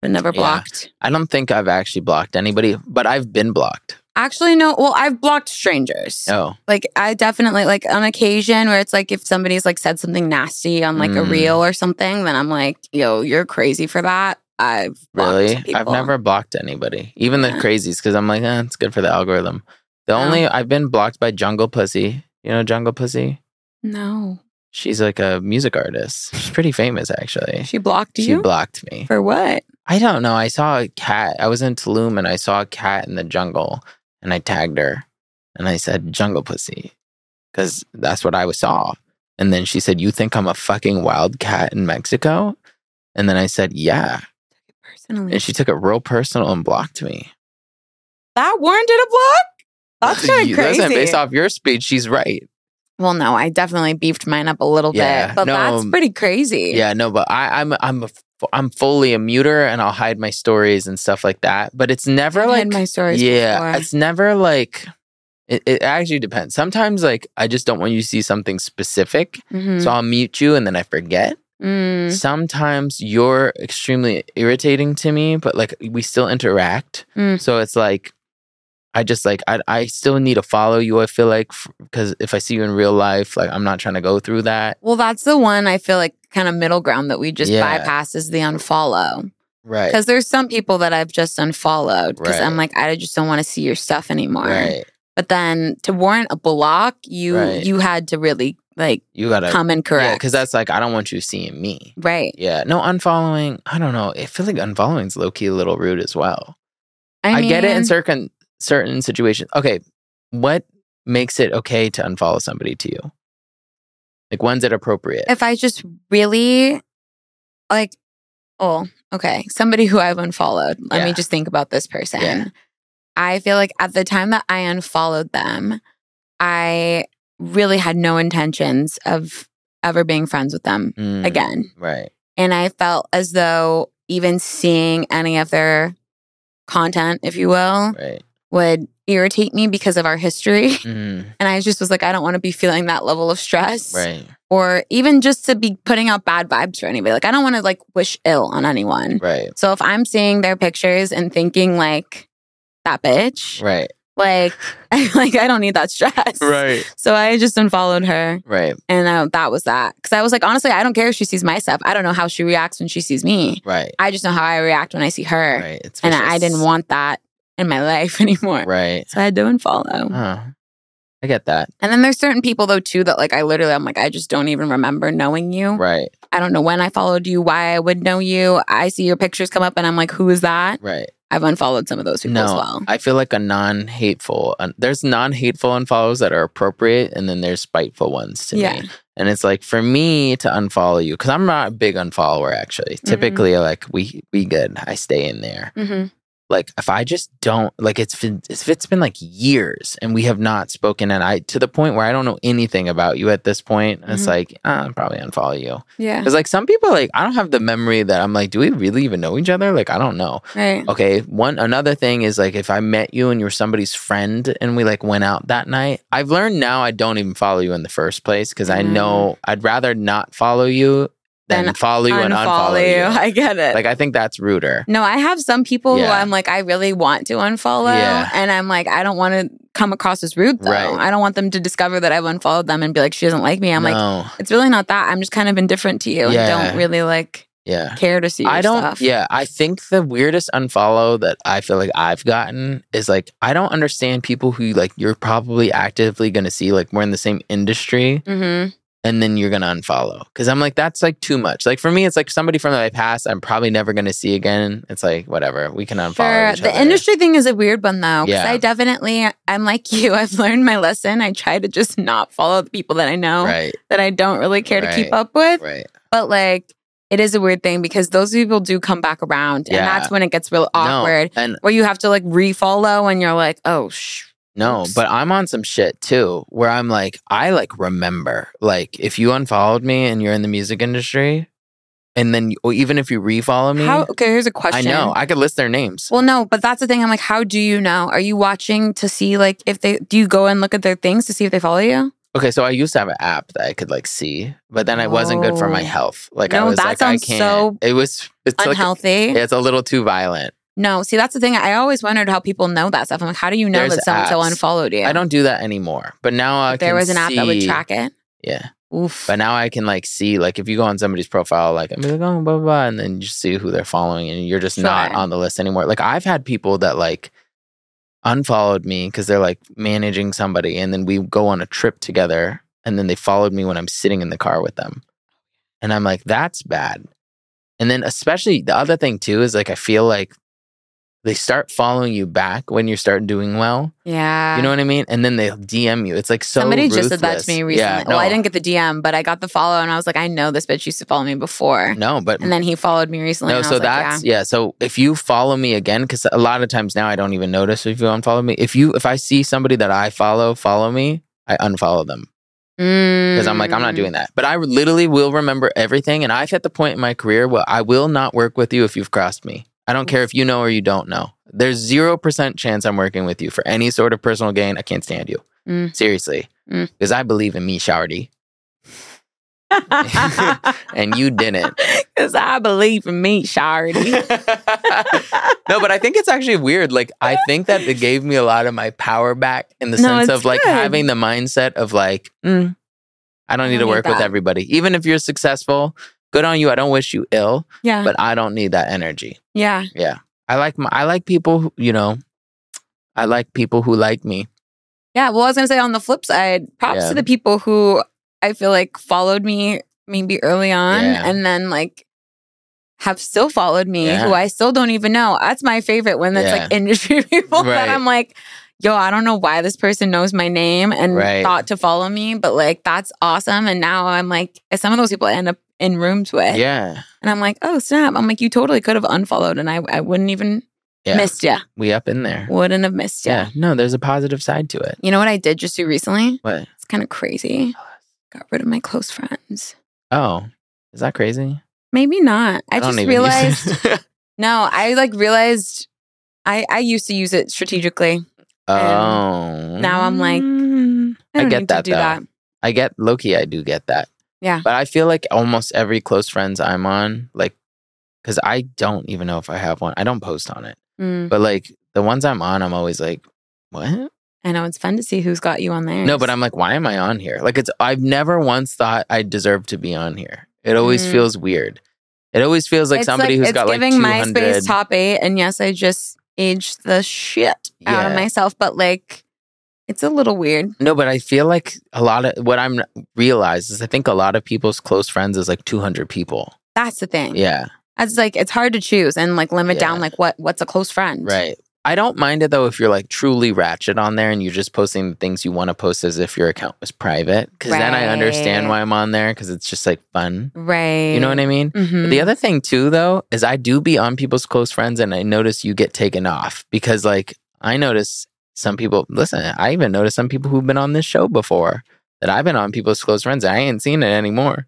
Speaker 2: but never
Speaker 1: Yeah.
Speaker 2: blocked.
Speaker 1: I don't think I've actually blocked anybody, but I've been blocked.
Speaker 2: Actually, no. Well, I've blocked strangers.
Speaker 1: Oh,
Speaker 2: Like, I definitely, like, on occasion where it's like if somebody's like said something nasty on like a
Speaker 1: Mm.
Speaker 2: reel or something, then I'm like, yo, you're crazy for that. I've blocked
Speaker 1: really? I've
Speaker 2: people.
Speaker 1: never blocked anybody, even the
Speaker 2: Yeah.
Speaker 1: crazies, because I'm like, eh, it's good for the algorithm. The
Speaker 2: Oh.
Speaker 1: only I've been blocked by Jungle Pussy. You know Jungle Pussy?
Speaker 2: No.
Speaker 1: She's like a music artist. She's pretty famous, actually.
Speaker 2: She blocked
Speaker 1: she
Speaker 2: you?
Speaker 1: blocked me.
Speaker 2: for what?
Speaker 1: I don't know. I saw a cat. I was in Tulum and I saw a cat in the jungle and I tagged her and I said, Jungle pussy. Because that's what I saw. And then she said, You think I'm a fucking wild cat in Mexico? And then I said, Yeah.
Speaker 2: Personally.
Speaker 1: And she took it real personal and blocked me.
Speaker 2: that warranted a block? That's kind of
Speaker 1: You-
Speaker 2: crazy.
Speaker 1: Listen, based off your speech, she's right.
Speaker 2: Well, no, I definitely beefed mine up a little
Speaker 1: Yeah,
Speaker 2: bit, but
Speaker 1: no, um,
Speaker 2: that's pretty crazy.
Speaker 1: Yeah, no, but I, I'm I'm a, f- I'm fully a muter and I'll hide my stories and stuff like that. But it's
Speaker 2: I've
Speaker 1: never
Speaker 2: had
Speaker 1: like
Speaker 2: my stories.
Speaker 1: yeah
Speaker 2: before.
Speaker 1: it's never like it, it actually depends sometimes like i just don't want you to see something specific
Speaker 2: Mhm.
Speaker 1: so i'll mute you and then i forget
Speaker 2: Mm,
Speaker 1: sometimes you're extremely irritating to me but like we still interact
Speaker 2: Mm.
Speaker 1: so it's like i just like i, I still need to follow you i feel like because if i see you in real life like i'm not trying to go through that
Speaker 2: Well, that's the one I feel like kind of middle ground that we just
Speaker 1: Yeah.
Speaker 2: bypass is the unfollow.
Speaker 1: right
Speaker 2: Because there's some people that I've just unfollowed because I'm like, I just don't want to see your stuff anymore.
Speaker 1: right
Speaker 2: But then to warrant a block, you
Speaker 1: Right.
Speaker 2: you had to really like
Speaker 1: you gotta
Speaker 2: come and
Speaker 1: yeah
Speaker 2: correct.
Speaker 1: because that's like i don't want you seeing me
Speaker 2: right.
Speaker 1: yeah no unfollowing i don't know i feel like unfollowing's low-key a little rude as well I, get it in
Speaker 2: mean,
Speaker 1: certain certain situations. Okay, what makes it okay to unfollow somebody to you? Like, when's it appropriate?
Speaker 2: if I just really like, oh, okay, somebody who I've unfollowed. Let me
Speaker 1: Yeah.
Speaker 2: just think about this person.
Speaker 1: Yeah.
Speaker 2: I feel like at the time that I unfollowed them, I really had no intentions of ever being friends with them
Speaker 1: Mm,
Speaker 2: again.
Speaker 1: right?
Speaker 2: And I felt as though even seeing any of their content, if you will,
Speaker 1: Right.
Speaker 2: would irritate me because of our history.
Speaker 1: Mm,
Speaker 2: And I just was like, I don't want to be feeling that level of stress
Speaker 1: right.
Speaker 2: or even just to be putting out bad vibes for anybody. Like I don't want to like wish ill on anyone.
Speaker 1: Right.
Speaker 2: So if I'm seeing their pictures and thinking like that bitch,
Speaker 1: Right.
Speaker 2: like I like I don't need that stress.
Speaker 1: Right.
Speaker 2: So I just unfollowed her,
Speaker 1: Right.
Speaker 2: and I, that was that. Because I was like, honestly, I don't care if she sees my stuff. I don't know how she reacts when she sees me.
Speaker 1: Right.
Speaker 2: I just know how I react when I see her,
Speaker 1: Right. It's
Speaker 2: and I, I didn't
Speaker 1: vicious.
Speaker 2: want that in my life anymore.
Speaker 1: Right. Uh-huh.
Speaker 2: So I had to unfollow.
Speaker 1: Huh. I get that.
Speaker 2: And then there's certain people though too that like I literally I'm like I just don't even remember knowing you.
Speaker 1: Right.
Speaker 2: I don't know when I followed you, why I would know you. I see your pictures come up and I'm like, who is that?
Speaker 1: Right.
Speaker 2: I've unfollowed some of those people
Speaker 1: No,
Speaker 2: as well.
Speaker 1: I feel like a non-hateful. un- there's non-hateful unfollows that are appropriate, and then there's spiteful ones to
Speaker 2: Yeah.
Speaker 1: me. And it's like for me to unfollow you because I'm not a big unfollower actually. Typically, like we we good. I stay in there.
Speaker 2: mm-hmm.
Speaker 1: Like if I just don't like it's been- it's, it's been like years and we have not spoken, and I to the point where I don't know anything about you at this point. It's
Speaker 2: Mhm.
Speaker 1: like uh, I'll probably unfollow you
Speaker 2: Yeah.
Speaker 1: because like some people like I don't have the memory that I'm like, do we really even know each other? Like I don't know.
Speaker 2: Right.
Speaker 1: Okay. One another thing is like if I met you and you're somebody's friend and we like went out that night, I've learned now I don't even follow you in the first place because I
Speaker 2: Mm.
Speaker 1: know I'd rather not follow you than
Speaker 2: Than
Speaker 1: follow you and unfollow you.
Speaker 2: I get it.
Speaker 1: Like I think that's ruder.
Speaker 2: no, I have some people who
Speaker 1: Yeah.
Speaker 2: I'm like, I really want to unfollow.
Speaker 1: Yeah.
Speaker 2: And I'm like, I don't want to come across as rude though.
Speaker 1: Right.
Speaker 2: I don't want them to discover that I've unfollowed them and be like, she doesn't like me. I'm like,
Speaker 1: No.
Speaker 2: it's really not that. I'm just kind of indifferent to you
Speaker 1: Yeah.
Speaker 2: and don't really like
Speaker 1: yeah.
Speaker 2: care to see your
Speaker 1: I don't.
Speaker 2: stuff.
Speaker 1: Yeah, I think the weirdest unfollow that I feel like I've gotten is like I don't understand people who like you're probably actively going to see like we're in the same industry,
Speaker 2: Mm-hmm.
Speaker 1: and then you're gonna unfollow because i'm like that's like too much like for me it's like somebody from my past i'm probably never gonna see again it's like whatever we can unfollow each
Speaker 2: the
Speaker 1: other.
Speaker 2: industry thing is a weird one though. Because
Speaker 1: Yeah.
Speaker 2: I definitely, I'm like you. I've learned my lesson. I try to just not follow the people that I know
Speaker 1: right
Speaker 2: that I don't really care to keep
Speaker 1: Right.
Speaker 2: up with.
Speaker 1: right
Speaker 2: But like, it is a weird thing because those people do come back around, and
Speaker 1: Yeah.
Speaker 2: that's when it gets real awkward.
Speaker 1: no, and
Speaker 2: Where you have to like refollow, and you're like, oh, sh-
Speaker 1: no
Speaker 2: Oops.
Speaker 1: but i'm on some shit too where i'm like i like remember like if you unfollowed me and you're in the music industry and then you, or even if you refollow me
Speaker 2: how? Okay, here's a
Speaker 1: i
Speaker 2: question.
Speaker 1: know i could list their names
Speaker 2: Well, no, but that's the thing. I'm like, how do you know? Are you watching to see like if they do you go and look at their things to see if they follow you?
Speaker 1: Okay, so I used to have an app that I could like see, but then it wasn't good for my
Speaker 2: Oh.
Speaker 1: health. Like I
Speaker 2: No,
Speaker 1: was
Speaker 2: that
Speaker 1: like, I
Speaker 2: sounds
Speaker 1: can't.
Speaker 2: so
Speaker 1: it was it's like
Speaker 2: Unhealthy.
Speaker 1: yeah, it's a little too violent.
Speaker 2: No, see, that's the thing. I always wondered how people know that stuff. I'm like, how do you know
Speaker 1: There's
Speaker 2: that someone so
Speaker 1: apps.
Speaker 2: unfollowed you?
Speaker 1: I don't do that anymore. But now I
Speaker 2: If there
Speaker 1: can
Speaker 2: was an app that would
Speaker 1: see-
Speaker 2: track it.
Speaker 1: Yeah,
Speaker 2: Oof.
Speaker 1: but now I can like see like if you go on somebody's profile, like I'm like oh blah blah, blah and then you see who they're following, and you're just not
Speaker 2: Sure.
Speaker 1: on the list anymore. Like I've had people that like unfollowed me because they're like managing somebody, and then we go on a trip together, and then they followed me when I'm sitting in the car with them. And I'm like, that's bad. And then, especially the other thing too is like, I feel like they start following you back when you start doing well.
Speaker 2: yeah.
Speaker 1: You know what I mean? And then they'll DM you. It's like so.
Speaker 2: Somebody just said that to me
Speaker 1: ruthless.
Speaker 2: recently.
Speaker 1: Yeah,
Speaker 2: Well, I
Speaker 1: no.
Speaker 2: didn't get the DM, but I got the follow, and I was like, I know this bitch used to follow me before,
Speaker 1: No, but
Speaker 2: and then he followed me recently.
Speaker 1: no.
Speaker 2: and I
Speaker 1: So
Speaker 2: was like,
Speaker 1: that's yeah. So if you follow me again, because a lot of times now I don't even notice if you unfollow me. If you if I see somebody that I follow follow me, I unfollow them.
Speaker 2: yeah. Mm.
Speaker 1: because I'm like, I'm not doing that. But I literally will remember everything. And I've hit the point in my career where I will not work with you if you've crossed me. I don't care if you know or you don't know. There's 0% chance I'm working with you for any sort of personal gain. I can't stand you.
Speaker 2: Mm.
Speaker 1: Seriously.
Speaker 2: Mm.
Speaker 1: Because I believe in me, Shardy,
Speaker 2: that.
Speaker 1: and you didn't.
Speaker 2: Because I believe in me, Shardy.
Speaker 1: no, but I think it's actually weird. Like, I think that it gave me a lot of my power back in the
Speaker 2: No,
Speaker 1: sense
Speaker 2: it's
Speaker 1: of like
Speaker 2: good.
Speaker 1: having the mindset of like, mm, I don't need to
Speaker 2: don't need
Speaker 1: work with
Speaker 2: that.
Speaker 1: everybody. Even if you're successful, good on you. I don't wish you ill,
Speaker 2: yeah.
Speaker 1: but I don't need that energy.
Speaker 2: yeah.
Speaker 1: I like my, I like people, who, you know, I like people who like me.
Speaker 2: Yeah. Well, I was gonna say on the flip side, props
Speaker 1: Yeah.
Speaker 2: to the people who I feel like followed me maybe early on,
Speaker 1: Yeah.
Speaker 2: and then like have still followed me,
Speaker 1: Yeah.
Speaker 2: who I still don't even know. That's my favorite when it's like industry people
Speaker 1: Right.
Speaker 2: that I'm like. Yo, I don't know why this person knows my name and
Speaker 1: Right.
Speaker 2: thought to follow me, but like that's awesome. And now I'm like, some of those people I end up in rooms with,
Speaker 1: Yeah.
Speaker 2: and I'm like, oh snap! I'm like, you totally could have unfollowed, and I, I wouldn't even
Speaker 1: Yeah.
Speaker 2: missed you.
Speaker 1: We up in there.
Speaker 2: Wouldn't have missed you.
Speaker 1: yeah. No, there's a positive side to it.
Speaker 2: You know what I did just do recently?
Speaker 1: What?
Speaker 2: It's kind of crazy. Got rid of my close friends.
Speaker 1: Oh, is that crazy?
Speaker 2: Maybe not. I,
Speaker 1: don't
Speaker 2: just
Speaker 1: even use
Speaker 2: realized.
Speaker 1: it.
Speaker 2: no, I like realized. I I used to use it strategically.
Speaker 1: oh.
Speaker 2: now I'm like, I,
Speaker 1: I
Speaker 2: don't
Speaker 1: get
Speaker 2: need
Speaker 1: that,
Speaker 2: to do
Speaker 1: though.
Speaker 2: that.
Speaker 1: I get Loki. I do get that.
Speaker 2: Yeah.
Speaker 1: But I feel like almost every close friends I'm on, like, because I don't even know if I have one. I don't post on it.
Speaker 2: Mm,
Speaker 1: But like the ones I'm on, I'm always like, what?
Speaker 2: I know it's fun to see who's got you on there.
Speaker 1: No, but I'm like, why am I on here? Like, it's, I've never once thought I deserve to be on here. It always
Speaker 2: Mm.
Speaker 1: feels weird. It always feels like
Speaker 2: it's
Speaker 1: somebody
Speaker 2: like,
Speaker 1: who's
Speaker 2: it's
Speaker 1: got like
Speaker 2: giving
Speaker 1: 200.
Speaker 2: MySpace top eight, and yes, I just aged the shit out of
Speaker 1: Yeah.
Speaker 2: myself. But like, it's a little weird.
Speaker 1: No, but I feel like a lot of what I'm realized is I think a lot of people's close friends is like 200 people.
Speaker 2: That's the thing.
Speaker 1: Yeah.
Speaker 2: It's like it's hard to choose and like limit down
Speaker 1: Yeah.
Speaker 2: like what what's a close friend.
Speaker 1: Right. I don't mind it though if you're like truly ratchet on there and you're just posting the things you want to post as if your account was private. Cause then I understand
Speaker 2: Right.
Speaker 1: why I'm on there because it's just like fun.
Speaker 2: Right.
Speaker 1: You know what I mean?
Speaker 2: Mhm.
Speaker 1: The other thing too though is I do be on people's close friends and I notice you get taken off because like I notice some people listen, I even notice some people who've been on this show before that I've been on people's close friends. and I ain't seen it anymore.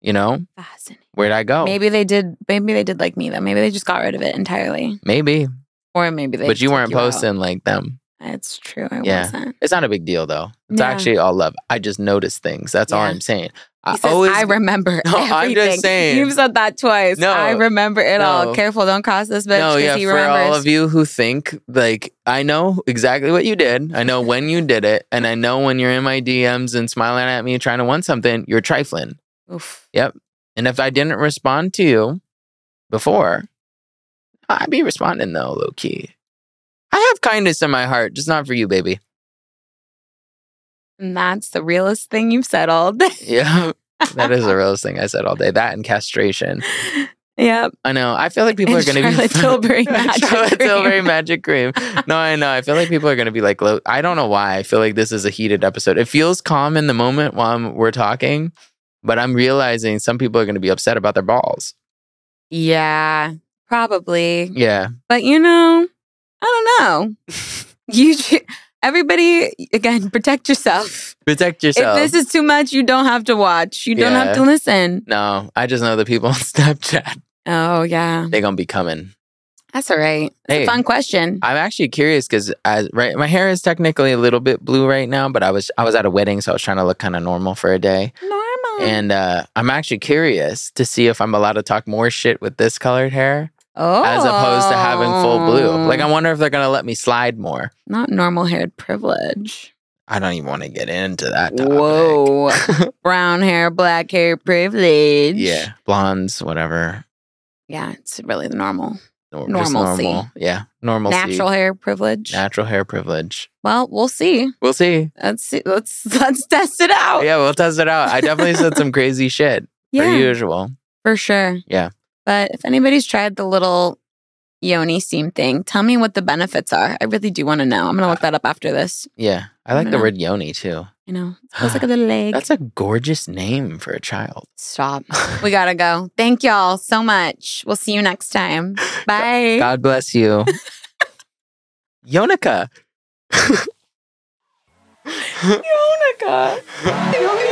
Speaker 1: You know?
Speaker 2: Fascinating.
Speaker 1: Where'd I go?
Speaker 2: Maybe they did. Maybe they did like me though. Maybe they just got rid of it entirely,
Speaker 1: Maybe.
Speaker 2: or maybe they.
Speaker 1: But you
Speaker 2: took
Speaker 1: weren't
Speaker 2: out.
Speaker 1: posting like them.
Speaker 2: It's true. I
Speaker 1: Yeah.
Speaker 2: wasn't.
Speaker 1: It's not a big deal though. It's
Speaker 2: Yeah.
Speaker 1: actually all love. I just notice things. That's all
Speaker 2: Yeah.
Speaker 1: I'm saying.
Speaker 2: He
Speaker 1: I
Speaker 2: says, I remember.
Speaker 1: No,
Speaker 2: everything.
Speaker 1: I'm just saying.
Speaker 2: You've said that twice.
Speaker 1: No.
Speaker 2: I remember it all.
Speaker 1: No.
Speaker 2: Careful, don't cross this bitch.
Speaker 1: no,
Speaker 2: 'cause
Speaker 1: yeah,
Speaker 2: he
Speaker 1: for
Speaker 2: remembers.
Speaker 1: all of you who think like I know exactly what you did. I know when you did it, and I know when you're in my DMs and smiling at me trying to want something, you're trifling.
Speaker 2: Oof.
Speaker 1: And if I didn't respond to you before, I'd be responding though, low key. I have kindness in my heart, just not for you, baby.
Speaker 2: And that's the realest thing you've settled.
Speaker 1: Yeah. That is the realest thing I said all day. That and castration.
Speaker 2: yep.
Speaker 1: I know. I feel like people
Speaker 2: And
Speaker 1: are going to be
Speaker 2: Charlotte Tilbury magic
Speaker 1: Charlotte Tilbury
Speaker 2: cream.
Speaker 1: magic cream. No, I know. I feel like people are going to be like, lo- I don't know why. I feel like this is a heated episode. It feels calm in the moment while I'm- we're talking, but I'm realizing some people are going to be upset about their balls.
Speaker 2: Yeah, probably.
Speaker 1: Yeah.
Speaker 2: But you know, I don't know. you, ju- everybody, again, protect yourself.
Speaker 1: Protect yourself.
Speaker 2: If this is too much, you don't have to watch. You don't
Speaker 1: Yeah.
Speaker 2: have to listen.
Speaker 1: no, I just know the people on Snapchat.
Speaker 2: Oh yeah,
Speaker 1: They're going to be coming.
Speaker 2: that's all right. It's
Speaker 1: Hey.
Speaker 2: a fun question.
Speaker 1: I'm actually curious because right, my hair is technically a little bit blue right now, but I was I was at a wedding, so I was trying to look kind of normal for a day.
Speaker 2: Normal.
Speaker 1: And uh, I'm actually curious to see if I'm allowed to talk more shit with this colored hair
Speaker 2: oh,
Speaker 1: as opposed to having full blue. Like, I wonder if they're gonna let me slide more.
Speaker 2: not normal haired privilege.
Speaker 1: I don't even want to get into that. Topic.
Speaker 2: Whoa, brown hair, black hair privilege.
Speaker 1: Yeah, blondes, whatever.
Speaker 2: yeah, it's really the normal
Speaker 1: Nor- just
Speaker 2: Normalcy.
Speaker 1: normal. Yeah, normal.
Speaker 2: natural hair privilege.
Speaker 1: Natural hair privilege.
Speaker 2: well, we'll see.
Speaker 1: We'll see.
Speaker 2: Let's see. Let's let's test it out.
Speaker 1: Yeah, we'll test it out. I definitely said some crazy shit
Speaker 2: Oh. Yeah,
Speaker 1: per usual.
Speaker 2: for sure.
Speaker 1: Yeah.
Speaker 2: But if anybody's tried the little yoni steam thing, tell me what the benefits are. I really do want to know. I'm gonna
Speaker 1: Uh,
Speaker 2: look that up after this.
Speaker 1: Yeah, I like the
Speaker 2: Yeah.
Speaker 1: word yoni too.
Speaker 2: You know, it feels like a little leg.
Speaker 1: That's a gorgeous name for a child.
Speaker 2: Stop. We gotta go. Thank y'all so much. We'll see you next time. Bye.
Speaker 1: God bless you. Yonica. Yonica.